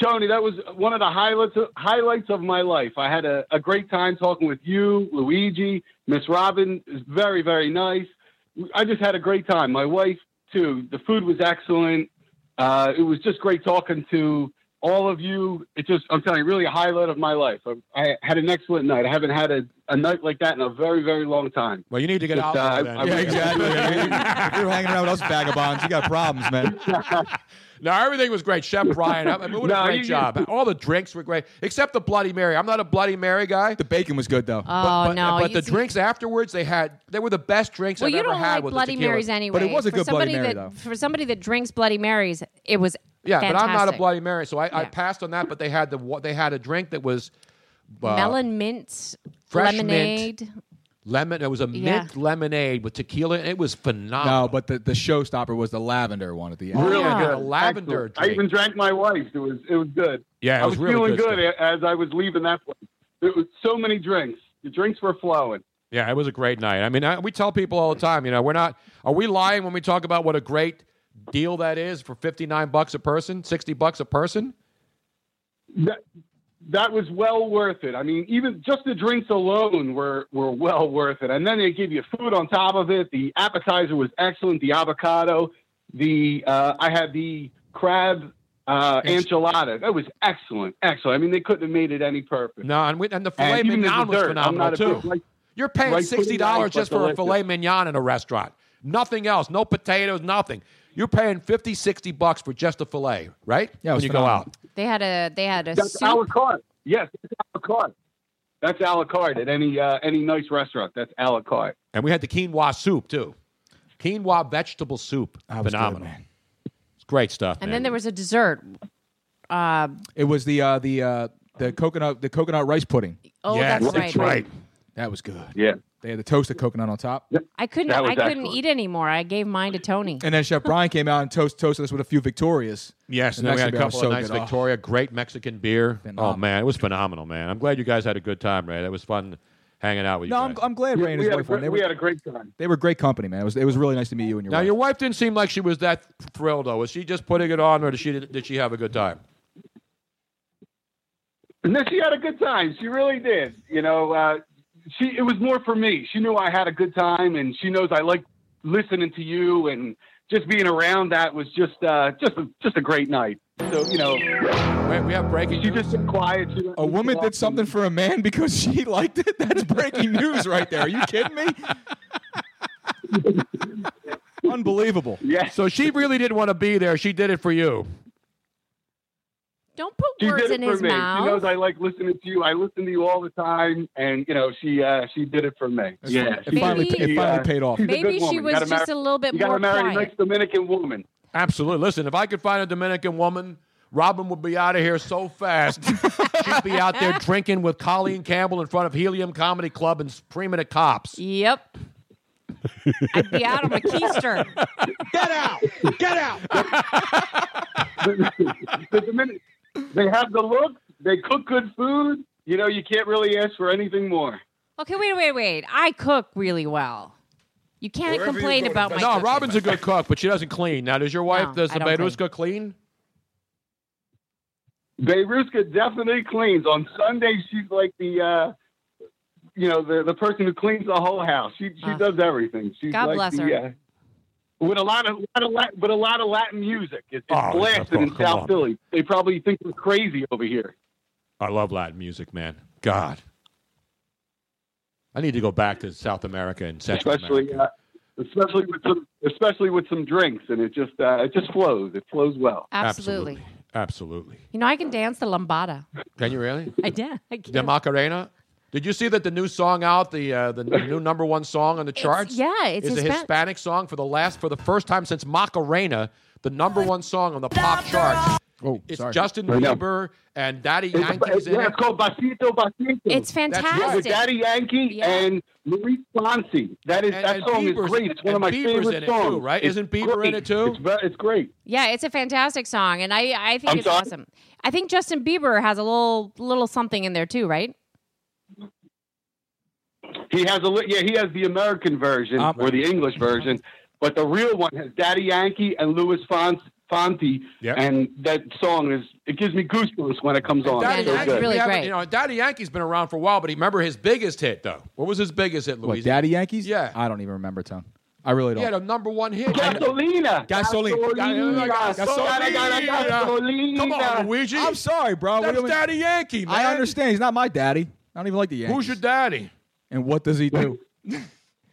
Tony, that was one of the highlights highlights of my life. I had a, a great time talking with you, Luigi, Miss Robin is very very nice, I just had a great time. My wife too. The food was excellent. Uh, it was just great talking to all of you. It just I'm telling you, really a highlight of my life. I, I had an excellent night. I haven't had a, a night like that in a very very long time. uh,
Well, you need to get out there, then.
yeah,
Yeah,
exactly.
exactly.
if you're hanging around with us vagabonds, you got problems, man.
No, everything was great. Chef Ryan, I mean, what a
No,
great
you-
job. All the drinks were great, except the Bloody Mary. I'm not a Bloody Mary guy. The
bacon was good though. Oh
but,
no,
But
you
the
see-
drinks afterwards, they had they were the best drinks
Well,
I've
you
ever
don't
had
like
with
Bloody
the tequila.
Marys anyway. for somebody that, For somebody that drinks Bloody Marys, it was
Yeah, but I'm not a
fantastic.
Bloody Mary, so I, I passed on that. But they had the wa- they had a drink that was uh,
melon mint,
fresh mint.
lemonade.
lemon. It was a
Yeah.
mint lemonade with tequila, and it was phenomenal.
No, but the, the showstopper was the lavender one at the end.
Really
Yeah.
good.
A lavender
Excellent. I even drank my wife. It was it was good.
Yeah, it
I
was
was
really
feeling
good
good, as I was leaving that place. There was so many drinks. The drinks were flowing.
Yeah, it was a great night. I mean, I, we tell people all the time, you know, we're not. Are we lying when we talk about what a great deal that is for fifty nine bucks a person, sixty bucks a person?
That that was well worth it. I mean, even just the drinks alone were were well worth it. And then they give you food on top of it. The appetizer was excellent. The avocado. The uh, I had the crab uh, enchilada. That was excellent. Excellent. I mean, they couldn't have made it any perfect.
No, and, we, and the filet
even the
mignon was
dessert. I'm
phenomenal
not a
too.
big- like-
You're paying
like
sixty dollars
$40,
just
but
for a filet
delicious.
mignon in a restaurant. Nothing else. No potatoes. Nothing. You're paying 50, 60 bucks for just a filet, right?
Yeah, it
when
was
you go
phenomenal.
out.
They had a they had a
That's
soup.
a la carte. Yes, that's a la carte. That's a la carte at any uh, any nice restaurant. That's a la carte.
And we had the quinoa soup too. Quinoa vegetable soup. phenomenal. It's great stuff.
and then there was a dessert. Uh,
It was the uh, the uh, the coconut the coconut rice pudding.
Oh, Yes, that's that's right. right.
That was good.
Yeah.
They had the toasted coconut on top.
I couldn't I couldn't eat anymore. I gave mine to Tony.
And then Chef Brian came out and toast toasted us with a few Victorias.
Yes, and
The
then we had a
Mexican beer was
couple of
so
nice
good. Oh.
Victoria, great Mexican beer. Oh man, it was phenomenal, man. I'm glad you guys had a good time, Ray. That was fun hanging out with
No,
you.
I'm,
guys.
I'm glad Ray and
we,
his
had a
wife
great,
went. They
we
were,
had a great time.
they were great company, man. It was it was really nice to meet you and your
now
wife.
your wife didn't seem like she was that thrilled though. Was she just putting it on, or did she did she have a good time?
And then she had a good time. She really did. You know, uh, she it was more for me. She knew I had a good time, and she knows I like listening to you and just being around. That was just uh, just a, just a great night. So you know,
we have breaking.
She just sat quiet. She didn't
a woman did something for a man because she liked it. That's breaking news right there. Are you kidding me? Unbelievable.
Yeah.
So she really didn't want to be there. She did it for you.
Don't put
She
words
did it
in
for
his
me.
mouth.
She knows I like listening to you. I listen to you all the time, and you know she uh, she did it for me. yeah,
It finally- it
she,
finally paid off.
she's a
Maybe
good
she
woman. You
was
gotta
just
marry-
a little bit
you gotta
more
marry
quiet.
a nice Dominican woman.
Absolutely. Listen, if I could find a Dominican woman, Robin would be out of here so fast. She'd be out there drinking with Colleen Campbell in front of Helium Comedy Club and screaming at cops.
Yep. I'd be out on my keister.
Get out! Get out!
the Dominican, they have the look. They cook good food. You know, you can't really ask for anything more.
Okay, wait, wait, wait. I cook really well. You can't
Wherever you
complain
go to
about my
Vegas-
No,
cooking.
Robin's a good cook, but she doesn't clean. Now, does your wife,
No,
does
I
the
don't
Beiruska clean?
Beiruska definitely cleans. On Sunday, she's like the, uh, you know, the, the person who cleans the whole house. She she does everything. She's
God
like
bless
the,
her.
Uh, with a lot of, lot of Latin, but a lot of Latin music. It's, it's
Oh,
blasted
oh,
in
come
South
on.
Philly. They probably think we're crazy over here.
I love Latin music, man. God. I need to go back to South America and Central America.
especially uh, especially with some, especially with some drinks, and it just uh, it just flows. It flows well.
Absolutely.
Absolutely.
You know, I can dance the lambada.
Can you really?
I did. I can.
The Macarena? Did you see that the new song out, the uh, the new number one song on the charts?
yeah, it's
is a
Hispan-
Hispanic song for the last for the first time since Macarena, the number one song on the pop chart.
Oh,
It's
sorry.
Justin
I know.
Bieber and Daddy
It's-
Yankee's in
yeah,
it.
it's called Basito Basito.
It's
Yeah,
fantastic.
with Daddy Yankee and Luis Fonsi. That is
And-
that
and
song
Bieber's-
is great. It's one
and
of my
Bieber's
favorite
in it too,
songs.
right?
It's
Isn't Bieber in
great.
it too?
It's, ve- it's great.
Yeah, it's a fantastic song, and I, I think
I'm
it's
sorry?
awesome. I think Justin Bieber has a little little something in there too, right?
He has a li- yeah. He has the American version
Ah.
or the English version, but the real one has Daddy Yankee and Luis Fonsi. Fonti, and that song is it gives me goosebumps when it comes on.
Daddy
It's so
Yankee,
good.
we haven't- You know, Daddy Yankee's been around for a while, but he remember his biggest hit though. What was his biggest hit,
What,
Louise?
Daddy Yankees?
Yeah.
I don't even remember, Tom.
I really
He had
don't.
a number one hit.
Gasolina.
Gasoline. Gasolina.
Gasolina. Come on, Luigi.
I'm sorry, bro.
That's
What do we-
Daddy Yankee, man.
I understand. He's not my daddy. I don't even like the Yankees.
Who's your daddy?
And what does he do?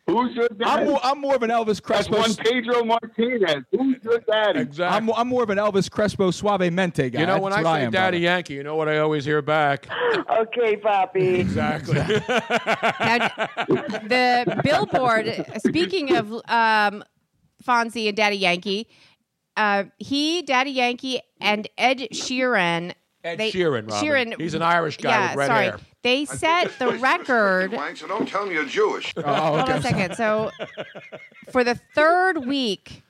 Who's your
I'm more, I'm more of an Elvis
That's
Crespo.
one Pedro Martinez. Who's your daddy?
I'm, I'm more of an Elvis Crespo suavemente guy.
You know,
That's
when
what
I say
am,
Daddy
brother.
Yankee, you know what I always hear back?
okay, Poppy.
Exactly.
the billboard speaking of um, fonzie and daddy yankee uh, he daddy yankee and ed sheeran
Ed Sheeran, Robin. He's an Irish guy
yeah,
with red
sorry.
hair.
They set the record.
So don't tell me you're Jewish.
Oh,
Hold on a second. So, for the third week,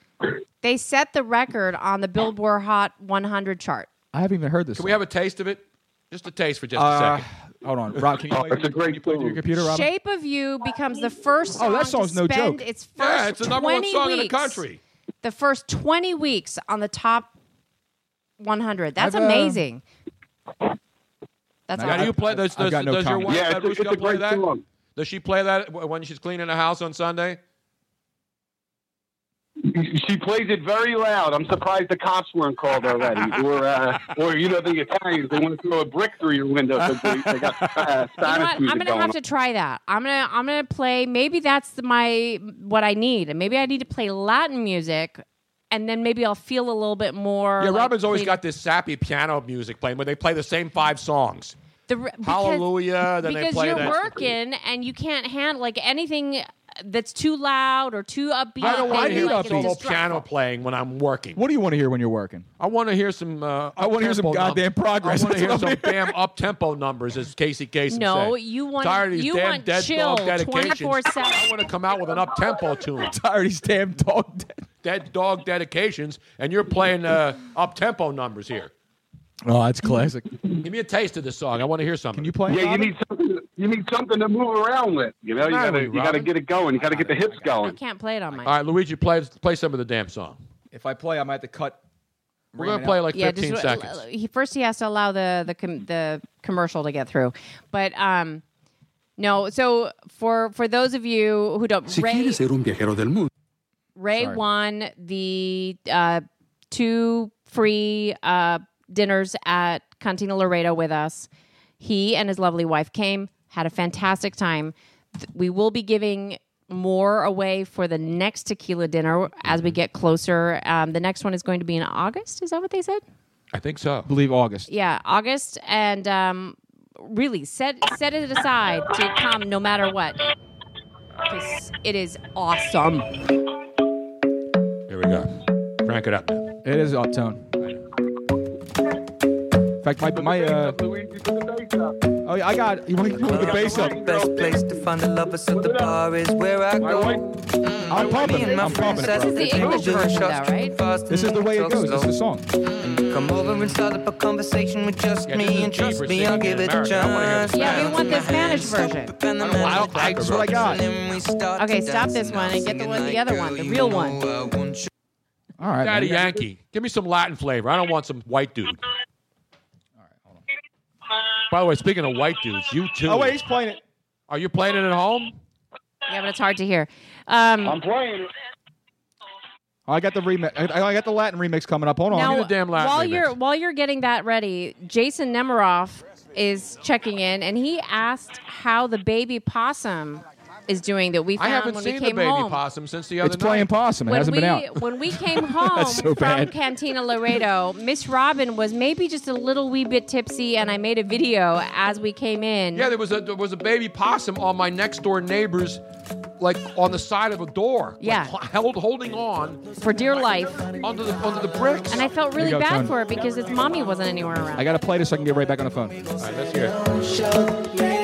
they set the record on the Billboard Hot 100 chart.
I haven't even heard this.
Can we have a taste of it? Just a taste for just
Uh,
a second.
Hold on, Rob. Can you play,
a great
play to your computer, Rob?
Shape of You becomes the first
Oh,
song
that song's
to
no
spend
joke.
its first
Yeah, it's the number one
20
song in the
weeks-
country.
The first 20 weeks on the top 100. That's
I've, uh,
amazing. That's
now, do you
awesome.
play this?
I've
Does,
got no
does your
comment.
wife
Yeah, it's a-
Babushka,
it's a
play
great
that? Does she play that w- when she's cleaning the house on Sunday?
She plays it very loud. I'm surprised the cops weren't called already, or uh, or you know the Italians. They want to throw a brick through your window. 'cause They, they got uh,
You know what?
Spanish
I'm
music
gonna
going
have
on.
to try that. I'm gonna I'm gonna play. Maybe that's the, my what I need, and maybe I need to play Latin music, and then maybe I'll feel a little bit more.
yeah,
like,
Robin's always
clean-
got this sappy piano music playing, where they play the same five songs.
the, re- because-
Hallelujah. Then they
Because
play
you're
that.
working and you can't handle like anything that's too loud or too upbeat.
I don't want to
Maybe,
hear
like, it's
solo
distracting.
piano playing when I'm working.
What do you want to hear when you're working?
I want to hear some. Uh,
I wanna hear some
up-tempo
goddamn progress.
I want to
That's
hear
what I
some damn up tempo numbers, as Casey Kasem
No,
said.
you want
tired of these
you
damn
want
dead
chill
dog dedications.
24/7.
I want to come out with an up tempo tune.
tired of these damn dog
dead dog dedications, and you're playing uh, up tempo numbers here.
Oh, that's classic.
Give me a taste of this song. I want to hear something. Can you
play?
Yeah, you need something. You need something to move around with. You know, you
Not
gotta
really,
you gotta
Robin.
get it going. You gotta get the hips
I
going.
can't play it on my.
All right, Luigi, play play some of the damn song.
If I play, I might have to cut.
We're gonna play like
yeah,
15
just,
seconds.
He, first, he has to allow the the com- the commercial to get through. But um, no. So for for those of you who don't, Ray,
ser un viajero del mundo.
Ray
Sorry.
won the uh, two free uh, dinners at Cantina Laredo with us. He and his lovely wife came, had a fantastic time. Th- We will be giving more away for the next tequila dinner as we get closer. Um, the next one is going to be in August. Is that what they said?
I think so.
believe August.
Yeah, August, and um, really set set it aside to come no matter what. 'Cause It is awesome.
Here we go. Crank it up.
It is uptone. In fact, my my uh. Oh, yeah, I got. You want to put the bass up?
Best place to find a lover, so the bar is where I go. Mm,
I'm pumping it. I'm pumping it. bro. This is the way it goes. It's the song.
Come over and start up a conversation with just
Yeah, this is
me, and
cheaper
trust me,
singing
I'll
in
give it a
America. I wanna hear
chance.
the Yeah, we Spanish. want
the Spanish version.
That's what I got.
Okay, stop this one and get the one, the other one, the real one.
All right.
Daddy
man.
Yankee. Give me some Latin flavor. I don't want some white dude. All right, hold on. By the way, speaking of white dudes, you too.
Oh wait, he's playing it.
Are you playing it at home?
Yeah, but it's hard to hear. Um,
I'm playing it.
I got the remix. I, I got the Latin remix coming up. Hold on.
Now, while you're while you're getting that ready, Jason Nemiroff is checking in, and he asked how the baby possum is doing that we
I
found
haven't
when we
seen
came
the baby
home.
possum since the other
it's playing possum. It
when
hasn't
we
been out.
when we came home
so
from
bad.
Cantina Laredo, Miss Robin was maybe just a little wee bit tipsy, and I made a video as we came in.
Yeah, there was a there was a baby possum on my next door neighbor's, like on the side of a door. like,
Yeah.
h- held holding on
for dear life
under the under the bricks.
and I felt
Here you
really
go,
bad
Tony.
for it because its mommy wasn't anywhere around.
I gotta play this so I can get right back on the phone. All
right, let's hear it.
You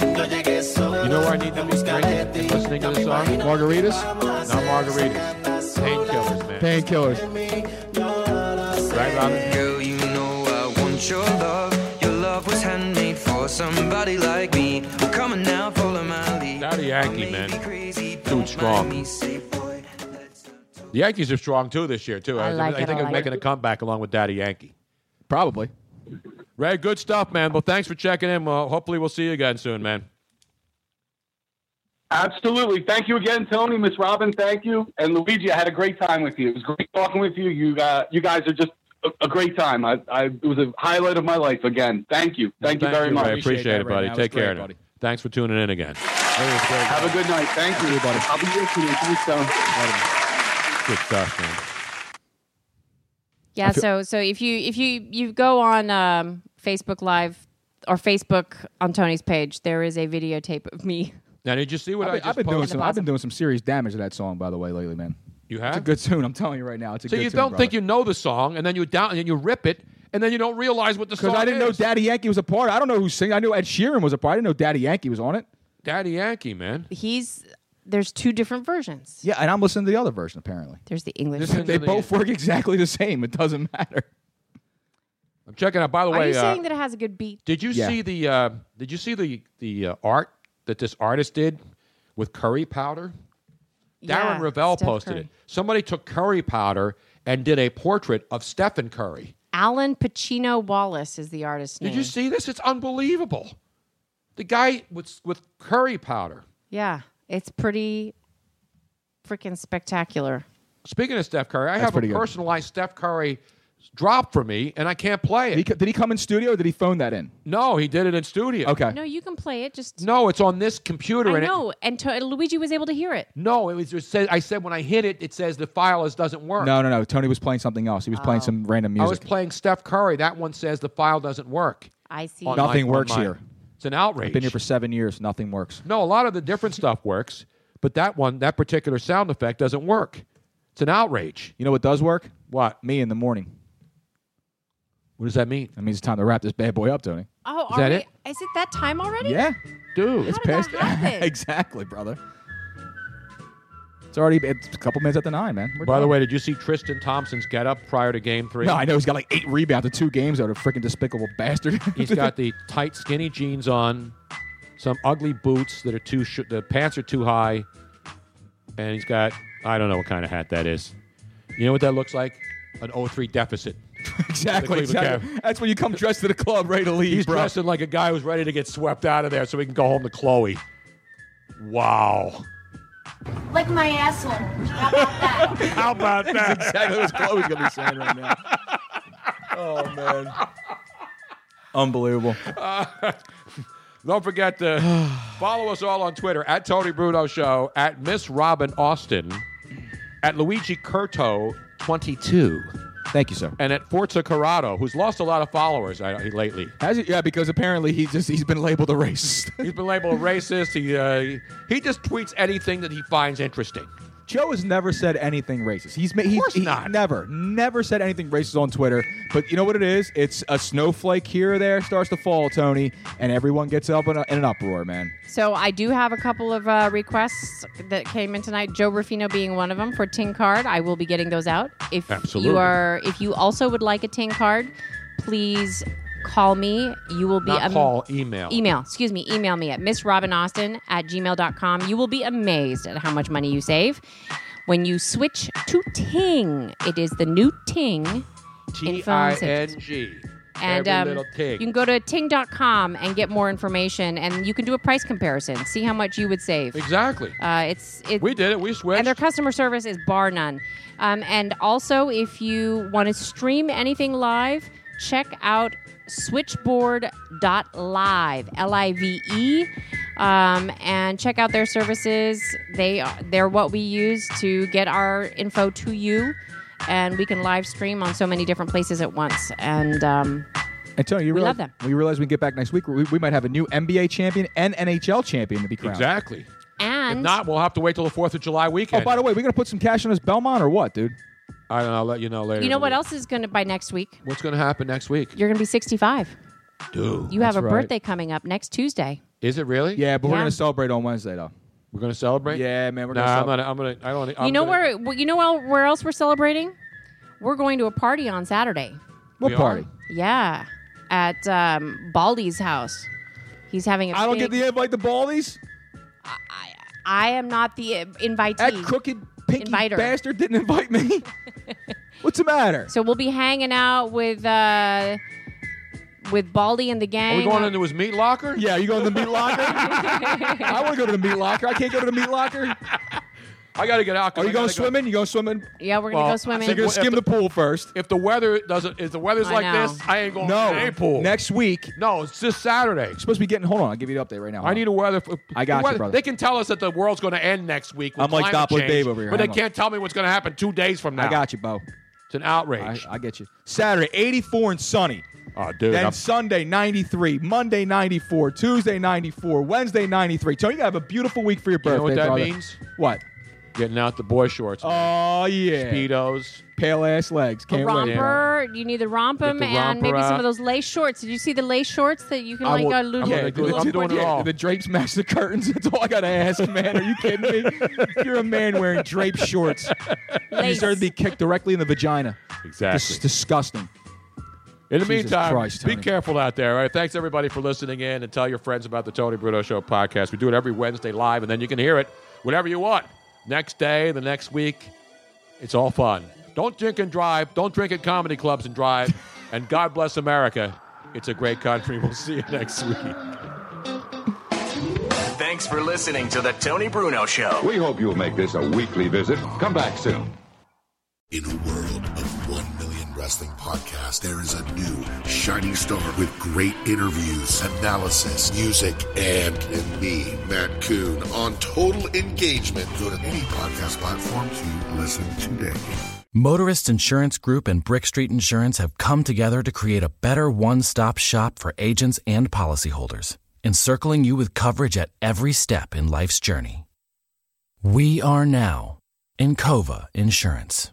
You know where I need to be drinking and listening to this song?
Margaritas,
Not margaritas. Painkillers, man.
painkillers.
Right, Robin?
Girl, you know I want your love. Your love was handmade for somebody like me. Come on now, follow my lead.
Daddy Yankee, man. Dude, strong. The Yankees are strong too this year too.
I like it,
think
I
of
like
making
it.
a comeback along with Daddy Yankee.
Probably.
Ray, good stuff, man. Well, thanks for checking in. Well, hopefully we'll see you again soon, man.
Absolutely. Thank you again, Tony, Miss Robin. Thank you, and Luigi. I had a great time with you. It was great talking with you. You uh, you guys are just a, a great time. I, I it was a highlight of my life again. Thank you. Thank, you very much.
I appreciate it, buddy. Take care, now. Thanks for tuning in again.
Have a good night. Thank you, everybody. I'll be listening. Thanks, Tony.
Good stuff, man.
Yeah, so so if you if you you go on um, Facebook Live or Facebook on Tony's page, there is a videotape of me.
Now, did you see what
I've been,
I,
I've
just
been doing
posted?
some. I've been doing some serious damage to that song, by the way, lately, man.
You have
it's a good tune. I'm telling you right now, it's a
So
good
you
tune,
don't
brother.
think you know the song, and then you down, and then you rip it, and then you don't realize what the song
Because
is.
I didn't know Daddy Yankee was a part. I don't know who sang. I knew Ed Sheeran was a part. I didn't know Daddy Yankee was on it.
Daddy Yankee, man.
He's there's two different versions.
Yeah, and I'm listening to the other version apparently.
There's the English. version.
they both work exactly the same. It doesn't matter.
I'm checking out. By the
Are
way,
you
uh,
saying that it has a good beat?
did you see the uh, did you see the the uh, art that this artist did with curry powder?
Yeah,
Darren Ravel
Steph
posted
Curry.
it. Somebody took curry powder and did a portrait of Stephen Curry.
Alan Pacino Wallace is the artist name.
Did you see this? It's unbelievable. The guy with with curry powder.
Yeah, it's pretty freaking spectacular.
Speaking of Steph Curry, I
That's
have
pretty
a
good.
personalized Steph Curry drop for me, and I can't play it.
Did he, co- did he come in studio or did he phone that in?
No, he did it in studio.
Okay.
No, you can play it. Just
No, it's on this computer.
I
and it-
know, and to, Luigi was able to hear it.
no, it was just said. I said when I hit it, it says the file is doesn't work.
No, no, no. Tony was playing something else. He was
Oh.
playing some random
I was
music.
playing Steph Curry. That one says the file doesn't work.
I see.
On
Nothing
my- on
works
mine.
here.
It's an outrage.
I've been here for seven years. Nothing works.
No, a lot of the different stuff works, but that one, that particular sound effect doesn't work. It's an outrage.
You know what does work?
What?
Me in the morning.
What does that mean?
That means it's time to wrap this bad boy up, Tony.
Oh,
Is that
already- Is it that time already?
Yeah,
dude,
it's
did that
past
happen?
exactly, brother. It's already it's a couple minutes after nine, man. We're
By the
done.
way, did you see Tristan Thompson's get up prior to game three?
no, I know he's got like eight rebounds in two games out of freaking despicable bastard.
He's got the tight, skinny jeans on, some ugly boots that are too sh- the pants are too high, and he's got I don't know what kind of hat that is. You know what that looks like? An 0-3 deficit.
exactly.
The Cleveland
exactly. That's when you come dressed to the club ready to leave,
He's
bro.
dressed in like a guy who's ready to get swept out of there so he can go home to Chloe. Wow.
Like my asshole. How about that?
How about that?
exactly what Chloe's gonna be saying right now. Oh man. Unbelievable.
Uh, Don't forget to follow us all on Twitter at Tony Bruno Show, at Miss Robin Austin, at Luigi Curto 22,
Thank you, sir.
and at Forza Corrado, who's lost a lot of followers I, lately.
Has it? Yeah, because apparently he's just he's been labeled a racist.
He's been labeled a racist. He uh, he just tweets anything that he finds interesting.
Joe has never said anything racist. He's ma- he,
course
he
not.
never, never said anything racist on Twitter. But you know what it is? It's a snowflake here or there starts to fall, Tony, and everyone gets up in, a, in an uproar, man.
So I do have a couple of uh, requests that came in tonight. Joe Ruffino being one of them for Ting Card. I will be getting those out. If
Absolutely.
you are, if you also would like a Ting Card, please call me. You will be
Not
am-
call, email.
Email, excuse me, email me at missrobinaustin at gmail.com. You will be amazed at how much money you save when you switch to Ting. It is the new Ting. in
T
phone
I
systems.
N G.
And
Every
um,
little
you
tig.
can go to ting.com and get more information, and you can do a price comparison, see how much you would save.
exactly.
Uh, it's it,
We did it. We switched.
and their customer service is bar none. Um, and also, if you want to stream anything live, check out switchboard.live, L I V E, um, and check out their services. They are, they're what we use to get our info to you, and we can live stream on so many different places at once. And um,
And Tony, you
We
realize
love them.
we realize we can get back next week. We, we might have a new NBA champion and NHL champion to be crowned.
exactly.
and
If not, we'll have to wait till the Fourth of July
Oh,
weekend.
by the way, we're gonna put some cash on this Belmont or what, dude?
I don't know. I'll let you know later.
you know
in the
what
week.
else is going to by next week?
What's going to happen next week?
You're going to be 65.
Dude.
You have a
That's right.
birthday coming up next Tuesday.
Is it really?
Yeah, but we're
Yeah.
gonna celebrate on Wednesday though.
We're going to celebrate?
Yeah, man, we're
No,
gonna.
nah, I'm
celebrate.
not. I'm going to. I don't. I'm
you know
gonna-
where where you know el- where else we're celebrating? We're going to a party on Saturday.
What
We are?
party?
Yeah, at um, Baldy's house. He's having a.
I don't get
big-
the invite to Baldies.
I am not the uh, invitee.
That crooked pinky
Inviter.
bastard didn't invite me. What's the matter?
so we'll be hanging out with uh, with Baldy and the gang.
Are we going into his meat locker?
Yeah, you going to the meat locker? I want to go to the meat locker. I can't go to the meat locker.
I got to get out.
Are
'cause
you
I gotta
going swimming? You going swimming?
yeah, we're gonna
Well,
go swimming.
So you're gonna skim the pool first.
If the weather doesn't, if the weather's
I
like
know.
this, I ain't going
No,
to any pool.
next week.
No, it's this Saturday.
You're supposed to be getting. Hold on, I'll give you the update right now. Hold
I
on.
need a weather. For,
I got you,
weather-
brother.
They can tell us that the world's going to end next week. with
I'm like
climate
Doppler
change,
Dave over here.
but they
Hang on.
can't tell me what's going to happen two days from now.
I got you, Bo.
It's an outrage.
I, I get you. Saturday, 84 and sunny.
Oh, dude.
Then
I'm-
Sunday, 93. Monday, 94. Tuesday, 94. Wednesday, 93. Tony, you got to have a beautiful week for your
You
birthday.
know what that
brother.
means?
What?
Getting out the boy shorts.
Oh, yeah.
Speedos.
Pale ass legs.
The
Can't wait.
romper, you need the romp
Get
'em
the
and maybe
romper
some
out.
of those lace shorts. Did you see the lace shorts that you can
I
like uh,
will-
go
I'm
little?
gonna do it.
I'm doing it
Yeah,
all.
The drapes match the curtains. That's all I gotta ask, man. Are you kidding me? You're a man wearing drape shorts. You
Lace.
deserve to be kicked directly in the vagina.
Exactly.
This is disgusting.
In the
Jesus
meantime,
Christ,
be
Tony.
careful out there. All right. Thanks everybody for listening in, and tell your friends about the Tony Bruno Show podcast. We do it every Wednesday live, and then you can hear it whenever you want. Next day, the next week, it's all fun. Don't drink and drive. Don't drink at comedy clubs and drive. and God bless America. It's a great country. We'll see you next week.
Thanks for listening to The Tony Bruno Show.
We hope you'll make this a weekly visit. Come back soon.
In a world of 1 million wrestling podcasts, there is a new shining star with great interviews, analysis, music, and, and me, Matt Coon, on total engagement. Go to any podcast platform to listen today.
Motorist Insurance Group and Brick Street Insurance have come together to create a better one stop shop for agents and policyholders, encircling you with coverage at every step in life's journey. We are now Encova Insurance.